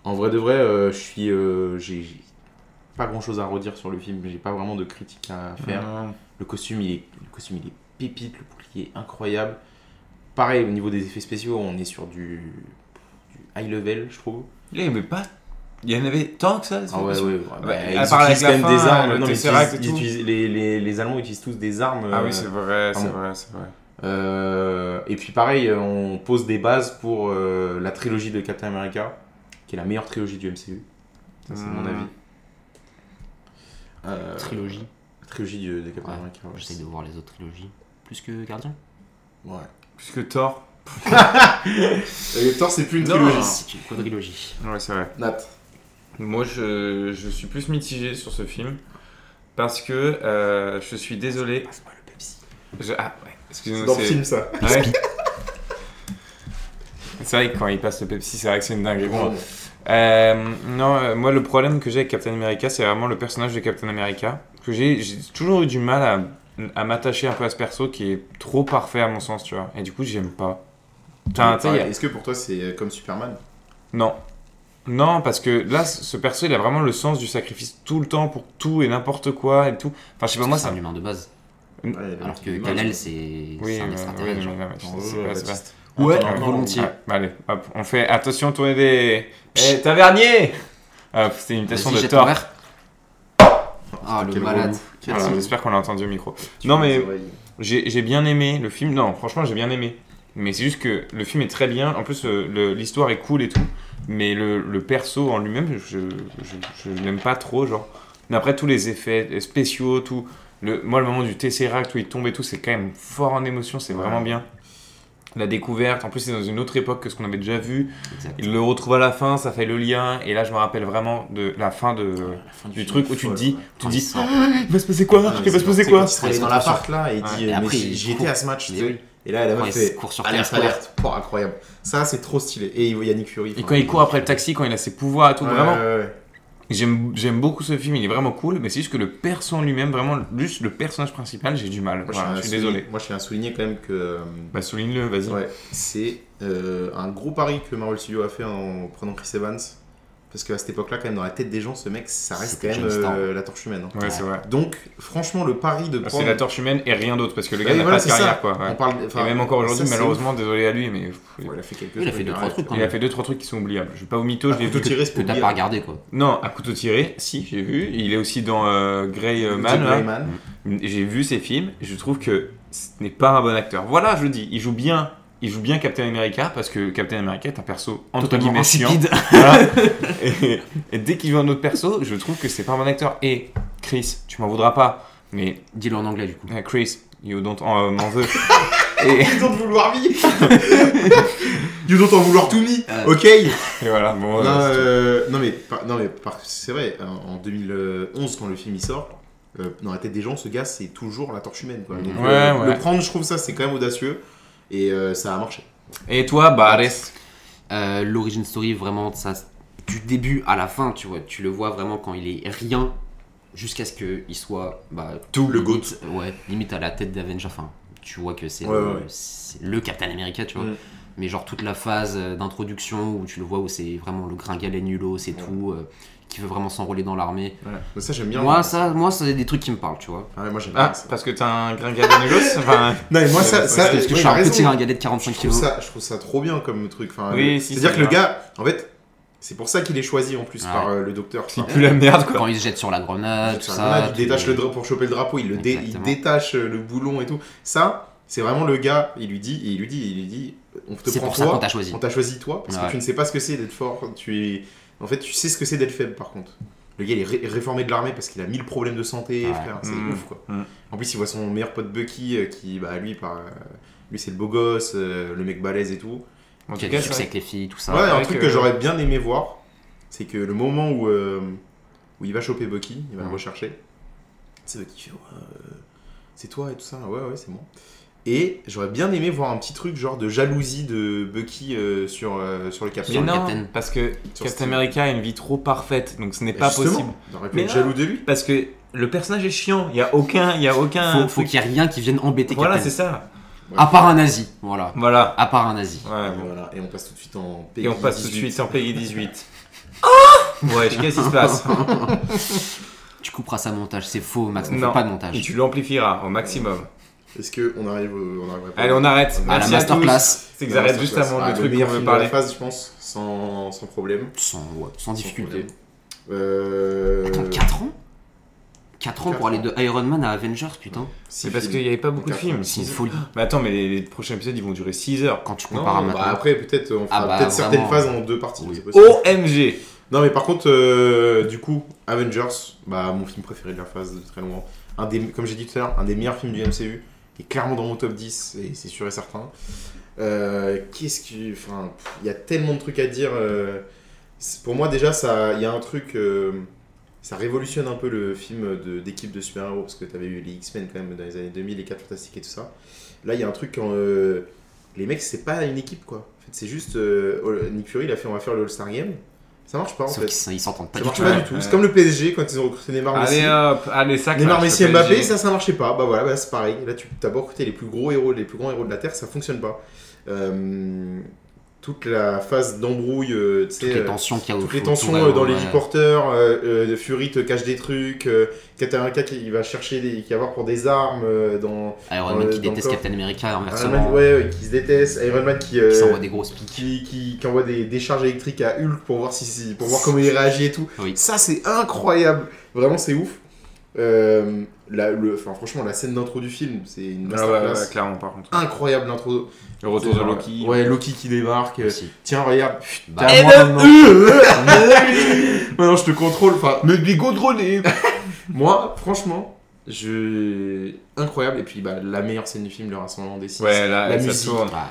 [SPEAKER 4] en vrai de vrai euh, je suis euh, j'ai j'ai pas grand chose à redire sur le film j'ai pas vraiment de critique à faire
[SPEAKER 3] Non.
[SPEAKER 4] le costume, il est, le costume, il est pépite, le bouclier est incroyable. Pareil, au niveau des effets spéciaux, on est sur du, du high level, je trouve.
[SPEAKER 3] Il y avait pas. Il y en avait tant que ça les
[SPEAKER 4] Ah ouais, ouais,
[SPEAKER 3] explications
[SPEAKER 4] ouais. Bah,
[SPEAKER 3] à
[SPEAKER 4] ils
[SPEAKER 3] part
[SPEAKER 4] utilisent
[SPEAKER 3] avec
[SPEAKER 4] quand
[SPEAKER 3] la
[SPEAKER 4] même
[SPEAKER 3] fin,
[SPEAKER 4] des armes.
[SPEAKER 3] le
[SPEAKER 4] Non, mais ils
[SPEAKER 3] Tesseract et
[SPEAKER 4] utilisent-
[SPEAKER 3] tout.
[SPEAKER 4] ils utilisent- les, les- les Allemands utilisent tous des armes.
[SPEAKER 3] Ah
[SPEAKER 4] euh,
[SPEAKER 3] oui, c'est vrai, c'est
[SPEAKER 4] pardon.
[SPEAKER 3] vrai, c'est vrai.
[SPEAKER 4] euh, et puis pareil, on pose des bases pour euh, la trilogie de Captain America, qui est la meilleure trilogie du MCU. Ça, c'est
[SPEAKER 3] Hmm.
[SPEAKER 4] mon avis. Euh,
[SPEAKER 5] trilogie.
[SPEAKER 4] trilogie du- de Captain
[SPEAKER 5] Ouais,
[SPEAKER 4] America. ouais.
[SPEAKER 5] J'essaie de voir les autres trilogies. Plus que Gardien
[SPEAKER 4] Ouais.
[SPEAKER 3] Puisque Thor.
[SPEAKER 4] Et Thor, c'est plus une
[SPEAKER 3] Non.
[SPEAKER 4] trilogie.
[SPEAKER 5] C'est une quadrilogie.
[SPEAKER 3] Ouais, c'est vrai.
[SPEAKER 4] Nat.
[SPEAKER 3] Moi, je, je suis plus mitigé sur ce film parce que euh, je suis
[SPEAKER 4] Ah,
[SPEAKER 3] désolé.
[SPEAKER 5] Passe-moi le Pepsi.
[SPEAKER 3] Je- ah ouais, excusez-moi.
[SPEAKER 4] Dans le
[SPEAKER 3] c'est-
[SPEAKER 4] film, ça.
[SPEAKER 3] Ouais. C'est vrai que quand il passe le Pepsi, c'est vrai que c'est une dinguerie. Bon, Euh, non, euh, moi le problème que j'ai avec Captain America, c'est vraiment le personnage de Captain America. Que j'ai j'ai toujours eu du mal à, à m'attacher un peu à ce perso qui est trop parfait à mon sens, tu vois. Et du coup, j'aime pas. Enfin, tu sais, il y a-
[SPEAKER 4] Est-ce que pour toi c'est euh, comme Superman
[SPEAKER 3] Non. Non, parce que là, c- ce perso, il a vraiment le sens du sacrifice tout le temps pour tout et n'importe quoi et tout. Enfin, je sais pas, moi,
[SPEAKER 5] c'est
[SPEAKER 3] ça.
[SPEAKER 5] un humain de base.
[SPEAKER 3] Mm.
[SPEAKER 5] Alors que
[SPEAKER 4] Kalel
[SPEAKER 5] Kalel, c'est
[SPEAKER 3] Oui, euh,
[SPEAKER 5] c'est un
[SPEAKER 3] mais-
[SPEAKER 5] extraterrestre.
[SPEAKER 3] oui,
[SPEAKER 5] genre.
[SPEAKER 3] mais- mais- je sais pas, c'est pas-
[SPEAKER 5] Ouais,
[SPEAKER 4] Attends, non,
[SPEAKER 5] volontiers.
[SPEAKER 3] Ah, bah allez, hop, on fait attention, tournez des. Eh, tavernier Hop, c'était une imitation
[SPEAKER 5] Vas-y,
[SPEAKER 3] de
[SPEAKER 5] jette
[SPEAKER 3] Thor.
[SPEAKER 5] ton verre. Ah, le
[SPEAKER 4] quel
[SPEAKER 5] malade.
[SPEAKER 4] relou.
[SPEAKER 5] Quel
[SPEAKER 3] Voilà,
[SPEAKER 5] relou.
[SPEAKER 3] J'espère qu'on l'a entendu au micro. Non, mais j'ai j'ai bien aimé le film. Non, franchement, j'ai bien aimé. Mais c'est juste que le film est très bien. En plus, euh, le- l'histoire est cool et tout. Mais le, le perso en lui-même, je, je, je l'aime pas trop, genre. Mais après, tous les effets euh, spéciaux, tout. Le, moi, le moment du Tesseract où il tombe et tout, c'est quand même fort en émotion, c'est vraiment
[SPEAKER 4] Ouais.
[SPEAKER 3] bien. La découverte, en plus, c'est dans une autre époque que ce qu'on avait déjà vu.
[SPEAKER 5] Exact.
[SPEAKER 3] Il le retrouve à la fin, ça fait le lien. Et là, je me rappelle vraiment de la fin de, du truc où tu te dis, tu
[SPEAKER 5] Quand
[SPEAKER 3] te
[SPEAKER 5] il
[SPEAKER 3] dis, Ah,
[SPEAKER 5] sort.
[SPEAKER 3] il va se passer quoi
[SPEAKER 4] Ah,
[SPEAKER 3] Il va se passer quoi
[SPEAKER 4] Il se réveille dans l'appart là et il dit
[SPEAKER 5] Ouais.
[SPEAKER 4] euh,
[SPEAKER 5] Et
[SPEAKER 4] mais
[SPEAKER 5] après,
[SPEAKER 4] j'ai-
[SPEAKER 5] il
[SPEAKER 4] j'y
[SPEAKER 5] court.
[SPEAKER 4] étais à ce match.
[SPEAKER 5] Mais
[SPEAKER 4] tu sais.
[SPEAKER 5] oui.
[SPEAKER 4] Et là, elle a
[SPEAKER 5] Quand il
[SPEAKER 4] fait
[SPEAKER 5] court sur Terre
[SPEAKER 4] alerte,
[SPEAKER 5] Square.
[SPEAKER 4] alerte. Oh, incroyable. Ça, c'est trop stylé. Et il y a Nick Fury.
[SPEAKER 3] Et
[SPEAKER 4] enfin,
[SPEAKER 3] quand il court après le taxi, quand il a ses pouvoirs et tout,
[SPEAKER 4] Ouais,
[SPEAKER 3] vraiment,
[SPEAKER 4] ouais, ouais.
[SPEAKER 3] j'aime j'aime beaucoup ce film, il est vraiment cool, mais c'est juste que le perso en lui-même, vraiment, juste le personnage principal, j'ai du mal.
[SPEAKER 4] Moi,
[SPEAKER 3] Voilà,
[SPEAKER 4] tiens à
[SPEAKER 3] je suis
[SPEAKER 4] souligner-
[SPEAKER 3] désolé.
[SPEAKER 4] Moi, je tiens à souligner quand même que. euh,
[SPEAKER 3] Bah souligne-le, vas-y.
[SPEAKER 4] Ouais, c'est euh, un gros pari que Marvel Studios a fait en prenant Chris Evans. Parce qu'à cette époque-là, quand même, dans la tête des gens, ce mec, ça reste
[SPEAKER 5] C'était
[SPEAKER 4] quand même
[SPEAKER 5] James Storm.
[SPEAKER 4] euh, la torche humaine. hein.
[SPEAKER 3] Ouais, c'est vrai.
[SPEAKER 4] Donc, franchement, le pari de
[SPEAKER 3] Ah,
[SPEAKER 4] prendre.
[SPEAKER 3] C'est la torche humaine et rien d'autre, parce que le
[SPEAKER 4] Ouais,
[SPEAKER 3] gars n'a
[SPEAKER 4] Bah voilà,
[SPEAKER 3] pas de
[SPEAKER 4] c'est ça.
[SPEAKER 3] carrière, quoi. ouais.
[SPEAKER 4] On parle, enfin,
[SPEAKER 3] Et même encore aujourd'hui,
[SPEAKER 4] ça, c'est
[SPEAKER 3] malheureusement, désolé à lui, mais pff,
[SPEAKER 4] ouf. Ouais, il a fait quelques
[SPEAKER 5] Il a fait
[SPEAKER 4] trucs,
[SPEAKER 5] deux,
[SPEAKER 4] mais
[SPEAKER 5] trois
[SPEAKER 4] arrête.
[SPEAKER 5] trucs, quand
[SPEAKER 3] il a
[SPEAKER 5] même.
[SPEAKER 3] fait deux trois trucs qui sont oubliables. Je vais pas au mytho, je
[SPEAKER 4] Ah,
[SPEAKER 3] l'ai
[SPEAKER 4] tout
[SPEAKER 3] vu.
[SPEAKER 4] tiré, c'est
[SPEAKER 5] Que t'as
[SPEAKER 4] oublié.
[SPEAKER 5] pas regardé, quoi.
[SPEAKER 3] Non, à couteau tiré, si, j'ai vu. Il est aussi dans euh, Grey euh,
[SPEAKER 4] The
[SPEAKER 3] Man. là.
[SPEAKER 4] Grey Man.
[SPEAKER 3] J'ai vu ces films, je trouve que ce n'est pas un bon acteur. Voilà, je le dis, il joue bien, il joue bien Captain America parce que Captain America est un perso entre
[SPEAKER 5] Totalement
[SPEAKER 3] guillemets chiant.
[SPEAKER 5] insipide.
[SPEAKER 3] Voilà. et, et dès qu'il joue un autre perso, je trouve que c'est pas un bon acteur. Et Chris, tu m'en voudras pas, mais
[SPEAKER 5] Dis-le en anglais du coup.
[SPEAKER 3] euh, Chris, you don't euh, m'en veux. et,
[SPEAKER 4] You don't vouloir me You don't en vouloir to me
[SPEAKER 5] Ah.
[SPEAKER 4] Ok
[SPEAKER 3] et voilà, bon.
[SPEAKER 4] non,
[SPEAKER 3] euh, c'est tout.
[SPEAKER 4] euh, non, mais, par- non, mais par- c'est vrai, en en 2011, quand le film il sort, euh, dans la tête des gens, ce gars, c'est toujours la torche humaine.
[SPEAKER 5] Mm.
[SPEAKER 4] Quoi. Donc,
[SPEAKER 3] Ouais,
[SPEAKER 4] euh,
[SPEAKER 3] ouais.
[SPEAKER 4] Le prendre, je trouve ça, c'est quand même audacieux. Et euh, ça a marché.
[SPEAKER 3] Et toi, bah, Barres
[SPEAKER 5] Euh, L'origin story, vraiment, ça, du début à la fin, tu vois, tu le vois vraiment quand il est rien jusqu'à ce qu'il soit bah,
[SPEAKER 4] Tout le
[SPEAKER 5] limite, ouais, limite à la tête d'Avenger. Enfin, tu vois que c'est
[SPEAKER 4] Ouais,
[SPEAKER 5] le,
[SPEAKER 4] ouais, ouais.
[SPEAKER 5] c'est le Captain America, tu vois.
[SPEAKER 4] Mm.
[SPEAKER 5] Mais genre toute la phase euh, d'introduction où tu le vois où c'est vraiment le gringalet nullo, c'est tout, euh, qui veut vraiment s'enrôler dans l'armée.
[SPEAKER 4] Donc Ça, j'aime bien.
[SPEAKER 5] Moi, ça, moi, c'est des trucs qui me parlent, tu vois.
[SPEAKER 4] Ah ouais, moi, j'aime
[SPEAKER 3] Ah,
[SPEAKER 4] bien ça.
[SPEAKER 3] parce que t'as un gringalet de négoce enfin,
[SPEAKER 4] Non, mais moi,
[SPEAKER 3] Euh,
[SPEAKER 4] ça.
[SPEAKER 3] parce
[SPEAKER 4] ça
[SPEAKER 5] Parce que
[SPEAKER 4] oui,
[SPEAKER 5] je suis
[SPEAKER 4] t'as
[SPEAKER 5] un petit
[SPEAKER 4] raison.
[SPEAKER 5] gringalet de 45
[SPEAKER 4] Je trouve,
[SPEAKER 5] kilos.
[SPEAKER 4] ça, je trouve ça trop bien comme truc. Enfin,
[SPEAKER 3] Oui,
[SPEAKER 4] euh,
[SPEAKER 3] si,
[SPEAKER 4] C'est-à-dire
[SPEAKER 3] c'est
[SPEAKER 4] que le
[SPEAKER 3] bien.
[SPEAKER 4] gars, en fait, c'est pour ça qu'il est choisi en plus
[SPEAKER 5] Ouais.
[SPEAKER 4] par euh, le docteur.
[SPEAKER 3] il
[SPEAKER 4] Enfin,
[SPEAKER 3] pue la merde quoi.
[SPEAKER 5] Quand il se jette sur la grenade, tout
[SPEAKER 4] Sur la
[SPEAKER 5] ça.
[SPEAKER 4] grenade,
[SPEAKER 5] tout-
[SPEAKER 4] il détache le drapeau pour choper le drapeau, il, le dé- il
[SPEAKER 5] Exactement.
[SPEAKER 4] détache euh, le boulon et tout. Ça, c'est vraiment le gars, il lui dit, il lui dit, il lui dit, on te
[SPEAKER 5] C'est
[SPEAKER 4] prend
[SPEAKER 5] pour ça qu'on
[SPEAKER 4] toi,
[SPEAKER 5] t'a choisi.
[SPEAKER 4] on t'a choisi toi, parce
[SPEAKER 5] Ouais.
[SPEAKER 4] que tu ne sais pas ce que c'est d'être fort, tu es... En fait, tu sais ce que c'est d'être faible par contre. Le gars, il est ré- réformé de l'armée parce qu'il a mille problèmes de santé,
[SPEAKER 5] Ouais.
[SPEAKER 4] frère, c'est
[SPEAKER 3] Mm.
[SPEAKER 4] ouf quoi.
[SPEAKER 3] Mm.
[SPEAKER 4] En plus, il voit son meilleur pote Bucky, euh, qui, bah lui, par... euh, lui c'est le beau gosse, euh, le mec balèze et tout.
[SPEAKER 3] En
[SPEAKER 5] Qui
[SPEAKER 3] tout
[SPEAKER 5] a du
[SPEAKER 3] cas, c'est
[SPEAKER 5] succès
[SPEAKER 3] vrai
[SPEAKER 5] avec les filles, tout ça.
[SPEAKER 4] Ouais, un
[SPEAKER 3] vrai
[SPEAKER 4] truc
[SPEAKER 3] que-
[SPEAKER 4] que, j'aurais bien aimé voir, c'est que le moment où, euh, où il va choper Bucky, il va le
[SPEAKER 5] Mhm.
[SPEAKER 4] rechercher, c'est Bucky qui fait Ouais, euh, c'est toi et tout ça, ouais, ouais, c'est moi. Et j'aurais bien aimé voir un petit truc genre de jalousie de Bucky euh, sur, euh, sur le
[SPEAKER 3] Mais
[SPEAKER 4] capitaine.
[SPEAKER 5] le
[SPEAKER 3] non,
[SPEAKER 5] Captain.
[SPEAKER 3] parce que
[SPEAKER 4] Sur
[SPEAKER 3] Captain
[SPEAKER 4] Steve.
[SPEAKER 3] America a une vie trop parfaite, donc ce n'est
[SPEAKER 4] Bah,
[SPEAKER 3] pas
[SPEAKER 4] justement,
[SPEAKER 3] possible.
[SPEAKER 4] On aurait pu
[SPEAKER 3] Mais
[SPEAKER 4] être
[SPEAKER 3] non.
[SPEAKER 4] jaloux de lui.
[SPEAKER 3] Parce que le personnage est chiant, il y a aucun, il y a aucun.
[SPEAKER 5] Faut, faut
[SPEAKER 3] truc.
[SPEAKER 5] qu'il n'y ait rien qui vienne embêter
[SPEAKER 3] Voilà, c'est
[SPEAKER 5] Captain.
[SPEAKER 3] ça.
[SPEAKER 5] À part un nazi, voilà.
[SPEAKER 3] Voilà.
[SPEAKER 5] À part un nazi.
[SPEAKER 3] Ouais,
[SPEAKER 4] et,
[SPEAKER 3] bon.
[SPEAKER 4] voilà, et on passe tout de suite en
[SPEAKER 3] Et
[SPEAKER 4] PG
[SPEAKER 3] on passe tout de
[SPEAKER 4] 18.
[SPEAKER 3] suite en Peggy 18. Ouais, je- qu'est-ce qui se passe
[SPEAKER 4] Ah,
[SPEAKER 5] Tu couperas ça montage, c'est faux, Max, ne
[SPEAKER 3] Non.
[SPEAKER 5] fais pas de
[SPEAKER 3] Et
[SPEAKER 5] montage.
[SPEAKER 3] tu l'amplifieras au maximum.
[SPEAKER 4] Est-ce qu'on arrive euh, on arriverait pas
[SPEAKER 3] Allez, on arrête.
[SPEAKER 4] À
[SPEAKER 5] À la
[SPEAKER 3] Merci à tous.
[SPEAKER 5] masterclass,
[SPEAKER 3] C'est que j'arrête juste
[SPEAKER 4] Masterclass.
[SPEAKER 3] avant
[SPEAKER 4] Ah,
[SPEAKER 3] le truc
[SPEAKER 4] meilleur
[SPEAKER 3] qu'on veut
[SPEAKER 4] film de la
[SPEAKER 3] parler.
[SPEAKER 4] phase, je pense, sans, sans problème.
[SPEAKER 5] sans, ouais, sans difficulté.
[SPEAKER 4] Euh...
[SPEAKER 5] Attends, 4 ans 4 ans
[SPEAKER 4] quatre
[SPEAKER 5] pour aller
[SPEAKER 4] ans.
[SPEAKER 5] de Iron Man à Avengers, putain.
[SPEAKER 4] six
[SPEAKER 3] C'est parce
[SPEAKER 4] films.
[SPEAKER 3] qu'il n'y avait pas beaucoup de
[SPEAKER 4] Quatre.
[SPEAKER 3] films.
[SPEAKER 5] C'est une folie.
[SPEAKER 3] Mais attends, mais les, les prochains épisodes ils vont durer 6 heures.
[SPEAKER 5] Quand tu
[SPEAKER 4] Non,
[SPEAKER 5] compares à
[SPEAKER 4] bah
[SPEAKER 5] maintenant.
[SPEAKER 4] après, peut-être, on fera
[SPEAKER 5] Ah bah,
[SPEAKER 4] peut-être certaines
[SPEAKER 5] vraiment.
[SPEAKER 4] phases en deux parties.
[SPEAKER 5] Oui. Oh
[SPEAKER 4] c'est possible.
[SPEAKER 3] OMG
[SPEAKER 4] Non, mais par contre, euh, du coup, Avengers, bah, mon film préféré de la phase de très loin. Un des, comme j'ai dit tout à l'heure, un des meilleurs films du MCU, qui est clairement dans mon top 10, et c'est sûr et certain. Euh, Qu'est-ce qui. Enfin, pff, il y a tellement de trucs à dire. euh, c'est- pour moi, déjà, ça- il y a un truc. euh, ça révolutionne un peu le film de- d'équipe de, super-héros, parce que tu avais eu les X-Men quand même dans les années 2000, les 4 Fantastiques et tout ça. Là, il y a un truc quand. euh, les mecs, c'est pas une équipe, quoi. En fait, c'est juste. euh, All- Nick Fury, il a fait on va faire le All-Star Game. Ça marche pas, en
[SPEAKER 5] Sauf
[SPEAKER 4] fait.
[SPEAKER 5] qu'ils s- ils s'entendent pas
[SPEAKER 4] Ça
[SPEAKER 5] du
[SPEAKER 4] marche
[SPEAKER 5] tout. euh,
[SPEAKER 4] pas
[SPEAKER 3] Ouais,
[SPEAKER 4] du tout.
[SPEAKER 3] ouais.
[SPEAKER 4] C'est comme le PSG quand ils ont recruté Neymar Messi.
[SPEAKER 3] Allez hop, allez, ça
[SPEAKER 4] Neymar
[SPEAKER 3] clash,
[SPEAKER 4] Messi
[SPEAKER 3] le
[SPEAKER 4] et Mbappé,
[SPEAKER 3] PSG.
[SPEAKER 4] ça, ça marchait pas. Bah voilà, bah, c'est pareil. Là, tu as beau recruter les plus gros héros, les plus grands héros de la Terre, ça fonctionne pas. Euh, toute la phase d'embrouille, euh, tu sais.
[SPEAKER 5] Toutes les
[SPEAKER 4] euh,
[SPEAKER 5] tensions qu'il y a au
[SPEAKER 4] toutes les
[SPEAKER 5] au-
[SPEAKER 4] tensions
[SPEAKER 5] autour,
[SPEAKER 4] euh, dans
[SPEAKER 5] ouais.
[SPEAKER 4] les porteurs, euh, euh, Fury te cache des trucs, euh, Katarina qui il va chercher des, qui va voir pour des armes euh, dans
[SPEAKER 5] Iron
[SPEAKER 4] dans
[SPEAKER 5] Man
[SPEAKER 4] le-
[SPEAKER 5] qui
[SPEAKER 4] dans le
[SPEAKER 5] déteste
[SPEAKER 4] corps.
[SPEAKER 5] Captain America,
[SPEAKER 4] Iron Man,
[SPEAKER 5] inversement.
[SPEAKER 4] ouais, ouais, qui se déteste, Iron Man qui, euh,
[SPEAKER 5] Qui s'envoie des grosses piques.
[SPEAKER 4] qui, qui- qui envoie des, des charges électriques à Hulk pour voir, si, si- pour voir comment il réagit et tout.
[SPEAKER 5] Oui.
[SPEAKER 4] Ça, c'est incroyable. Vraiment, c'est ouf. Euh, la- le, enfin, franchement, la scène d'intro du film, c'est une
[SPEAKER 3] Ah ouais,
[SPEAKER 4] masterclass.
[SPEAKER 3] ouais, clairement, par contre.
[SPEAKER 4] Incroyable l'intro.
[SPEAKER 3] Le retour de Loki.
[SPEAKER 4] Ah, Ouais, Loki qui débarque. euh,
[SPEAKER 5] Aussi.
[SPEAKER 4] Tiens, regarde.
[SPEAKER 5] Bah,
[SPEAKER 4] Putain,
[SPEAKER 5] moi,
[SPEAKER 4] moi,
[SPEAKER 5] maintenant-
[SPEAKER 4] maintenant- Maintenant, je te contrôle. Enfin,
[SPEAKER 3] Me lui contrôler
[SPEAKER 4] moi, franchement, je. Incroyable. Et puis, bah, la meilleure scène du film, le rassemblement des six.
[SPEAKER 3] Ouais, là,
[SPEAKER 4] La
[SPEAKER 3] ça
[SPEAKER 4] musique.
[SPEAKER 3] tourne.
[SPEAKER 5] bah,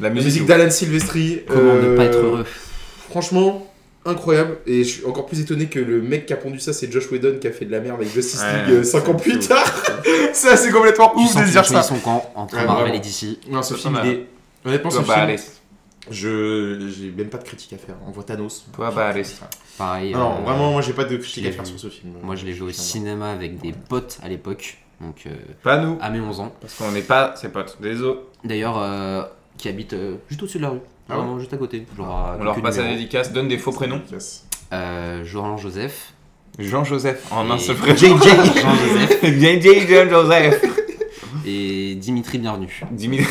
[SPEAKER 3] La
[SPEAKER 4] La
[SPEAKER 3] musique.
[SPEAKER 4] musique d'Alan Silvestri.
[SPEAKER 5] Comment ne pas être
[SPEAKER 4] euh,
[SPEAKER 5] heureux
[SPEAKER 4] Franchement, incroyable. Et je suis encore plus étonné que le mec qui a pondu ça, c'est Josh Whedon qui a fait de la merde avec Justice
[SPEAKER 3] Ouais, c'est
[SPEAKER 4] League 5 ans plus
[SPEAKER 3] ouf.
[SPEAKER 4] tard. ça, c'est complètement
[SPEAKER 5] Tu
[SPEAKER 4] ouf
[SPEAKER 5] sens
[SPEAKER 4] de
[SPEAKER 5] qu'ils
[SPEAKER 4] dire
[SPEAKER 5] finissent
[SPEAKER 4] ça.
[SPEAKER 5] son camp entre
[SPEAKER 4] Ouais,
[SPEAKER 5] Marvel
[SPEAKER 4] Ah, vraiment.
[SPEAKER 5] et DC.
[SPEAKER 4] Non, ce
[SPEAKER 3] Ça,
[SPEAKER 4] film,
[SPEAKER 3] ça
[SPEAKER 4] il
[SPEAKER 3] m'a-
[SPEAKER 4] est. Honnêtement, ce
[SPEAKER 3] Toi, bah, allez.
[SPEAKER 4] film, je. J'ai même pas de critique à faire. On voit Thanos.
[SPEAKER 3] Toi, bah, allez.
[SPEAKER 5] Pareil.
[SPEAKER 4] Non,
[SPEAKER 5] euh,
[SPEAKER 4] vraiment, moi j'ai pas de critique
[SPEAKER 5] je
[SPEAKER 4] à
[SPEAKER 5] l'ai
[SPEAKER 4] faire
[SPEAKER 5] vu.
[SPEAKER 4] sur ce film.
[SPEAKER 5] Moi, je l'ai vu au cinéma avec des potes à l'époque. Donc, euh,
[SPEAKER 3] Pas nous.
[SPEAKER 5] à mes 11 ans.
[SPEAKER 3] Parce qu'on n'est pas ses potes. Désolé.
[SPEAKER 5] D'ailleurs, euh, qui habite euh, juste au-dessus de la rue.
[SPEAKER 4] Ah
[SPEAKER 5] vraiment, juste à côté. Genre à
[SPEAKER 3] On leur
[SPEAKER 5] quelques
[SPEAKER 3] passe la
[SPEAKER 5] numéros.
[SPEAKER 3] dédicace, donne des faux prénoms.
[SPEAKER 4] Yes.
[SPEAKER 5] Euh, Joran Joseph.
[SPEAKER 3] Jean-Joseph, en un
[SPEAKER 5] Et-
[SPEAKER 3] seul prénom.
[SPEAKER 5] JJ. Jean-Joseph.
[SPEAKER 3] JJ Jean-Joseph.
[SPEAKER 5] Et Dimitri, bienvenue.
[SPEAKER 3] Dimitri.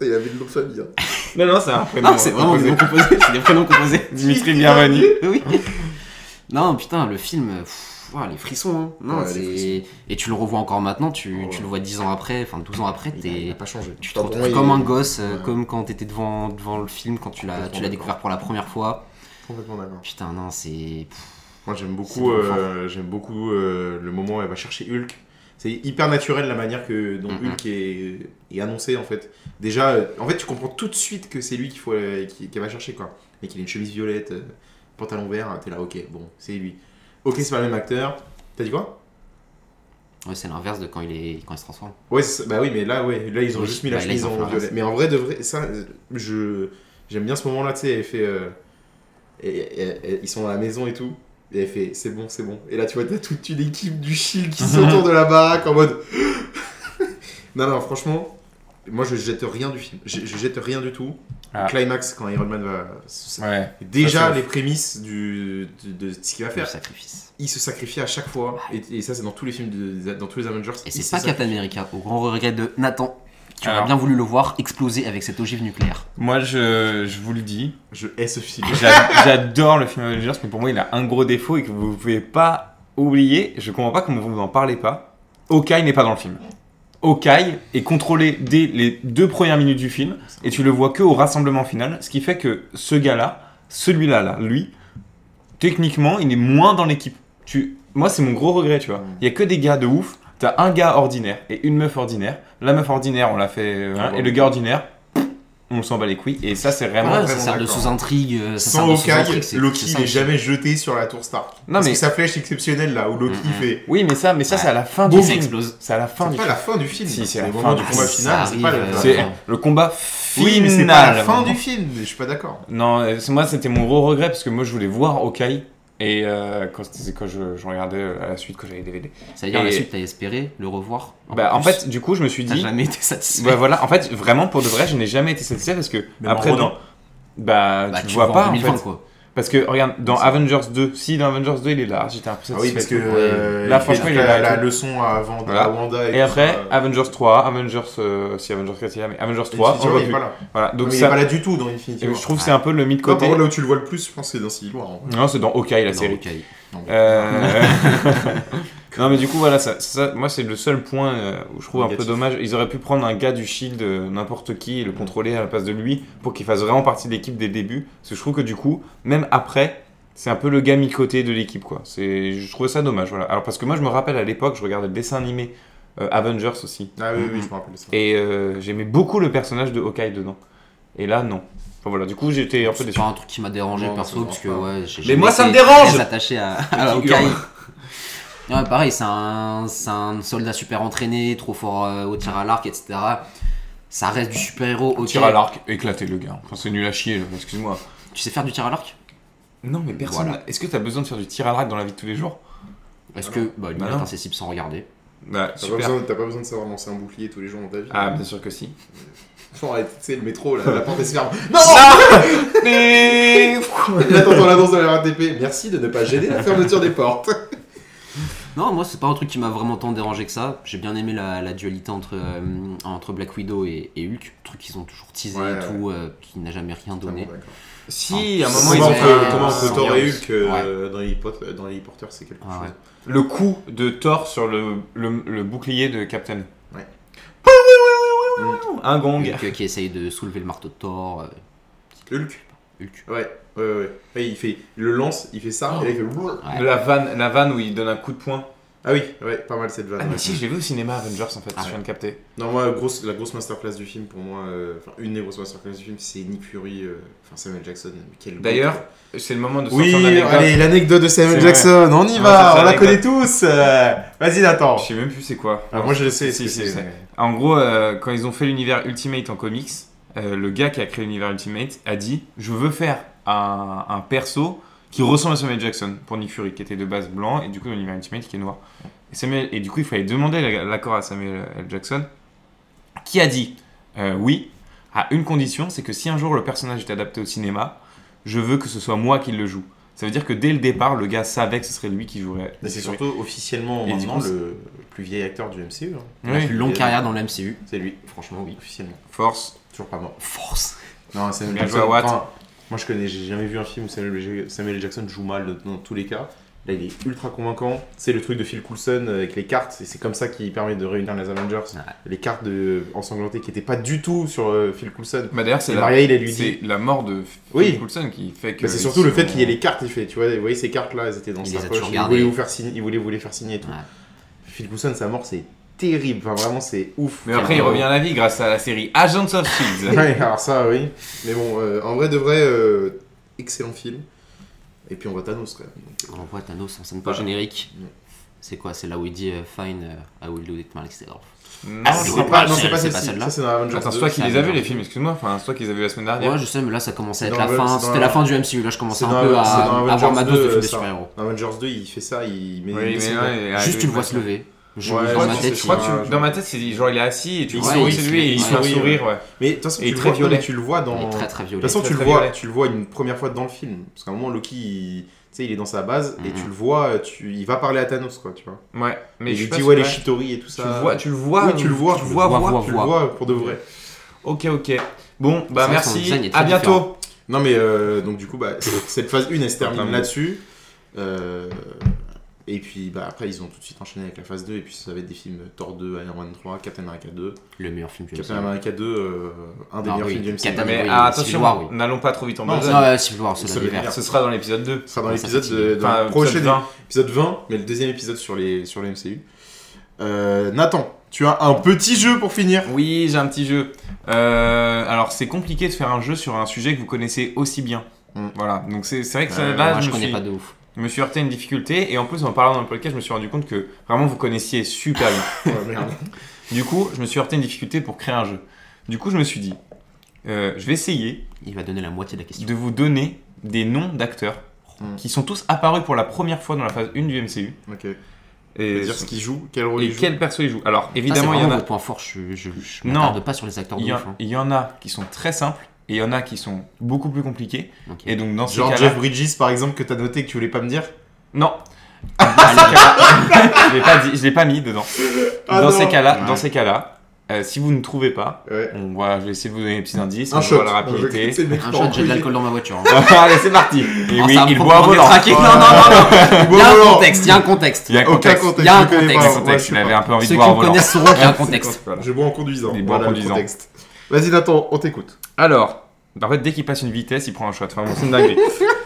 [SPEAKER 4] Il avait de l'autre famille.
[SPEAKER 5] Ah,
[SPEAKER 4] hein.
[SPEAKER 3] Non, non, Ah, c'est un prénom.
[SPEAKER 4] Ah,
[SPEAKER 3] composé.
[SPEAKER 5] composés. C'est des prénoms composés.
[SPEAKER 3] Dimitri, bienvenue.
[SPEAKER 5] oui. Non, putain, le film. pff, ouah, les frissons. hein. Non,
[SPEAKER 4] Ouais, les
[SPEAKER 5] c'est- Et tu le revois encore maintenant, tu, tu le vois 10 ans après, enfin 12 ans après,
[SPEAKER 4] Il a- il
[SPEAKER 5] t'es.
[SPEAKER 4] n'a pas changé.
[SPEAKER 5] Tu te retrouves
[SPEAKER 4] Bon, il-
[SPEAKER 5] comme un gosse, euh,
[SPEAKER 4] Ouais.
[SPEAKER 5] comme quand t'étais devant, devant le film, quand tu l'as, tu l'as
[SPEAKER 4] Complètement
[SPEAKER 5] découvert pour la première fois.
[SPEAKER 4] Complètement d'accord.
[SPEAKER 5] Putain, non, c'est. pff,
[SPEAKER 4] Moi j'aime
[SPEAKER 5] C'est
[SPEAKER 4] beaucoup,
[SPEAKER 5] trop fort.
[SPEAKER 4] euh, j'aime beaucoup euh, le moment où elle va chercher Hulk. C'est hyper naturel la manière que dont
[SPEAKER 5] Mhm.
[SPEAKER 4] Hulk est, est annoncé en fait. Déjà, euh, en fait tu comprends tout de suite que c'est lui qu'il faut euh, qui- qu'elle va chercher quoi. Et qu'il a une chemise violette, euh, pantalon vert, t'es là ok bon c'est lui. Ok c'est pas le même acteur. T'as dit quoi
[SPEAKER 5] Ouais, c'est l'inverse de quand il, est, quand il se transforme.
[SPEAKER 4] Ouais c'est- bah oui mais là ouais là ils ont
[SPEAKER 5] Oui,
[SPEAKER 4] juste mis la
[SPEAKER 5] bah, là,
[SPEAKER 4] chemise
[SPEAKER 5] ils ont fait
[SPEAKER 4] en
[SPEAKER 5] un
[SPEAKER 4] violet. Mais en vrai de vrai ça euh, je j'aime bien ce moment là tu sais elle fait euh, et- et- et- ils sont à la maison et tout. Et elle fait, c'est bon, c'est bon. Et là, tu vois, t'as toute une équipe du Shield qui s'entoure de la baraque en mode. non, non, franchement, moi, je jette rien du film. Je, je jette rien du tout.
[SPEAKER 3] Ah.
[SPEAKER 4] Le climax, quand Iron Man va.
[SPEAKER 3] Ouais.
[SPEAKER 4] Déjà,
[SPEAKER 3] Ça, c'est-
[SPEAKER 4] les prémices du, de, de ce qu'il va
[SPEAKER 5] Le
[SPEAKER 4] faire.
[SPEAKER 5] sacrifice.
[SPEAKER 4] Il se sacrifie à chaque fois. Et, et ça, c'est dans tous les films, de- dans tous les Avengers.
[SPEAKER 5] Et
[SPEAKER 4] il
[SPEAKER 5] c'est
[SPEAKER 4] se
[SPEAKER 5] pas
[SPEAKER 4] sacrifie.
[SPEAKER 5] Captain America, au grand regret de Nathan, qui aurait
[SPEAKER 3] Alors.
[SPEAKER 5] bien voulu le voir exploser avec cette ogive nucléaire.
[SPEAKER 3] Moi, je, je vous le dis,
[SPEAKER 4] Je hais ce film.
[SPEAKER 3] j'a- j'adore le film Avengers, mais pour moi, il a un gros défaut et que vous pouvez pas oublier. Je comprends pas comment vous n'en parlez pas. Hawkeye n'est pas dans le film. Hawkeye est contrôlé dès les deux premières minutes du film et tu le vois que au rassemblement final, ce qui fait que ce gars-là, celui-là, là, lui, techniquement, il est moins dans l'équipe. Tu... Moi, c'est mon gros regret, tu vois.
[SPEAKER 4] Mm.
[SPEAKER 3] Il y a que des gars de ouf. T'as un gars ordinaire et une meuf ordinaire. La meuf ordinaire, on l'a fait. euh,
[SPEAKER 4] Ah
[SPEAKER 3] hein,
[SPEAKER 4] bon.
[SPEAKER 3] Et le gars ordinaire, on s'en bat les couilles. Et ça, c'est vraiment.
[SPEAKER 5] Voilà, ça
[SPEAKER 4] vraiment
[SPEAKER 5] sert de
[SPEAKER 4] d'accord.
[SPEAKER 5] sous-intrigue. euh, Ça
[SPEAKER 4] Sans
[SPEAKER 5] sert de sous-intrigue.
[SPEAKER 4] Hawkeye,
[SPEAKER 5] c'est- c'est
[SPEAKER 4] Loki
[SPEAKER 5] ça
[SPEAKER 4] n'est
[SPEAKER 5] aussi.
[SPEAKER 4] jamais jeté sur la tour Stark.
[SPEAKER 3] Non,
[SPEAKER 4] Parce
[SPEAKER 3] mais-
[SPEAKER 4] que sa flèche exceptionnelle, là, où Loki
[SPEAKER 5] Mhm.
[SPEAKER 4] fait.
[SPEAKER 3] Oui, mais ça, mais ça,
[SPEAKER 5] Ouais.
[SPEAKER 3] c'est à la fin
[SPEAKER 5] Boum,
[SPEAKER 3] du
[SPEAKER 5] ça
[SPEAKER 3] film.
[SPEAKER 5] explose.
[SPEAKER 3] C'est à la fin
[SPEAKER 4] C'est
[SPEAKER 3] du
[SPEAKER 4] pas
[SPEAKER 3] film.
[SPEAKER 4] la fin du film.
[SPEAKER 3] Si, c'est
[SPEAKER 4] c'est
[SPEAKER 3] la
[SPEAKER 4] le
[SPEAKER 3] fin
[SPEAKER 4] moment
[SPEAKER 3] du
[SPEAKER 4] du
[SPEAKER 3] film.
[SPEAKER 4] combat
[SPEAKER 5] Ça
[SPEAKER 4] final. C'est pas
[SPEAKER 5] arrive,
[SPEAKER 4] la
[SPEAKER 5] euh,
[SPEAKER 3] C'est
[SPEAKER 5] Ouais.
[SPEAKER 3] le combat
[SPEAKER 4] Oui,
[SPEAKER 3] final.
[SPEAKER 4] mais c'est pas la fin du film, je suis pas d'accord.
[SPEAKER 3] Non, euh, c'est- moi c'était mon gros regret parce que moi je voulais voir Hawkeye et euh, quand, c'était- quand je, je regardais euh, à la suite quand j'avais les DVD.
[SPEAKER 5] Ça veut dire, la
[SPEAKER 3] Et-
[SPEAKER 5] suite, t'as espéré le revoir.
[SPEAKER 3] bah en
[SPEAKER 5] plus,
[SPEAKER 3] fait du coup je me suis
[SPEAKER 5] t'as
[SPEAKER 3] dit,
[SPEAKER 5] jamais été satisfait.
[SPEAKER 3] bah voilà, en fait vraiment pour de vrai je n'ai jamais été satisfait parce que
[SPEAKER 4] Même en
[SPEAKER 3] après
[SPEAKER 4] Ronin.
[SPEAKER 3] dans- bah,
[SPEAKER 5] Bah,
[SPEAKER 3] tu,
[SPEAKER 5] tu
[SPEAKER 3] vois
[SPEAKER 5] le vois en
[SPEAKER 3] pas en
[SPEAKER 5] 2020,
[SPEAKER 3] fait.
[SPEAKER 5] quoi.
[SPEAKER 3] parce que regarde dans Avengers 2, si dans Avengers 2 il est là, j'étais un peu
[SPEAKER 4] Ah
[SPEAKER 3] satisfait.
[SPEAKER 4] oui, parce que
[SPEAKER 3] Ouais.
[SPEAKER 4] euh,
[SPEAKER 3] là
[SPEAKER 4] il
[SPEAKER 3] franchement
[SPEAKER 4] fait
[SPEAKER 3] il
[SPEAKER 4] la,
[SPEAKER 3] est là. et
[SPEAKER 4] la
[SPEAKER 3] tout.
[SPEAKER 4] leçon à, Wanda,
[SPEAKER 3] Voilà.
[SPEAKER 4] à Wanda
[SPEAKER 3] Et après,
[SPEAKER 4] tout ça.
[SPEAKER 3] Avengers 3, Avengers, euh, si Avengers 4 il est là, mais Avengers 3,
[SPEAKER 4] Infinity
[SPEAKER 3] on
[SPEAKER 4] War,
[SPEAKER 3] le
[SPEAKER 4] il est
[SPEAKER 3] voit
[SPEAKER 4] pas
[SPEAKER 3] plus.
[SPEAKER 4] là.
[SPEAKER 3] Voilà, donc
[SPEAKER 4] Mais il est pas
[SPEAKER 3] ça,
[SPEAKER 4] là du tout dans Infinity
[SPEAKER 3] je
[SPEAKER 4] War.
[SPEAKER 3] trouve que c'est un peu le mis de
[SPEAKER 4] Non,
[SPEAKER 3] côté.
[SPEAKER 4] par contre, là où tu le vois le plus, je pense, c'est dans Civil War. hein.
[SPEAKER 3] Non, c'est dans Hawkeye la
[SPEAKER 5] Non,
[SPEAKER 3] série.
[SPEAKER 5] ok.
[SPEAKER 4] Non.
[SPEAKER 3] Euh, non mais du coup voilà ça, ça- moi c'est le seul point euh, où je trouve un peu
[SPEAKER 4] Négatif.
[SPEAKER 3] dommage ils auraient pu prendre un gars du shield euh, n'importe qui et le contrôler à la place de lui pour qu'il fasse vraiment partie de l'équipe dès le début parce que je trouve que du coup même après c'est un peu le gars mi-côté de l'équipe quoi c'est je trouvais ça dommage voilà alors parce que moi je me rappelle à l'époque je regardais le dessin animé euh, Avengers aussi
[SPEAKER 4] Ah oui, oui, je me rappelle ça.
[SPEAKER 3] et euh, j'aimais beaucoup le personnage de Hawkeye dedans et là non enfin voilà du coup j'étais un peu
[SPEAKER 5] C'est
[SPEAKER 3] déçu
[SPEAKER 5] pas un truc qui m'a dérangé
[SPEAKER 4] Non, ça
[SPEAKER 5] perso
[SPEAKER 4] me
[SPEAKER 5] parce que
[SPEAKER 4] dérange
[SPEAKER 5] ouais, j'ai
[SPEAKER 3] Mais
[SPEAKER 5] jamais
[SPEAKER 3] moi, ça
[SPEAKER 5] été
[SPEAKER 3] me dérange
[SPEAKER 5] très attaché à, à Hawkeye. Ouais, pareil, c'est un, c'est un soldat super entraîné, trop fort euh, au tir à l'arc, etc. Ça reste du super héros. ok.
[SPEAKER 3] tir à l'arc éclaté le gars enfin c'est nul à chier là, excuse-moi
[SPEAKER 5] Tu sais faire du tir à l'arc
[SPEAKER 3] Non, mais personne.
[SPEAKER 5] Voilà.
[SPEAKER 3] Est-ce que t'as besoin de faire du tir à l'arc dans la vie de tous les jours
[SPEAKER 5] Est-ce que bah, une
[SPEAKER 3] Bah
[SPEAKER 5] balle
[SPEAKER 3] non.
[SPEAKER 5] insensible sans regarder
[SPEAKER 3] Bah,
[SPEAKER 4] T'as pas, besoin, t'as pas besoin de savoir lancer un bouclier tous les jours dans ta vie.
[SPEAKER 3] Ah, bien sûr que si.
[SPEAKER 4] Genre, tu sais, le métro, là, la porte est ferme. Non
[SPEAKER 3] Ah Mais.
[SPEAKER 4] Là, t'entends l'annonce de la RATP. Merci de ne pas gêner la fermeture des portes.
[SPEAKER 5] Non, moi c'est pas un truc qui m'a vraiment tant dérangé que ça. J'ai bien aimé la, la dualité entre, euh, entre Black Widow et, et Hulk, truc qu'ils ont toujours teasé
[SPEAKER 4] Ouais,
[SPEAKER 5] et tout, euh, qui n'a jamais rien donné.
[SPEAKER 4] Ah
[SPEAKER 3] si, à un
[SPEAKER 5] Ah,
[SPEAKER 3] moment,
[SPEAKER 5] c'est
[SPEAKER 3] ils
[SPEAKER 5] bon,
[SPEAKER 3] ont
[SPEAKER 5] on
[SPEAKER 3] fait.
[SPEAKER 5] peut-
[SPEAKER 4] Comment on peut
[SPEAKER 5] sans
[SPEAKER 4] Thor et
[SPEAKER 5] virus.
[SPEAKER 4] Hulk euh, dans Harry Potter- dans Harry Potter, c'est quelque
[SPEAKER 5] Ah ouais.
[SPEAKER 4] chose.
[SPEAKER 3] Le coup de Thor sur le, le, le bouclier de Captain.
[SPEAKER 4] Ouais.
[SPEAKER 3] Un gong.
[SPEAKER 5] Hulk euh, qui essaye de soulever le marteau de Thor. euh,
[SPEAKER 4] Hulk
[SPEAKER 5] Hulk.
[SPEAKER 4] Ouais, ouais, ouais. Et il fait, il le lance, il fait
[SPEAKER 3] Oh.
[SPEAKER 4] ça, et là, il fait.
[SPEAKER 5] Ouais.
[SPEAKER 3] La vanne, la vanne où il donne un coup de poing.
[SPEAKER 4] Ah oui, ouais, pas mal cette vanne.
[SPEAKER 3] Ah,
[SPEAKER 4] ouais.
[SPEAKER 3] mais si, je l'ai vu au cinéma Avengers en fait,
[SPEAKER 5] Ah,
[SPEAKER 3] je viens de capter.
[SPEAKER 4] Non, moi, grosse, la grosse masterclass du film, pour moi, euh, enfin, une des grosses masterclass du film, c'est Nick Fury, euh, enfin Samuel Jackson. mais quel
[SPEAKER 3] D'ailleurs, c'est le moment de
[SPEAKER 4] oui,
[SPEAKER 3] sortir l'anecdote.
[SPEAKER 4] allez, l'anecdote de Samuel
[SPEAKER 3] C'est
[SPEAKER 4] Jackson, on y
[SPEAKER 3] On va
[SPEAKER 4] va,
[SPEAKER 3] sortir
[SPEAKER 4] on la
[SPEAKER 3] l'anecdote.
[SPEAKER 4] connaît tous. euh, Vas-y, Nathan.
[SPEAKER 3] Je sais même plus c'est quoi.
[SPEAKER 4] Ah, moi, je sais,
[SPEAKER 3] Si,
[SPEAKER 4] ce que
[SPEAKER 3] si,
[SPEAKER 4] c'est.
[SPEAKER 3] c'est- En gros, euh, quand ils ont fait l'univers Ultimate en comics, euh, le gars qui a créé l'univers Ultimate a dit Je veux faire un, un perso qui ressemble à Samuel Jackson pour Nick Fury, qui était de base blanc, et du coup, dans l'univers Ultimate, qui est noir. Et, Samuel- et du coup, il fallait demander la- l'accord à Samuel L. Jackson, qui a dit euh, Oui, à une condition c'est que si un jour le personnage est adapté au cinéma, je veux que ce soit moi qui le joue. Ça veut dire que dès le départ, le gars savait que ce serait lui qui jouerait.
[SPEAKER 4] Mais c'est surtout
[SPEAKER 3] Et
[SPEAKER 4] officiellement
[SPEAKER 3] du
[SPEAKER 4] maintenant
[SPEAKER 3] coup,
[SPEAKER 4] le plus vieil acteur du MCU. hein.
[SPEAKER 5] La
[SPEAKER 3] Oui.
[SPEAKER 5] plus longue carrière dans le MCU.
[SPEAKER 4] C'est lui,
[SPEAKER 5] Franchement, oui.
[SPEAKER 4] officiellement.
[SPEAKER 3] Force.
[SPEAKER 4] Toujours pas mort.
[SPEAKER 5] Force.
[SPEAKER 4] Non, Samuel
[SPEAKER 3] Bien joué
[SPEAKER 4] Jackson.
[SPEAKER 3] à Watt.
[SPEAKER 4] enfin, moi, je connais, j'ai jamais vu un film où Samuel, Samuel Jackson joue mal dans tous les cas. Là, il est ultra convaincant. C'est le truc de Phil Coulson euh, avec les cartes. Et c'est comme ça qu'il permet de réunir les Avengers.
[SPEAKER 5] Ouais.
[SPEAKER 4] Les cartes de ensanglantées qui n'étaient pas du tout sur euh, Phil Coulson.
[SPEAKER 3] Bah, d'ailleurs, c'est
[SPEAKER 4] Et
[SPEAKER 3] la,
[SPEAKER 4] Maria, il est lui
[SPEAKER 3] c'est
[SPEAKER 4] dit.
[SPEAKER 3] la mort de
[SPEAKER 4] Oui.
[SPEAKER 3] Phil Coulson qui fait que.
[SPEAKER 4] Bah, c'est surtout le fait qu'il y ait les cartes. Il fait, tu vois, vous voyez ces cartes-là, elles étaient dans
[SPEAKER 5] euh, Il
[SPEAKER 4] sa
[SPEAKER 5] les a
[SPEAKER 4] poche.
[SPEAKER 5] toujours
[SPEAKER 4] Il
[SPEAKER 5] gardées.
[SPEAKER 4] voulait vous faire signer. Il voulait vous les faire signer et tout.
[SPEAKER 5] Ouais.
[SPEAKER 4] Phil Coulson, sa mort, c'est terrible. Enfin, vraiment, c'est ouf.
[SPEAKER 3] Mais après, il revient à la vie grâce à la série Agents of Shield.
[SPEAKER 4] Ouais, alors ça, oui. Mais bon, euh, en vrai de vrai, euh, excellent film. Et puis on voit Thanos quand même. Donc,
[SPEAKER 5] On voit Thanos en scène
[SPEAKER 3] Voilà.
[SPEAKER 5] générique.
[SPEAKER 4] Ouais.
[SPEAKER 5] C'est quoi C'est là où il dit euh, Fine, euh, I will do it myself.
[SPEAKER 3] Non,
[SPEAKER 5] Ah,
[SPEAKER 4] euh,
[SPEAKER 5] c'est
[SPEAKER 4] c'est
[SPEAKER 5] pas
[SPEAKER 4] pas, non,
[SPEAKER 5] celle-
[SPEAKER 4] c'est pas
[SPEAKER 5] c'est pas
[SPEAKER 4] celle-ci.
[SPEAKER 5] celle-là.
[SPEAKER 4] Ça, c'est dans Avengers
[SPEAKER 3] Attends, c'est
[SPEAKER 4] 2.
[SPEAKER 3] toi qui les as vus
[SPEAKER 5] merde.
[SPEAKER 3] les films, excuse-moi. Enfin, c'est toi qui les as vus la semaine dernière.
[SPEAKER 5] Ouais, je sais, mais là ça commençait à
[SPEAKER 4] Ah C'est
[SPEAKER 5] être
[SPEAKER 4] dans
[SPEAKER 5] la
[SPEAKER 4] le-
[SPEAKER 5] fin.
[SPEAKER 4] c'est dans
[SPEAKER 5] C'était
[SPEAKER 4] la-
[SPEAKER 5] la fin du MCU. Là, je
[SPEAKER 4] C'est
[SPEAKER 5] commençais
[SPEAKER 4] dans-
[SPEAKER 5] un peu à
[SPEAKER 4] c'est dans
[SPEAKER 5] à avoir
[SPEAKER 4] Avengers
[SPEAKER 5] ma dose
[SPEAKER 4] 2,
[SPEAKER 5] de films de
[SPEAKER 4] ça.
[SPEAKER 5] super-héros.
[SPEAKER 4] Dans Avengers 2, il fait ça, il met
[SPEAKER 3] Oui, mais
[SPEAKER 4] il met ses-
[SPEAKER 3] non, il est
[SPEAKER 5] Juste,
[SPEAKER 3] arrivé
[SPEAKER 5] tu le vois se
[SPEAKER 3] maintenant.
[SPEAKER 5] lever. Je-
[SPEAKER 4] Ouais,
[SPEAKER 5] dans
[SPEAKER 4] ouais,
[SPEAKER 5] ma
[SPEAKER 4] c'est-
[SPEAKER 5] tête,
[SPEAKER 3] Je
[SPEAKER 5] il-
[SPEAKER 3] crois que
[SPEAKER 4] Ouais,
[SPEAKER 3] tu- dans ma tête, c'est genre il est assis et tu
[SPEAKER 4] Il
[SPEAKER 3] vois
[SPEAKER 5] sourit,
[SPEAKER 3] c'est lui et il
[SPEAKER 5] ouais.
[SPEAKER 3] fait un sourire. ouais.
[SPEAKER 4] Mais de toute façon,
[SPEAKER 3] Et
[SPEAKER 4] tu le
[SPEAKER 3] très
[SPEAKER 4] vois, non,
[SPEAKER 3] violet.
[SPEAKER 4] mais tu le vois dans.
[SPEAKER 5] il est
[SPEAKER 4] De
[SPEAKER 5] très
[SPEAKER 4] toute
[SPEAKER 5] très violet.
[SPEAKER 4] façon,
[SPEAKER 3] très,
[SPEAKER 4] tu le
[SPEAKER 3] très
[SPEAKER 4] vois,
[SPEAKER 3] violet.
[SPEAKER 4] tu le vois une première fois dans le film. Parce qu'à un moment, Loki, il... tu sais, il est dans sa base et
[SPEAKER 5] Mhm.
[SPEAKER 4] tu le vois, euh, tu... il va parler à Thanos, quoi, tu vois.
[SPEAKER 3] Ouais, mais
[SPEAKER 4] il
[SPEAKER 3] je
[SPEAKER 4] lui
[SPEAKER 3] suis pas
[SPEAKER 4] dit
[SPEAKER 3] sûr,
[SPEAKER 4] ouais les
[SPEAKER 3] ouais.
[SPEAKER 4] Shitori et tout
[SPEAKER 3] Tu
[SPEAKER 4] ça.
[SPEAKER 3] le vois, tu le vois,
[SPEAKER 4] Oui, tu le vois,
[SPEAKER 3] tu
[SPEAKER 4] je
[SPEAKER 3] le
[SPEAKER 4] le
[SPEAKER 3] vois,
[SPEAKER 5] vois,
[SPEAKER 3] voir,
[SPEAKER 5] vois,
[SPEAKER 3] tu
[SPEAKER 4] tu
[SPEAKER 3] le
[SPEAKER 4] le
[SPEAKER 5] vois.
[SPEAKER 4] vois pour de vrai.
[SPEAKER 3] Ok, ok. Bon, bah
[SPEAKER 5] C'est vrai que son
[SPEAKER 3] merci.
[SPEAKER 5] design est très
[SPEAKER 3] À bientôt.
[SPEAKER 4] Non mais euh, donc du coup bah, cette phase 1 elle se termine
[SPEAKER 3] Termine.
[SPEAKER 4] là-dessus. Euh, et puis bah, après ils ont tout de suite enchaîné avec la phase 2 et puis ça va être des films Thor 2, Iron Man 3, Captain America 2.
[SPEAKER 5] Le meilleur film du
[SPEAKER 4] Captain
[SPEAKER 5] MCU.
[SPEAKER 4] America 2, euh, un des
[SPEAKER 5] Ah
[SPEAKER 4] meilleurs
[SPEAKER 5] oui,
[SPEAKER 4] films du MCU.
[SPEAKER 5] Captain
[SPEAKER 3] Mais
[SPEAKER 5] oui,
[SPEAKER 3] ah,
[SPEAKER 5] oui, Civil War,
[SPEAKER 3] attention,
[SPEAKER 5] oui.
[SPEAKER 3] n'allons pas trop vite en
[SPEAKER 4] Non,
[SPEAKER 3] besogne.
[SPEAKER 5] Non, Ah ouais, Civil War, c'est
[SPEAKER 4] Ça
[SPEAKER 5] la
[SPEAKER 4] veut
[SPEAKER 5] déverse.
[SPEAKER 4] dire-
[SPEAKER 3] Ce sera dans l'épisode 2.
[SPEAKER 4] Ce sera dans
[SPEAKER 5] Ouais, ça
[SPEAKER 4] l'épisode
[SPEAKER 5] fatigue.
[SPEAKER 4] de- dans
[SPEAKER 3] Enfin,
[SPEAKER 4] le
[SPEAKER 3] prochain
[SPEAKER 4] prochain épisode
[SPEAKER 3] 20.
[SPEAKER 4] 20, mais le deuxième épisode sur les sur le MCU. Euh, Nathan, tu as un petit jeu pour finir.
[SPEAKER 3] Oui, j'ai un petit jeu. Euh, alors, c'est compliqué de faire un jeu sur un sujet que vous connaissez aussi bien.
[SPEAKER 4] Mm.
[SPEAKER 3] Voilà, donc c'est c'est vrai que ça,
[SPEAKER 4] Euh,
[SPEAKER 3] là,
[SPEAKER 5] Moi,
[SPEAKER 3] je,
[SPEAKER 5] je
[SPEAKER 3] me
[SPEAKER 5] connais
[SPEAKER 3] suis,
[SPEAKER 5] pas de ouf.
[SPEAKER 3] je me suis heurté à une difficulté. Et en plus, en parlant dans le podcast, je me suis rendu compte que vraiment vous connaissiez super bien.
[SPEAKER 4] Ouais, merde.
[SPEAKER 3] Du coup, je me suis heurté à une difficulté pour créer un jeu. Du coup, je me suis dit, euh, je vais essayer
[SPEAKER 5] Il va donner la moitié de la question.
[SPEAKER 3] de vous donner des noms d'acteurs
[SPEAKER 4] Mm.
[SPEAKER 3] qui sont tous apparus pour la première fois dans la phase 1 du MCU.
[SPEAKER 4] ok.
[SPEAKER 3] Et,
[SPEAKER 4] Dire ce qu'il joue, quel rôle
[SPEAKER 3] et
[SPEAKER 4] il joue.
[SPEAKER 3] quel perso ils jouent. Alors,
[SPEAKER 5] Ah, c'est
[SPEAKER 3] évidemment, il y en
[SPEAKER 5] vraiment
[SPEAKER 3] a.
[SPEAKER 5] votre point fort. Je, je, je
[SPEAKER 3] Non.
[SPEAKER 5] m'attarde pas sur les acteurs de
[SPEAKER 3] Il y,
[SPEAKER 5] ouf.
[SPEAKER 3] en-
[SPEAKER 5] hein.
[SPEAKER 3] il y en a qui sont très simples et il y en a qui sont beaucoup plus compliqués.
[SPEAKER 5] Ok.
[SPEAKER 3] Et donc dans ces
[SPEAKER 4] Genre
[SPEAKER 3] cas-là,
[SPEAKER 4] Jeff Bridges par exemple que t'as noté et que tu voulais pas me dire.
[SPEAKER 3] non, Dans ces cas-là- je l'ai pas dit- je l'ai pas mis dedans.
[SPEAKER 4] Ah
[SPEAKER 3] dans
[SPEAKER 4] non.
[SPEAKER 3] ces cas-là,
[SPEAKER 4] Ouais.
[SPEAKER 3] dans ces cas-là, euh, si vous ne trouvez pas,
[SPEAKER 4] Ouais.
[SPEAKER 3] on va, je vais essayer de vous donner des petits indices, on
[SPEAKER 4] Un
[SPEAKER 3] joue
[SPEAKER 4] shot.
[SPEAKER 3] à la rapidité.
[SPEAKER 5] Un shot, j'ai de l'alcool dans ma voiture. hein.
[SPEAKER 3] Allez, c'est parti. Et
[SPEAKER 5] Ah,
[SPEAKER 3] oui,
[SPEAKER 5] ça,
[SPEAKER 3] il
[SPEAKER 5] faut
[SPEAKER 3] boit au
[SPEAKER 5] prendre des
[SPEAKER 3] volant.
[SPEAKER 5] traqués. Non, non, non, non. Il y a un contexte, il y a un contexte.
[SPEAKER 3] Il y a un
[SPEAKER 4] Aucun
[SPEAKER 3] contexte.
[SPEAKER 4] contexte.
[SPEAKER 5] Il y a un
[SPEAKER 4] je connais pas.
[SPEAKER 5] contexte.
[SPEAKER 4] Ouais,
[SPEAKER 5] Il y a un
[SPEAKER 4] je
[SPEAKER 3] contexte.
[SPEAKER 4] sais
[SPEAKER 3] Il avait
[SPEAKER 4] pas.
[SPEAKER 3] un peu envie de
[SPEAKER 5] Ceux qui
[SPEAKER 3] boire au
[SPEAKER 5] me
[SPEAKER 3] volant.
[SPEAKER 5] connaissent sauront qu'il y a un contexte.
[SPEAKER 3] Voilà.
[SPEAKER 4] Je bois en conduisant.
[SPEAKER 3] Il boit en
[SPEAKER 4] Voilà le
[SPEAKER 3] conduisant.
[SPEAKER 4] contexte. Vas-y Nathan, on t'écoute.
[SPEAKER 3] Alors, en fait, dès qu'il passe une vitesse, il prend un shot. Enfin, bon, c'est une dinguerie.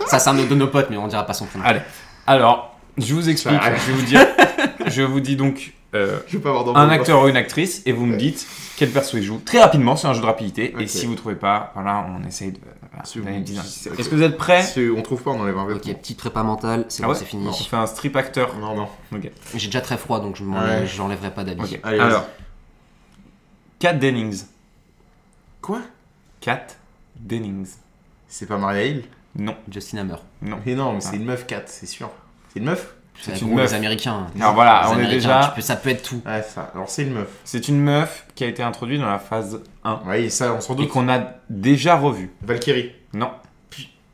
[SPEAKER 5] Ça, c'est un de nos potes, mais on dira pas son prénom.
[SPEAKER 3] Allez. Alors, je vous explique.
[SPEAKER 4] Ça-
[SPEAKER 3] Je vous dis, je vous dis donc. euh,
[SPEAKER 4] Je vais pas avoir d'envie.
[SPEAKER 3] un acteur ou une actrice et vous me
[SPEAKER 4] Ouais.
[SPEAKER 3] dites quel perso il joue. Très rapidement, c'est un jeu de rapidité. Et
[SPEAKER 4] Ok.
[SPEAKER 3] si vous trouvez pas, voilà, on essaye de. voilà,
[SPEAKER 4] Si vous-
[SPEAKER 3] donner des petits indices.
[SPEAKER 4] ok.
[SPEAKER 3] Est-ce que vous êtes prêts
[SPEAKER 4] Si on trouve pas, on enlève un verre.
[SPEAKER 5] Ok, petite prépa mentale, c'est
[SPEAKER 3] Ah
[SPEAKER 5] bon,
[SPEAKER 3] ouais
[SPEAKER 5] c'est
[SPEAKER 3] On
[SPEAKER 5] fini.
[SPEAKER 3] fait un strip acteur.
[SPEAKER 4] Non, non.
[SPEAKER 5] J'ai déjà très froid, donc je
[SPEAKER 4] Ouais.
[SPEAKER 5] m'en- j'enlèverai pas d'habit.
[SPEAKER 3] Ok.
[SPEAKER 4] Allez,
[SPEAKER 3] Alors, Kat Dennings.
[SPEAKER 4] Quoi
[SPEAKER 3] Kat Dennings.
[SPEAKER 4] C'est pas Maria Hill
[SPEAKER 3] Non,
[SPEAKER 5] Justin Hammer.
[SPEAKER 3] non.
[SPEAKER 4] Mais non, mais
[SPEAKER 5] Ah.
[SPEAKER 4] c'est une meuf 4, c'est sûr. C'est une meuf
[SPEAKER 5] C'est
[SPEAKER 3] une meuf.
[SPEAKER 5] les Américains.
[SPEAKER 3] Alors voilà,
[SPEAKER 5] Les
[SPEAKER 3] on est
[SPEAKER 5] Américains,
[SPEAKER 3] déjà-
[SPEAKER 5] tu peux- ça peut être tout.
[SPEAKER 4] Ouais, ça. Alors c'est une meuf.
[SPEAKER 3] C'est une meuf qui a été introduite dans la phase 1
[SPEAKER 4] Ouais, et ça, on s'en
[SPEAKER 3] et
[SPEAKER 4] doute.
[SPEAKER 3] qu'on a déjà revue.
[SPEAKER 4] Valkyrie.
[SPEAKER 3] Non.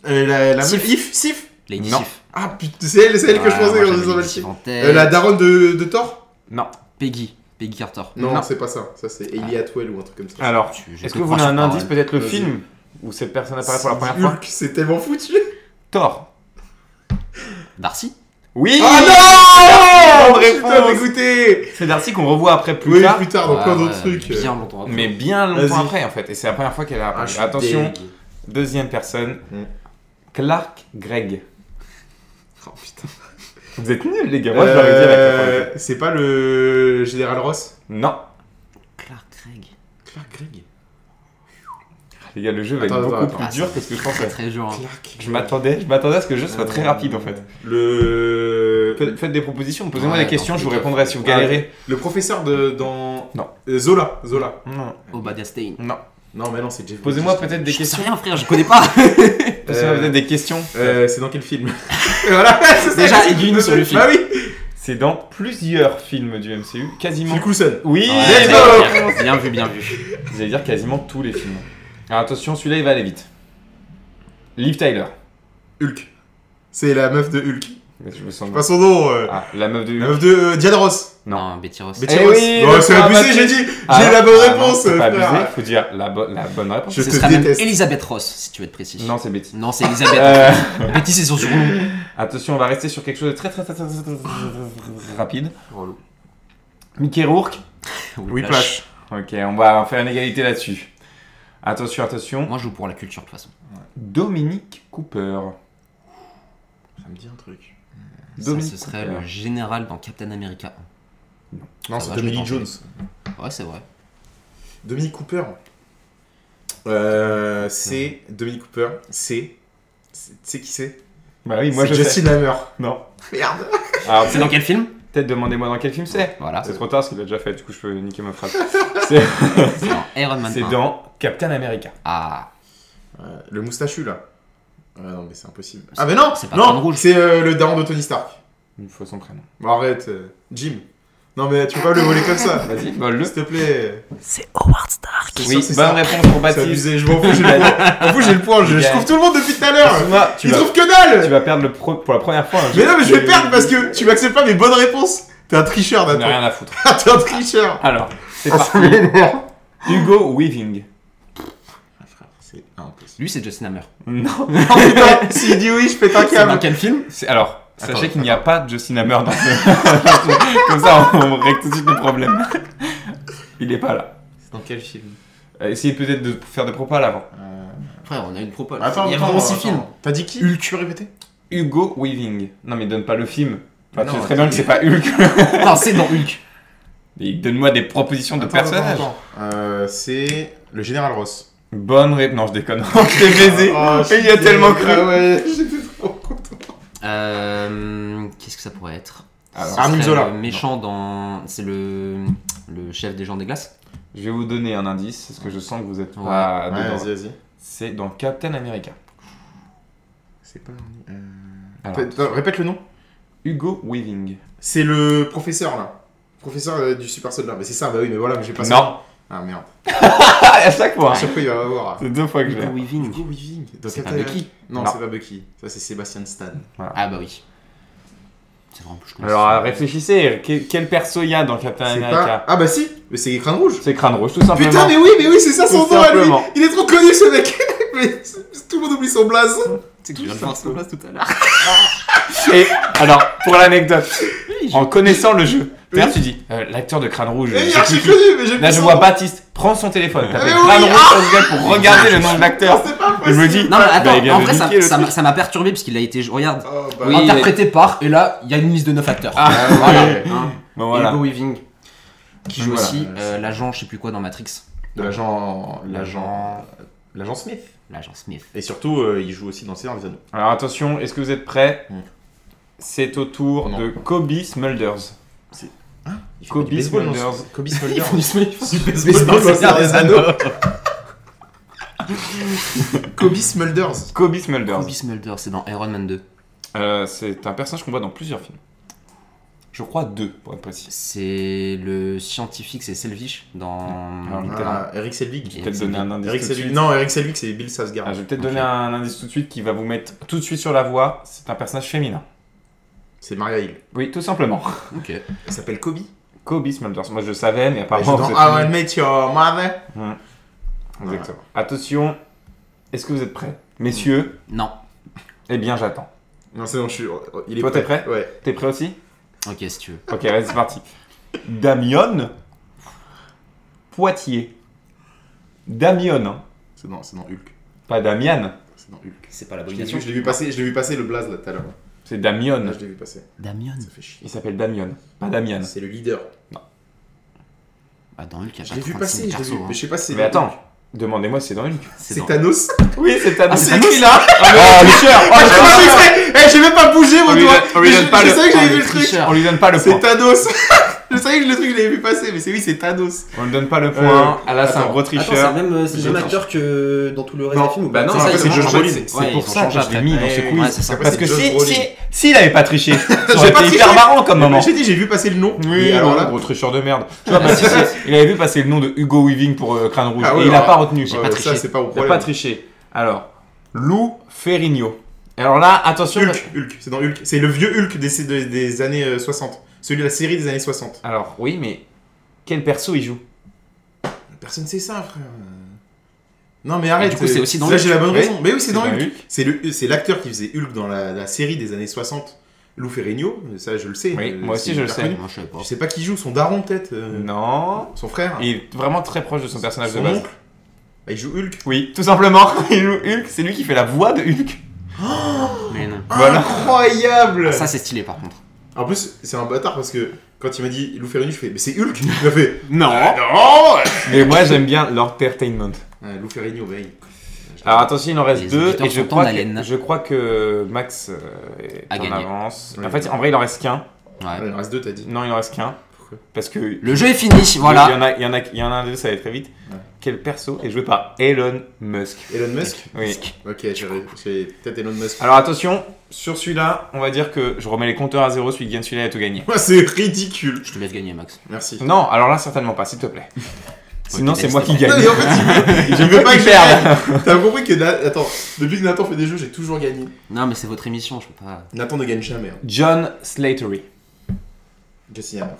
[SPEAKER 4] Euh, la, la
[SPEAKER 5] Sif.
[SPEAKER 4] meuf. If Sif
[SPEAKER 5] Lady
[SPEAKER 3] Non.
[SPEAKER 5] Sif.
[SPEAKER 4] Ah putain, c'est elle, c'est elle que je
[SPEAKER 5] Voilà,
[SPEAKER 4] pensais
[SPEAKER 5] Ah, moi,
[SPEAKER 4] quand je
[SPEAKER 5] j'avais
[SPEAKER 4] disais
[SPEAKER 5] Lady
[SPEAKER 4] Valkyrie.
[SPEAKER 5] Sif en tête.
[SPEAKER 4] Euh, la daronne de, de Thor
[SPEAKER 3] Non.
[SPEAKER 5] Peggy. Peggy Carter.
[SPEAKER 4] Non,
[SPEAKER 3] Non.
[SPEAKER 4] c'est pas ça. Ça, c'est Ellie Atwell ou un truc comme ça.
[SPEAKER 3] Alors,
[SPEAKER 5] Tu- j'ai
[SPEAKER 3] est-ce
[SPEAKER 5] peu
[SPEAKER 3] que
[SPEAKER 5] de
[SPEAKER 3] vous voulez
[SPEAKER 5] croix
[SPEAKER 3] un
[SPEAKER 5] sur
[SPEAKER 3] indice
[SPEAKER 5] parole.
[SPEAKER 3] Peut-être le
[SPEAKER 4] Vas-y.
[SPEAKER 3] film où cette personne apparaît pour la première
[SPEAKER 4] Hulk,
[SPEAKER 3] fois
[SPEAKER 4] c'est tellement foutu.
[SPEAKER 3] Thor.
[SPEAKER 5] Darcy
[SPEAKER 3] Oui
[SPEAKER 4] Ah non
[SPEAKER 3] Bonne
[SPEAKER 4] Putain,
[SPEAKER 3] Oh, réponse.
[SPEAKER 4] dégoûté
[SPEAKER 3] C'est Darcy qu'on revoit après plus
[SPEAKER 4] Oui,
[SPEAKER 3] tard.
[SPEAKER 4] plus tard, dans
[SPEAKER 5] Ouais,
[SPEAKER 4] plein d'autres
[SPEAKER 5] ouais,
[SPEAKER 4] trucs.
[SPEAKER 5] Bien longtemps après.
[SPEAKER 3] Mais bien longtemps
[SPEAKER 4] Vas-y.
[SPEAKER 3] après en fait, et c'est la première fois qu'elle a
[SPEAKER 4] Ah,
[SPEAKER 3] apparu.
[SPEAKER 4] je suis
[SPEAKER 3] Attention,
[SPEAKER 4] deg.
[SPEAKER 3] deuxième personne,
[SPEAKER 4] Mm.
[SPEAKER 3] Clark Gregg.
[SPEAKER 4] Oh putain.
[SPEAKER 3] Vous êtes nuls les gars, moi je l'aurais dit avec la première fois.
[SPEAKER 4] Euh, c'est pas le général Ross
[SPEAKER 3] Non,
[SPEAKER 5] Clark Craig.
[SPEAKER 4] Clark Gregg.
[SPEAKER 3] les gars, le jeu va être
[SPEAKER 4] Attends,
[SPEAKER 3] beaucoup
[SPEAKER 4] attends,
[SPEAKER 3] plus
[SPEAKER 5] attends.
[SPEAKER 3] dur que ce que je pensais.
[SPEAKER 5] Très très dur. hein.
[SPEAKER 4] Clark.
[SPEAKER 3] Je m'attendais, je m'attendais à ce que le jeu soit très
[SPEAKER 4] Euh,
[SPEAKER 3] rapide en fait.
[SPEAKER 4] Le.
[SPEAKER 3] Faites, faites des propositions, posez-moi
[SPEAKER 5] Ouais,
[SPEAKER 3] des questions,
[SPEAKER 5] dans
[SPEAKER 3] je vous
[SPEAKER 5] tous les cas.
[SPEAKER 3] répondrai si vous galérez.
[SPEAKER 4] Le professeur de dans.
[SPEAKER 3] Non.
[SPEAKER 4] Euh, Zola. Zola.
[SPEAKER 3] Non,
[SPEAKER 5] Obadiah Stane.
[SPEAKER 3] non.
[SPEAKER 4] Non, mais non, c'est Jeff.
[SPEAKER 3] Posez-moi
[SPEAKER 4] Bridges.
[SPEAKER 3] peut-être des
[SPEAKER 5] Je sais
[SPEAKER 3] questions.
[SPEAKER 5] rien frère, je connais pas.
[SPEAKER 3] Posez-moi
[SPEAKER 4] Euh,
[SPEAKER 3] peut-être des questions.
[SPEAKER 4] Euh, c'est dans quel film Voilà, c'est ça,
[SPEAKER 5] Déjà,
[SPEAKER 4] c'est-
[SPEAKER 5] il devine sur le film.
[SPEAKER 4] Bah oui
[SPEAKER 3] C'est dans plusieurs films du MCU, quasiment.
[SPEAKER 4] Phil Coulson.
[SPEAKER 3] Oui,
[SPEAKER 5] Ouais,
[SPEAKER 3] let's go
[SPEAKER 5] bien, bien vu, bien vu.
[SPEAKER 3] J'allais dire quasiment tous les films. Alors attention, celui-là il va aller vite. Liv Tyler.
[SPEAKER 4] Hulk. C'est la meuf de Hulk.
[SPEAKER 3] Mais je me sens.
[SPEAKER 4] Pas son nom. euh,
[SPEAKER 3] Ah, la meuf de.
[SPEAKER 4] La meuf de euh, Diane Ross.
[SPEAKER 3] Non.
[SPEAKER 5] Non, Betty Ross.
[SPEAKER 4] Betty
[SPEAKER 3] Eh
[SPEAKER 4] Ross.
[SPEAKER 3] oui,
[SPEAKER 4] Non,
[SPEAKER 3] le
[SPEAKER 4] c'est
[SPEAKER 3] frère
[SPEAKER 4] abusé,
[SPEAKER 3] Mathieu.
[SPEAKER 4] j'ai dit.
[SPEAKER 3] Ah,
[SPEAKER 4] j'ai la bonne
[SPEAKER 3] ah non,
[SPEAKER 4] réponse.
[SPEAKER 3] c'est pas
[SPEAKER 4] frère.
[SPEAKER 3] abusé, faut dire la, bo- la bonne réponse.
[SPEAKER 4] Je
[SPEAKER 5] Ce
[SPEAKER 4] te
[SPEAKER 5] sera même
[SPEAKER 4] déteste.
[SPEAKER 5] Elisabeth Ross, si tu veux être précis.
[SPEAKER 3] Non, c'est bêtise.
[SPEAKER 5] Non, c'est Elisabeth.
[SPEAKER 3] Euh,
[SPEAKER 5] Betty, c'est son surnom.
[SPEAKER 3] attention, on va rester sur quelque chose de très très très, très, très, très, très rapide.
[SPEAKER 4] Relou.
[SPEAKER 3] Mickey Rourke.
[SPEAKER 4] Whiplash.
[SPEAKER 5] Whiplash.
[SPEAKER 3] Ok, on va faire une égalité là-dessus. Attention, attention.
[SPEAKER 5] Moi, je joue pour la culture, de toute façon.
[SPEAKER 3] Dominique Cooper.
[SPEAKER 4] Ça me dit un truc.
[SPEAKER 5] Ça,
[SPEAKER 3] Dominique
[SPEAKER 5] ce serait
[SPEAKER 3] Cooper.
[SPEAKER 5] le général dans Captain America.
[SPEAKER 4] Non,
[SPEAKER 5] Ça
[SPEAKER 4] c'est
[SPEAKER 5] va, je l'ai
[SPEAKER 4] Dominique
[SPEAKER 5] tenté.
[SPEAKER 4] Jones.
[SPEAKER 5] Ouais, c'est vrai.
[SPEAKER 4] Dominique Cooper. Euh, c'est Dominique Cooper. C'est. c'est- Tu sais qui c'est
[SPEAKER 3] Bah oui, moi
[SPEAKER 4] C'est
[SPEAKER 3] je sais.
[SPEAKER 4] Justin Hammer.
[SPEAKER 3] Non.
[SPEAKER 4] Merde.
[SPEAKER 3] Alors,
[SPEAKER 5] C'est dans Ah, quel film
[SPEAKER 3] peut-être demandez-moi dans quel film c'est.
[SPEAKER 5] Voilà.
[SPEAKER 3] C'est trop tard parce qu'il l'a déjà fait, du coup je peux niquer ma phrase. C'est
[SPEAKER 5] C'est dans Iron Man.
[SPEAKER 3] c'est
[SPEAKER 5] 1.
[SPEAKER 3] dans Captain America.
[SPEAKER 5] Ah,
[SPEAKER 4] Euh, le moustachu là. Ah non mais c'est impossible. Ah mais non,
[SPEAKER 5] c'est pas Tom
[SPEAKER 4] non,
[SPEAKER 5] Rouge.
[SPEAKER 4] c'est euh, le daron de Tony Stark.
[SPEAKER 3] Une fois son prénom.
[SPEAKER 4] Bon, arrête, euh, Jim. Non mais tu peux pas le voler comme ça.
[SPEAKER 3] Vas-y, vole-le.
[SPEAKER 4] S'il te plaît.
[SPEAKER 5] c'est Howard Stark.
[SPEAKER 4] C'est sûr,
[SPEAKER 3] Oui,
[SPEAKER 4] Ah, c'est
[SPEAKER 3] bonne
[SPEAKER 4] ça.
[SPEAKER 3] réponse pour
[SPEAKER 4] C'est
[SPEAKER 3] Baptiste.
[SPEAKER 4] abusé, je m'en fous, j'ai le point. En plus j'ai le point, je, je trouve tout le monde depuis tout à l'heure.
[SPEAKER 3] Asma, tu
[SPEAKER 4] Il
[SPEAKER 3] vas,
[SPEAKER 4] trouve que
[SPEAKER 3] tu
[SPEAKER 4] dalle.
[SPEAKER 3] vas perdre le pro- pour la première fois. un jeu.
[SPEAKER 4] Mais non mais je vais perdre parce que tu m'acceptes pas mes bonnes réponses. T'es un tricheur
[SPEAKER 3] On n'a
[SPEAKER 4] Nathan.
[SPEAKER 3] rien à foutre.
[SPEAKER 4] T'es un tricheur.
[SPEAKER 3] Alors, c'est
[SPEAKER 4] Ah, ça
[SPEAKER 3] parti. Hugo Weaving.
[SPEAKER 4] C'est impossible.
[SPEAKER 5] Lui, c'est Justin Hammer.
[SPEAKER 3] Non.
[SPEAKER 4] Oh putain, s'il dit oui, je pète un
[SPEAKER 5] C'est dans
[SPEAKER 4] câble.
[SPEAKER 5] quel film
[SPEAKER 3] C'est- Alors,
[SPEAKER 4] Attends,
[SPEAKER 3] sachez qu'il n'y a pas de Justin Hammer dans ce... Comme ça, on règle tout de suite le problème. Il n'est pas là.
[SPEAKER 4] Dans quel film
[SPEAKER 3] Euh, Essayez peut-être de faire des propos à l'avant.
[SPEAKER 5] Frère, on a une propale.
[SPEAKER 4] Attends,
[SPEAKER 5] Il y a
[SPEAKER 4] attends,
[SPEAKER 5] vraiment six
[SPEAKER 4] attends.
[SPEAKER 5] films.
[SPEAKER 4] T'as dit qui Hulk, tu peux répéter
[SPEAKER 3] Hugo Weaving. Non, mais donne pas le film. Enfin,
[SPEAKER 4] Mais
[SPEAKER 3] tu
[SPEAKER 4] non,
[SPEAKER 3] sais très bien que c'est pas Hulk.
[SPEAKER 5] Non, c'est dans Hulk.
[SPEAKER 3] Mais Donne-moi des propositions de
[SPEAKER 4] Attends,
[SPEAKER 3] personnages.
[SPEAKER 4] attends, attends. Euh, c'est le général Ross. Oh,
[SPEAKER 3] Bonne réponse. Non, je déconne. je t'ai baisé. Ah, il y a tellement
[SPEAKER 4] Ah
[SPEAKER 3] cru.
[SPEAKER 5] Euh, Qu'est-ce que ça pourrait être
[SPEAKER 3] Alors,
[SPEAKER 5] Ce
[SPEAKER 4] Arnim
[SPEAKER 5] serait
[SPEAKER 4] Zola.
[SPEAKER 5] Le méchant dans. C'est le. Le chef des gens des glaces.
[SPEAKER 3] je vais vous donner un indice, parce que je sens que vous êtes
[SPEAKER 5] Ouais.
[SPEAKER 3] pas
[SPEAKER 4] Ouais,
[SPEAKER 3] dedans.
[SPEAKER 4] vas-y, vas-y.
[SPEAKER 3] C'est dans Captain America.
[SPEAKER 4] C'est pas. euh,
[SPEAKER 3] Alors,
[SPEAKER 4] répète le nom.
[SPEAKER 3] Hugo Weaving.
[SPEAKER 4] C'est le professeur là. Professeur euh, du Super Soldat. Mais c'est ça, bah oui, mais voilà, mais j'ai pas ça.
[SPEAKER 3] Non.
[SPEAKER 4] Ah merde.
[SPEAKER 3] Ah, à chaque fois.
[SPEAKER 4] À chaque fois, il va avoir.
[SPEAKER 3] C'est deux fois que je l'ai.
[SPEAKER 5] Hugo Weaving.
[SPEAKER 4] Hugo Weaving. Dans
[SPEAKER 5] C'est pas
[SPEAKER 4] Captain-
[SPEAKER 5] Bucky.
[SPEAKER 4] Non,
[SPEAKER 3] Non.
[SPEAKER 4] c'est pas Bucky. Ça, c'est Sébastien Stan.
[SPEAKER 5] Ah, bah oui. C'est vraiment plus cool.
[SPEAKER 3] Alors euh, réfléchissez, quel, quel perso il y a dans Captain
[SPEAKER 4] C'est
[SPEAKER 3] America
[SPEAKER 4] pas. Ah bah si, mais c'est Crâne Rouge.
[SPEAKER 3] C'est Crâne Rouge, tout simplement.
[SPEAKER 4] Putain, mais oui, mais oui, c'est ça son
[SPEAKER 3] Tout
[SPEAKER 4] nom à lui.
[SPEAKER 3] simplement.
[SPEAKER 4] Il est trop connu ce mec. mais tout le monde oublie son blaze.
[SPEAKER 5] Tu sais que je viens de voir ce place tout à l'heure.
[SPEAKER 3] Et alors, pour l'anecdote, en connaissant le jeu, d'ailleurs tu dis, euh, l'acteur de Crâne Rouge,
[SPEAKER 4] Mais
[SPEAKER 3] je sais
[SPEAKER 4] merde,
[SPEAKER 3] plus
[SPEAKER 4] j'ai
[SPEAKER 3] qui.
[SPEAKER 4] connu, mais
[SPEAKER 3] là
[SPEAKER 4] j'ai plus
[SPEAKER 3] je
[SPEAKER 4] son
[SPEAKER 3] vois
[SPEAKER 4] nom.
[SPEAKER 3] Baptiste, prends son téléphone, t'appelles
[SPEAKER 4] Ah, Mais oui, Ah,
[SPEAKER 3] Crâne Rouge sur ce gars pour regarder le nom de l'acteur.
[SPEAKER 4] C'est pas
[SPEAKER 3] Je me
[SPEAKER 4] possible.
[SPEAKER 3] dis,
[SPEAKER 5] Non, mais
[SPEAKER 3] bah,
[SPEAKER 5] attends,
[SPEAKER 3] il vient
[SPEAKER 5] en
[SPEAKER 3] de
[SPEAKER 5] vrai, ça-
[SPEAKER 3] niquer le
[SPEAKER 5] ça m'a-
[SPEAKER 3] truc.
[SPEAKER 5] ça m'a perturbé parce qu'il a été. je Regarde.
[SPEAKER 4] Oh, bah.
[SPEAKER 3] Oui,
[SPEAKER 5] interprété par, et là, il y a une liste de 9 acteurs.
[SPEAKER 3] Ah,
[SPEAKER 5] voilà.
[SPEAKER 3] ouais.
[SPEAKER 5] Hein.
[SPEAKER 3] Bon, Bah, voilà.
[SPEAKER 5] Hugo Weaving, qui joue
[SPEAKER 3] Voilà.
[SPEAKER 5] aussi euh, l'agent, je sais plus quoi, dans Matrix.
[SPEAKER 4] De l'agent.
[SPEAKER 5] l'agent-
[SPEAKER 4] L'agent Smith.
[SPEAKER 5] L'agent Smith.
[SPEAKER 4] Et surtout, euh, il joue aussi dans Seigneur des Anneaux.
[SPEAKER 3] Alors attention, est-ce que vous êtes prêts
[SPEAKER 4] Hmm.
[SPEAKER 3] C'est au tour
[SPEAKER 4] Non.
[SPEAKER 3] de Kobe Smulders.
[SPEAKER 4] Il
[SPEAKER 3] Kobe
[SPEAKER 4] du baseball,
[SPEAKER 3] Smulders.
[SPEAKER 4] non Kobe Smulders.
[SPEAKER 5] Smith.
[SPEAKER 4] baseball dans Seigneur des Anneaux. Kobe Smulders.
[SPEAKER 3] Kobe Smulders.
[SPEAKER 5] Kobe Smulder, c'est dans Iron Man 2.
[SPEAKER 3] Euh, c'est un personnage qu'on voit dans plusieurs films. Je crois deux, pour être précis.
[SPEAKER 5] C'est le scientifique, c'est Selvish dans.
[SPEAKER 3] Ah,
[SPEAKER 5] Little
[SPEAKER 4] Ah, Eric Selvig.
[SPEAKER 5] Big.
[SPEAKER 3] Peut-être donner un indice.
[SPEAKER 4] Eric
[SPEAKER 3] tout de suite.
[SPEAKER 4] Selvig. Non, Eric Selvig, c'est Bill Sarsgaard.
[SPEAKER 3] Ah, je vais peut-être
[SPEAKER 5] Ok.
[SPEAKER 3] donner un indice tout de suite qui va vous mettre tout de suite sur la voie. C'est un personnage féminin.
[SPEAKER 4] C'est Maria Hill.
[SPEAKER 3] Oui, tout simplement.
[SPEAKER 5] Man. Ok.
[SPEAKER 4] Elle s'appelle Kobe.
[SPEAKER 3] Kobe Smulders. Moi, je le savais, mais
[SPEAKER 4] Elle
[SPEAKER 3] apparemment.
[SPEAKER 4] joue dans
[SPEAKER 3] vous
[SPEAKER 4] How I
[SPEAKER 3] êtes-
[SPEAKER 4] Met Your Mother.
[SPEAKER 3] Exactement. Attention. Est-ce que vous êtes prêts Messieurs,
[SPEAKER 5] Non.
[SPEAKER 3] eh bien, j'attends.
[SPEAKER 4] Non, c'est bon, je suis. Il est
[SPEAKER 3] Toi, t'es prêt
[SPEAKER 4] Ouais.
[SPEAKER 3] T'es prêt aussi
[SPEAKER 5] Ok, si tu veux.
[SPEAKER 3] Ok, vas-y, c'est parti. Damion. Poitiers. Damion. hein.
[SPEAKER 4] C'est dans, c'est dans Hulk.
[SPEAKER 3] Pas Damian.
[SPEAKER 4] C'est dans Hulk.
[SPEAKER 5] C'est pas
[SPEAKER 4] Je l'ai vu, je l'ai vu passer, je l'ai vu passer le blaze là tout à l'heure.
[SPEAKER 3] C'est
[SPEAKER 4] Là,
[SPEAKER 3] Damion.
[SPEAKER 4] je l'ai vu passer.
[SPEAKER 5] Damien.
[SPEAKER 4] Ça fait chier.
[SPEAKER 3] Il s'appelle Damion. Pas Damian.
[SPEAKER 4] C'est le leader.
[SPEAKER 5] Bah, dans Hulk, il y
[SPEAKER 4] Je
[SPEAKER 5] a pas
[SPEAKER 4] l'ai vu
[SPEAKER 5] 36
[SPEAKER 4] passer, je l'ai
[SPEAKER 5] persos,
[SPEAKER 4] vu.
[SPEAKER 5] hein.
[SPEAKER 4] Mais je sais pas si c'est.
[SPEAKER 3] Mais attends, demandez-moi si c'est dans Hulk.
[SPEAKER 5] C'est
[SPEAKER 4] C'est
[SPEAKER 5] dans-
[SPEAKER 4] Thanos
[SPEAKER 3] Oui, c'est
[SPEAKER 5] hein.
[SPEAKER 3] Thanos.
[SPEAKER 4] Ah, c'est écrit là
[SPEAKER 3] Ah, le tricheur
[SPEAKER 4] Ah, j'ai pas fait
[SPEAKER 3] Ah,
[SPEAKER 4] exprès Eh, j'ai même pas bougé
[SPEAKER 3] On
[SPEAKER 4] mon
[SPEAKER 3] lui
[SPEAKER 4] doigt
[SPEAKER 3] donne- on lui
[SPEAKER 4] Mais je-
[SPEAKER 3] donne pas
[SPEAKER 4] Je
[SPEAKER 3] le-
[SPEAKER 4] savais que j'avais
[SPEAKER 5] on
[SPEAKER 4] vu
[SPEAKER 5] lui
[SPEAKER 4] le truc
[SPEAKER 5] tricheur.
[SPEAKER 3] On lui donne pas le point.
[SPEAKER 4] C'est Thanos Je savais que le truc, je l'avais vu passer, mais c'est oui, c'est Thanos
[SPEAKER 3] On lui donne pas le point. Ah là, c'est un
[SPEAKER 4] attends.
[SPEAKER 3] gros tricheur.
[SPEAKER 7] même, euh, c'est le
[SPEAKER 4] J'ai
[SPEAKER 7] même
[SPEAKER 4] dit.
[SPEAKER 7] acteur que dans tout le reste
[SPEAKER 4] Non,
[SPEAKER 7] du film ou
[SPEAKER 3] bah
[SPEAKER 7] pas
[SPEAKER 3] non,
[SPEAKER 7] C'est
[SPEAKER 3] en
[SPEAKER 7] ça,
[SPEAKER 3] fait,
[SPEAKER 7] ils
[SPEAKER 3] c'est
[SPEAKER 7] ont
[SPEAKER 3] Josh
[SPEAKER 7] changé.
[SPEAKER 3] Brolin. C'est
[SPEAKER 5] Ouais,
[SPEAKER 3] pour
[SPEAKER 5] ils ont
[SPEAKER 3] ça que
[SPEAKER 5] changé
[SPEAKER 3] je l'ai
[SPEAKER 5] après.
[SPEAKER 3] mis dans
[SPEAKER 4] Eh
[SPEAKER 3] ce
[SPEAKER 4] oui,
[SPEAKER 3] quiz.
[SPEAKER 5] Ouais, c'est ça.
[SPEAKER 4] Après,
[SPEAKER 3] Parce
[SPEAKER 4] c'est
[SPEAKER 3] que
[SPEAKER 4] Josh
[SPEAKER 3] si,
[SPEAKER 4] Brolin.
[SPEAKER 3] si, s'il avait pas triché, ça aurait
[SPEAKER 4] J'ai pas
[SPEAKER 3] été hyper
[SPEAKER 4] triché.
[SPEAKER 3] marrant comme moment.
[SPEAKER 4] Mais j'ai dit, j'ai vu passer le nom.
[SPEAKER 3] Oui,
[SPEAKER 4] Et alors là,
[SPEAKER 3] gros tricheur de merde. Tu vois, parce que il avait vu passer le nom de Hugo Weaving pour euh, Crâne Rouge
[SPEAKER 4] Ah
[SPEAKER 3] et
[SPEAKER 4] oui,
[SPEAKER 3] il a
[SPEAKER 4] alors,
[SPEAKER 3] pas retenu.
[SPEAKER 4] euh,
[SPEAKER 5] pas triché.
[SPEAKER 4] Ça, c'est pas au
[SPEAKER 3] Il a
[SPEAKER 4] problème.
[SPEAKER 3] pas triché. Alors, Lou Ferrigno. Alors là, attention.
[SPEAKER 4] Hulk, Hulk, c'est dans Hulk. C'est le vieux Hulk des, des- des années euh, 60. Celui de la série des années 60.
[SPEAKER 3] Alors oui, mais quel perso il joue
[SPEAKER 4] Personne sait ça, frère. Non, mais arrête. euh,
[SPEAKER 5] du coup, c'est aussi dans
[SPEAKER 4] Là,
[SPEAKER 5] Hulk.
[SPEAKER 4] j'ai la bonne
[SPEAKER 3] Oui.
[SPEAKER 4] raison. Mais oui, c'est dans
[SPEAKER 3] dans
[SPEAKER 4] Hulk.
[SPEAKER 3] Hulk.
[SPEAKER 4] C'est le- C'est l'acteur qui faisait Hulk dans la, la série des années 60. Lou Ferrigno, ça je le sais.
[SPEAKER 3] Oui,
[SPEAKER 4] Euh,
[SPEAKER 3] moi aussi,
[SPEAKER 4] c'est
[SPEAKER 3] je le
[SPEAKER 4] hyper
[SPEAKER 3] sais.
[SPEAKER 4] connu.
[SPEAKER 5] Moi, je savais pas.
[SPEAKER 4] Je sais pas qui joue, son daron peut-être euh,
[SPEAKER 3] Non.
[SPEAKER 4] Son frère
[SPEAKER 3] Il est vraiment très proche de son personnage
[SPEAKER 4] Son
[SPEAKER 3] de base.
[SPEAKER 4] oncle Bah, Il joue Hulk.
[SPEAKER 3] Oui, tout simplement. Il joue Hulk. C'est lui qui fait la voix de Hulk.
[SPEAKER 5] Mais non.
[SPEAKER 3] Voilà. Ah,
[SPEAKER 4] Incroyable
[SPEAKER 5] Ah, Ça, c'est stylé par contre.
[SPEAKER 4] En plus, c'est un bâtard parce que quand il m'a dit Lou Ferrigno, je fais Mais c'est Hulk Il m'a fait
[SPEAKER 3] Ah, Non.
[SPEAKER 4] Non
[SPEAKER 3] Mais moi, j'aime bien l'entertainment.
[SPEAKER 4] ouais, Lou Ferrigno, bah, il-
[SPEAKER 3] Alors attention, il en reste
[SPEAKER 5] Les
[SPEAKER 3] deux
[SPEAKER 5] auditeurs
[SPEAKER 3] et je
[SPEAKER 5] sont en
[SPEAKER 3] crois, que,
[SPEAKER 5] haleine.
[SPEAKER 3] je crois que Max euh, est
[SPEAKER 5] A
[SPEAKER 3] en
[SPEAKER 5] gagné.
[SPEAKER 3] avance.
[SPEAKER 4] Oui.
[SPEAKER 3] En fait, en vrai, il en reste qu'un.
[SPEAKER 5] Ouais.
[SPEAKER 4] Ouais, il en reste deux, t'as dit.
[SPEAKER 3] Non, il en reste qu'un.
[SPEAKER 4] Pourquoi
[SPEAKER 3] Parce que
[SPEAKER 5] Le jeu est fini,
[SPEAKER 3] il y
[SPEAKER 5] voilà.
[SPEAKER 3] en a, il y en a, il y en a un des deux, ça va être très vite.
[SPEAKER 4] Ouais.
[SPEAKER 3] Quel perso est joué par Elon Musk
[SPEAKER 4] Elon Musk
[SPEAKER 3] Oui.
[SPEAKER 4] Ok, j'avais- j'ai peut-être Elon Musk.
[SPEAKER 3] Alors attention, sur celui-là, on va dire que je remets les compteurs à zéro. Celui qui gagne celui-là, il a tout gagné.
[SPEAKER 4] Ah, c'est ridicule
[SPEAKER 5] Je te laisse gagner, Max.
[SPEAKER 4] Merci.
[SPEAKER 3] Non, alors là, certainement pas, s'il te plaît. Sinon,
[SPEAKER 5] tu
[SPEAKER 3] c'est
[SPEAKER 5] laisses
[SPEAKER 3] moi
[SPEAKER 5] ta
[SPEAKER 3] qui
[SPEAKER 4] Non,
[SPEAKER 3] gagne.
[SPEAKER 4] mais en fait, il veut, il veut
[SPEAKER 3] veux
[SPEAKER 4] pas
[SPEAKER 3] qu'il
[SPEAKER 4] que je
[SPEAKER 3] perde.
[SPEAKER 4] gagne. T'as compris que Na- Attends, depuis que Nathan fait des jeux, j'ai toujours gagné.
[SPEAKER 5] Non, mais c'est votre émission, je peux pas.
[SPEAKER 4] Nathan ne gagne jamais. Hein.
[SPEAKER 3] John Slatery.
[SPEAKER 4] Jesse Hammer.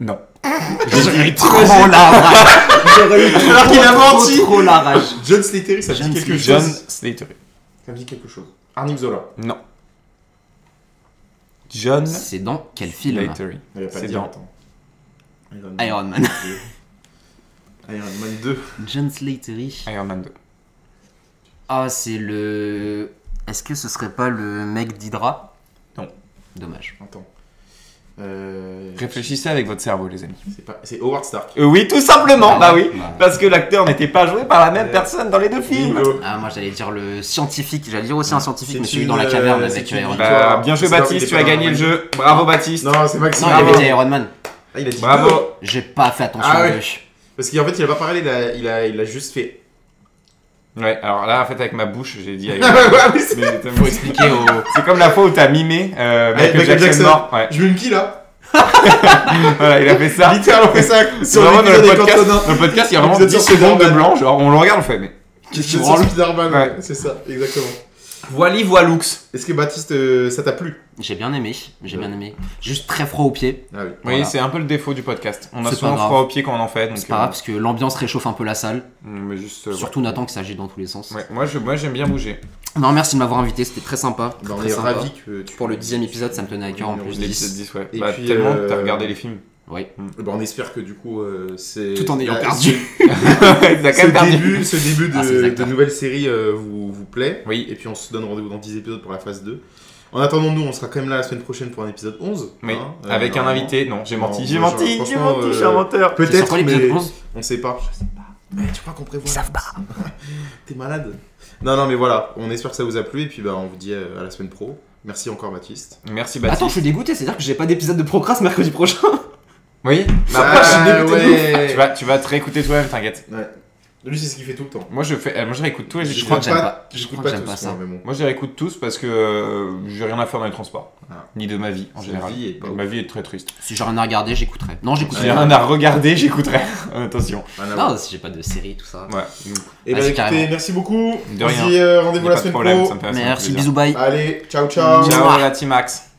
[SPEAKER 3] Non.
[SPEAKER 5] J'ai trop Oh, la rage.
[SPEAKER 4] Alors qu'il a menti
[SPEAKER 5] Trop la rage.
[SPEAKER 4] John Slatery, ça me
[SPEAKER 5] John
[SPEAKER 4] dit quelque
[SPEAKER 3] John
[SPEAKER 4] chose.
[SPEAKER 3] Slatery.
[SPEAKER 4] Ça me dit quelque chose. Arnim Zola.
[SPEAKER 3] Non. John
[SPEAKER 5] C'est dans quel film
[SPEAKER 3] Slatery.
[SPEAKER 4] Il va pas le
[SPEAKER 3] C'est
[SPEAKER 4] dire,
[SPEAKER 3] dans-
[SPEAKER 4] attends. Iron
[SPEAKER 5] Iron Man.
[SPEAKER 4] Iron Man 2.
[SPEAKER 5] John Slatery.
[SPEAKER 3] Iron Man 2.
[SPEAKER 5] Ah, c'est le. Est-ce que ce serait pas le mec d'Hydra
[SPEAKER 3] Non.
[SPEAKER 5] Dommage.
[SPEAKER 4] Attends. Euh...
[SPEAKER 3] Réfléchissez avec votre cerveau, les amis.
[SPEAKER 4] C'est pas... c'est Howard Stark.
[SPEAKER 3] Euh, oui, tout simplement, bah oui.
[SPEAKER 5] Bah,
[SPEAKER 3] Parce que l'acteur n'était pas joué par la même
[SPEAKER 4] Ah, Euh,
[SPEAKER 3] personne dans les deux films.
[SPEAKER 4] Bingo.
[SPEAKER 5] Ah, moi j'allais dire le scientifique, j'allais dire aussi un scientifique,
[SPEAKER 4] C'est
[SPEAKER 5] mais celui
[SPEAKER 4] une,
[SPEAKER 5] dans la caverne
[SPEAKER 4] euh,
[SPEAKER 5] avec
[SPEAKER 4] c'est une-
[SPEAKER 5] Iron Man.
[SPEAKER 3] Bah, bien joué,
[SPEAKER 4] C'est là où
[SPEAKER 3] Baptiste,
[SPEAKER 4] il
[SPEAKER 3] tu as
[SPEAKER 4] était
[SPEAKER 3] gagné
[SPEAKER 4] pas
[SPEAKER 3] le
[SPEAKER 4] dans
[SPEAKER 3] jeu. Bravo, Baptiste.
[SPEAKER 4] Non, c'est Maxime.
[SPEAKER 5] Non, il
[SPEAKER 3] Bravo.
[SPEAKER 5] avait dit Iron Man.
[SPEAKER 4] Ah, il a dit deux.
[SPEAKER 3] Bravo.
[SPEAKER 5] J'ai pas fait attention
[SPEAKER 4] Ah
[SPEAKER 5] à
[SPEAKER 4] ouais.
[SPEAKER 5] deux.
[SPEAKER 4] Parce qu'en fait, il a pas parlé, il a, il a, il a juste fait.
[SPEAKER 3] Ouais, alors là, en fait, avec ma bouche, j'ai dit. Iron
[SPEAKER 4] Ah,
[SPEAKER 3] Man.
[SPEAKER 4] ouais, ouais, mais c'est-
[SPEAKER 3] Mais t'as-
[SPEAKER 5] Faut expliquer au.
[SPEAKER 3] C'est comme la fois où t'as mimé euh,
[SPEAKER 4] Avec
[SPEAKER 3] Michael
[SPEAKER 4] Michael
[SPEAKER 3] Jackson,
[SPEAKER 4] Jackson.
[SPEAKER 3] mort. Ouais.
[SPEAKER 4] Je me qui là
[SPEAKER 3] voilà, il a fait ça.
[SPEAKER 4] Littéralement fait ça sur
[SPEAKER 3] Vraiment, dans,
[SPEAKER 4] l'épisode
[SPEAKER 3] le
[SPEAKER 4] des
[SPEAKER 3] podcast,
[SPEAKER 4] cantonins.
[SPEAKER 3] dans le podcast, il y a vraiment
[SPEAKER 4] L'épisode
[SPEAKER 3] 10
[SPEAKER 4] sur
[SPEAKER 3] secondes de
[SPEAKER 4] Spider-Man.
[SPEAKER 3] blanc. Genre, on le regarde, on fait, mais qu'est-ce qui
[SPEAKER 4] Sur
[SPEAKER 3] me branle
[SPEAKER 4] Spider-Man,
[SPEAKER 3] Ouais.
[SPEAKER 4] c'est ça, exactement.
[SPEAKER 3] Voili, voiloux.
[SPEAKER 4] Est-ce que Baptiste, euh, ça t'a plu
[SPEAKER 5] J'ai bien aimé, j'ai
[SPEAKER 4] Ouais.
[SPEAKER 5] bien aimé. Juste très froid aux pieds.
[SPEAKER 4] Ah oui.
[SPEAKER 3] Oui,
[SPEAKER 5] Voilà.
[SPEAKER 3] c'est un peu le défaut du podcast. On a
[SPEAKER 5] C'est pas
[SPEAKER 3] souvent
[SPEAKER 5] grave.
[SPEAKER 3] froid aux pieds quand on en fait. donc,
[SPEAKER 5] C'est pas grave parce que l'ambiance réchauffe un peu la salle.
[SPEAKER 3] euh, mais juste, euh,
[SPEAKER 5] Surtout Nathan que ça agite dans tous les sens.
[SPEAKER 3] ouais. Ouais, Moi, je- moi, j'aime bien bouger.
[SPEAKER 5] Non, merci de m'avoir invité, c'était très sympa.
[SPEAKER 4] Bah, on est
[SPEAKER 5] très sympa.
[SPEAKER 4] ravis que tu...
[SPEAKER 5] Pour le dixième épisode, ça me tenait à cœur, en plus.
[SPEAKER 3] L'épisode 10, ouais.
[SPEAKER 4] Et
[SPEAKER 3] Bah,
[SPEAKER 4] puis,
[SPEAKER 3] tellement que t'as
[SPEAKER 4] euh,
[SPEAKER 3] regardé les films.
[SPEAKER 5] Oui.
[SPEAKER 4] Bah, on espère que du coup, euh, c'est...
[SPEAKER 5] Tout en ayant
[SPEAKER 3] Bah,
[SPEAKER 4] la-
[SPEAKER 5] perdu.
[SPEAKER 3] T'as
[SPEAKER 4] Ce début, ce début de,
[SPEAKER 5] Ah, c'est les acteurs.
[SPEAKER 4] de nouvelle série euh, vous, vous plaît.
[SPEAKER 3] Oui.
[SPEAKER 4] Et puis on se donne rendez-vous dans 10 épisodes pour la phase 2. En attendant, nous, on sera quand même là la semaine prochaine pour un épisode 11.
[SPEAKER 3] Oui,
[SPEAKER 4] hein, euh,
[SPEAKER 3] avec un
[SPEAKER 4] normalement.
[SPEAKER 3] invité. Non, j'ai
[SPEAKER 4] Non,
[SPEAKER 3] menti.
[SPEAKER 4] moi,
[SPEAKER 3] J'ai
[SPEAKER 4] genre,
[SPEAKER 3] menti, j'ai
[SPEAKER 4] franchement,
[SPEAKER 3] menti, je suis
[SPEAKER 4] euh,
[SPEAKER 3] un menteur.
[SPEAKER 5] C'est
[SPEAKER 4] Peut-être,
[SPEAKER 5] quoi l'épisode
[SPEAKER 4] mais
[SPEAKER 5] 11
[SPEAKER 4] on sait pas. Je sais pas. Mais tu crois qu'on prévoit Ils savent pas. T'es malade. Non, non, mais voilà. On espère que ça vous a plu. Et puis, bah, on vous dit euh, à la semaine pro. Merci encore, Baptiste.
[SPEAKER 3] Merci,
[SPEAKER 5] Attends,
[SPEAKER 3] Baptiste.
[SPEAKER 5] je suis dégoûté, c'est-à-dire que j'ai pas d'épisode de Procrast mercredi prochain.
[SPEAKER 3] Oui, mais
[SPEAKER 4] Ah,
[SPEAKER 3] Bah, après, je suis dégoûté de
[SPEAKER 4] ouais.
[SPEAKER 3] ouf. Tu vas, tu vas te réécouter toi-même, t'inquiète.
[SPEAKER 4] Lui, c'est ce qu'il fait tout le temps.
[SPEAKER 3] Moi, je fais, euh, moi, je réécoute tous et
[SPEAKER 5] Je
[SPEAKER 3] je
[SPEAKER 5] crois que
[SPEAKER 4] J'écoute
[SPEAKER 5] j'aime
[SPEAKER 4] pas-
[SPEAKER 5] pas. Je
[SPEAKER 4] J'écoute
[SPEAKER 5] crois
[SPEAKER 4] pas
[SPEAKER 5] que
[SPEAKER 4] tout
[SPEAKER 5] j'aime pas
[SPEAKER 4] ça.
[SPEAKER 5] ça.
[SPEAKER 4] Mais bon.
[SPEAKER 3] Moi, je les réécoute tous parce que euh, j'ai rien à faire dans les transports.
[SPEAKER 4] Ah.
[SPEAKER 3] Ni de ma vie, en
[SPEAKER 4] Sa
[SPEAKER 3] général.
[SPEAKER 4] vie est pas
[SPEAKER 3] ma vie est très triste.
[SPEAKER 5] Si j'ai rien à regarder, j'écouterai. Non,
[SPEAKER 3] Si
[SPEAKER 5] j'écouterai.
[SPEAKER 3] j'ai rien à regarder, j'écouterai. Attention.
[SPEAKER 4] Rien à voir.
[SPEAKER 5] Non, si j'ai pas de série, tout ça.
[SPEAKER 3] Ah, Ouais.
[SPEAKER 4] Et bah,
[SPEAKER 5] Vas-y,
[SPEAKER 4] écoutez,
[SPEAKER 5] carrément.
[SPEAKER 4] merci beaucoup.
[SPEAKER 3] De
[SPEAKER 4] On se
[SPEAKER 3] rien.
[SPEAKER 4] dit euh,
[SPEAKER 3] Y a
[SPEAKER 4] rendez-vous la
[SPEAKER 3] pas de
[SPEAKER 4] semaine
[SPEAKER 3] problème,
[SPEAKER 4] pro.
[SPEAKER 3] ça me fait assez
[SPEAKER 5] Merci,
[SPEAKER 3] plaisir.
[SPEAKER 5] bisous, bye.
[SPEAKER 4] Allez, ciao, ciao.
[SPEAKER 3] Ciao, la team Max.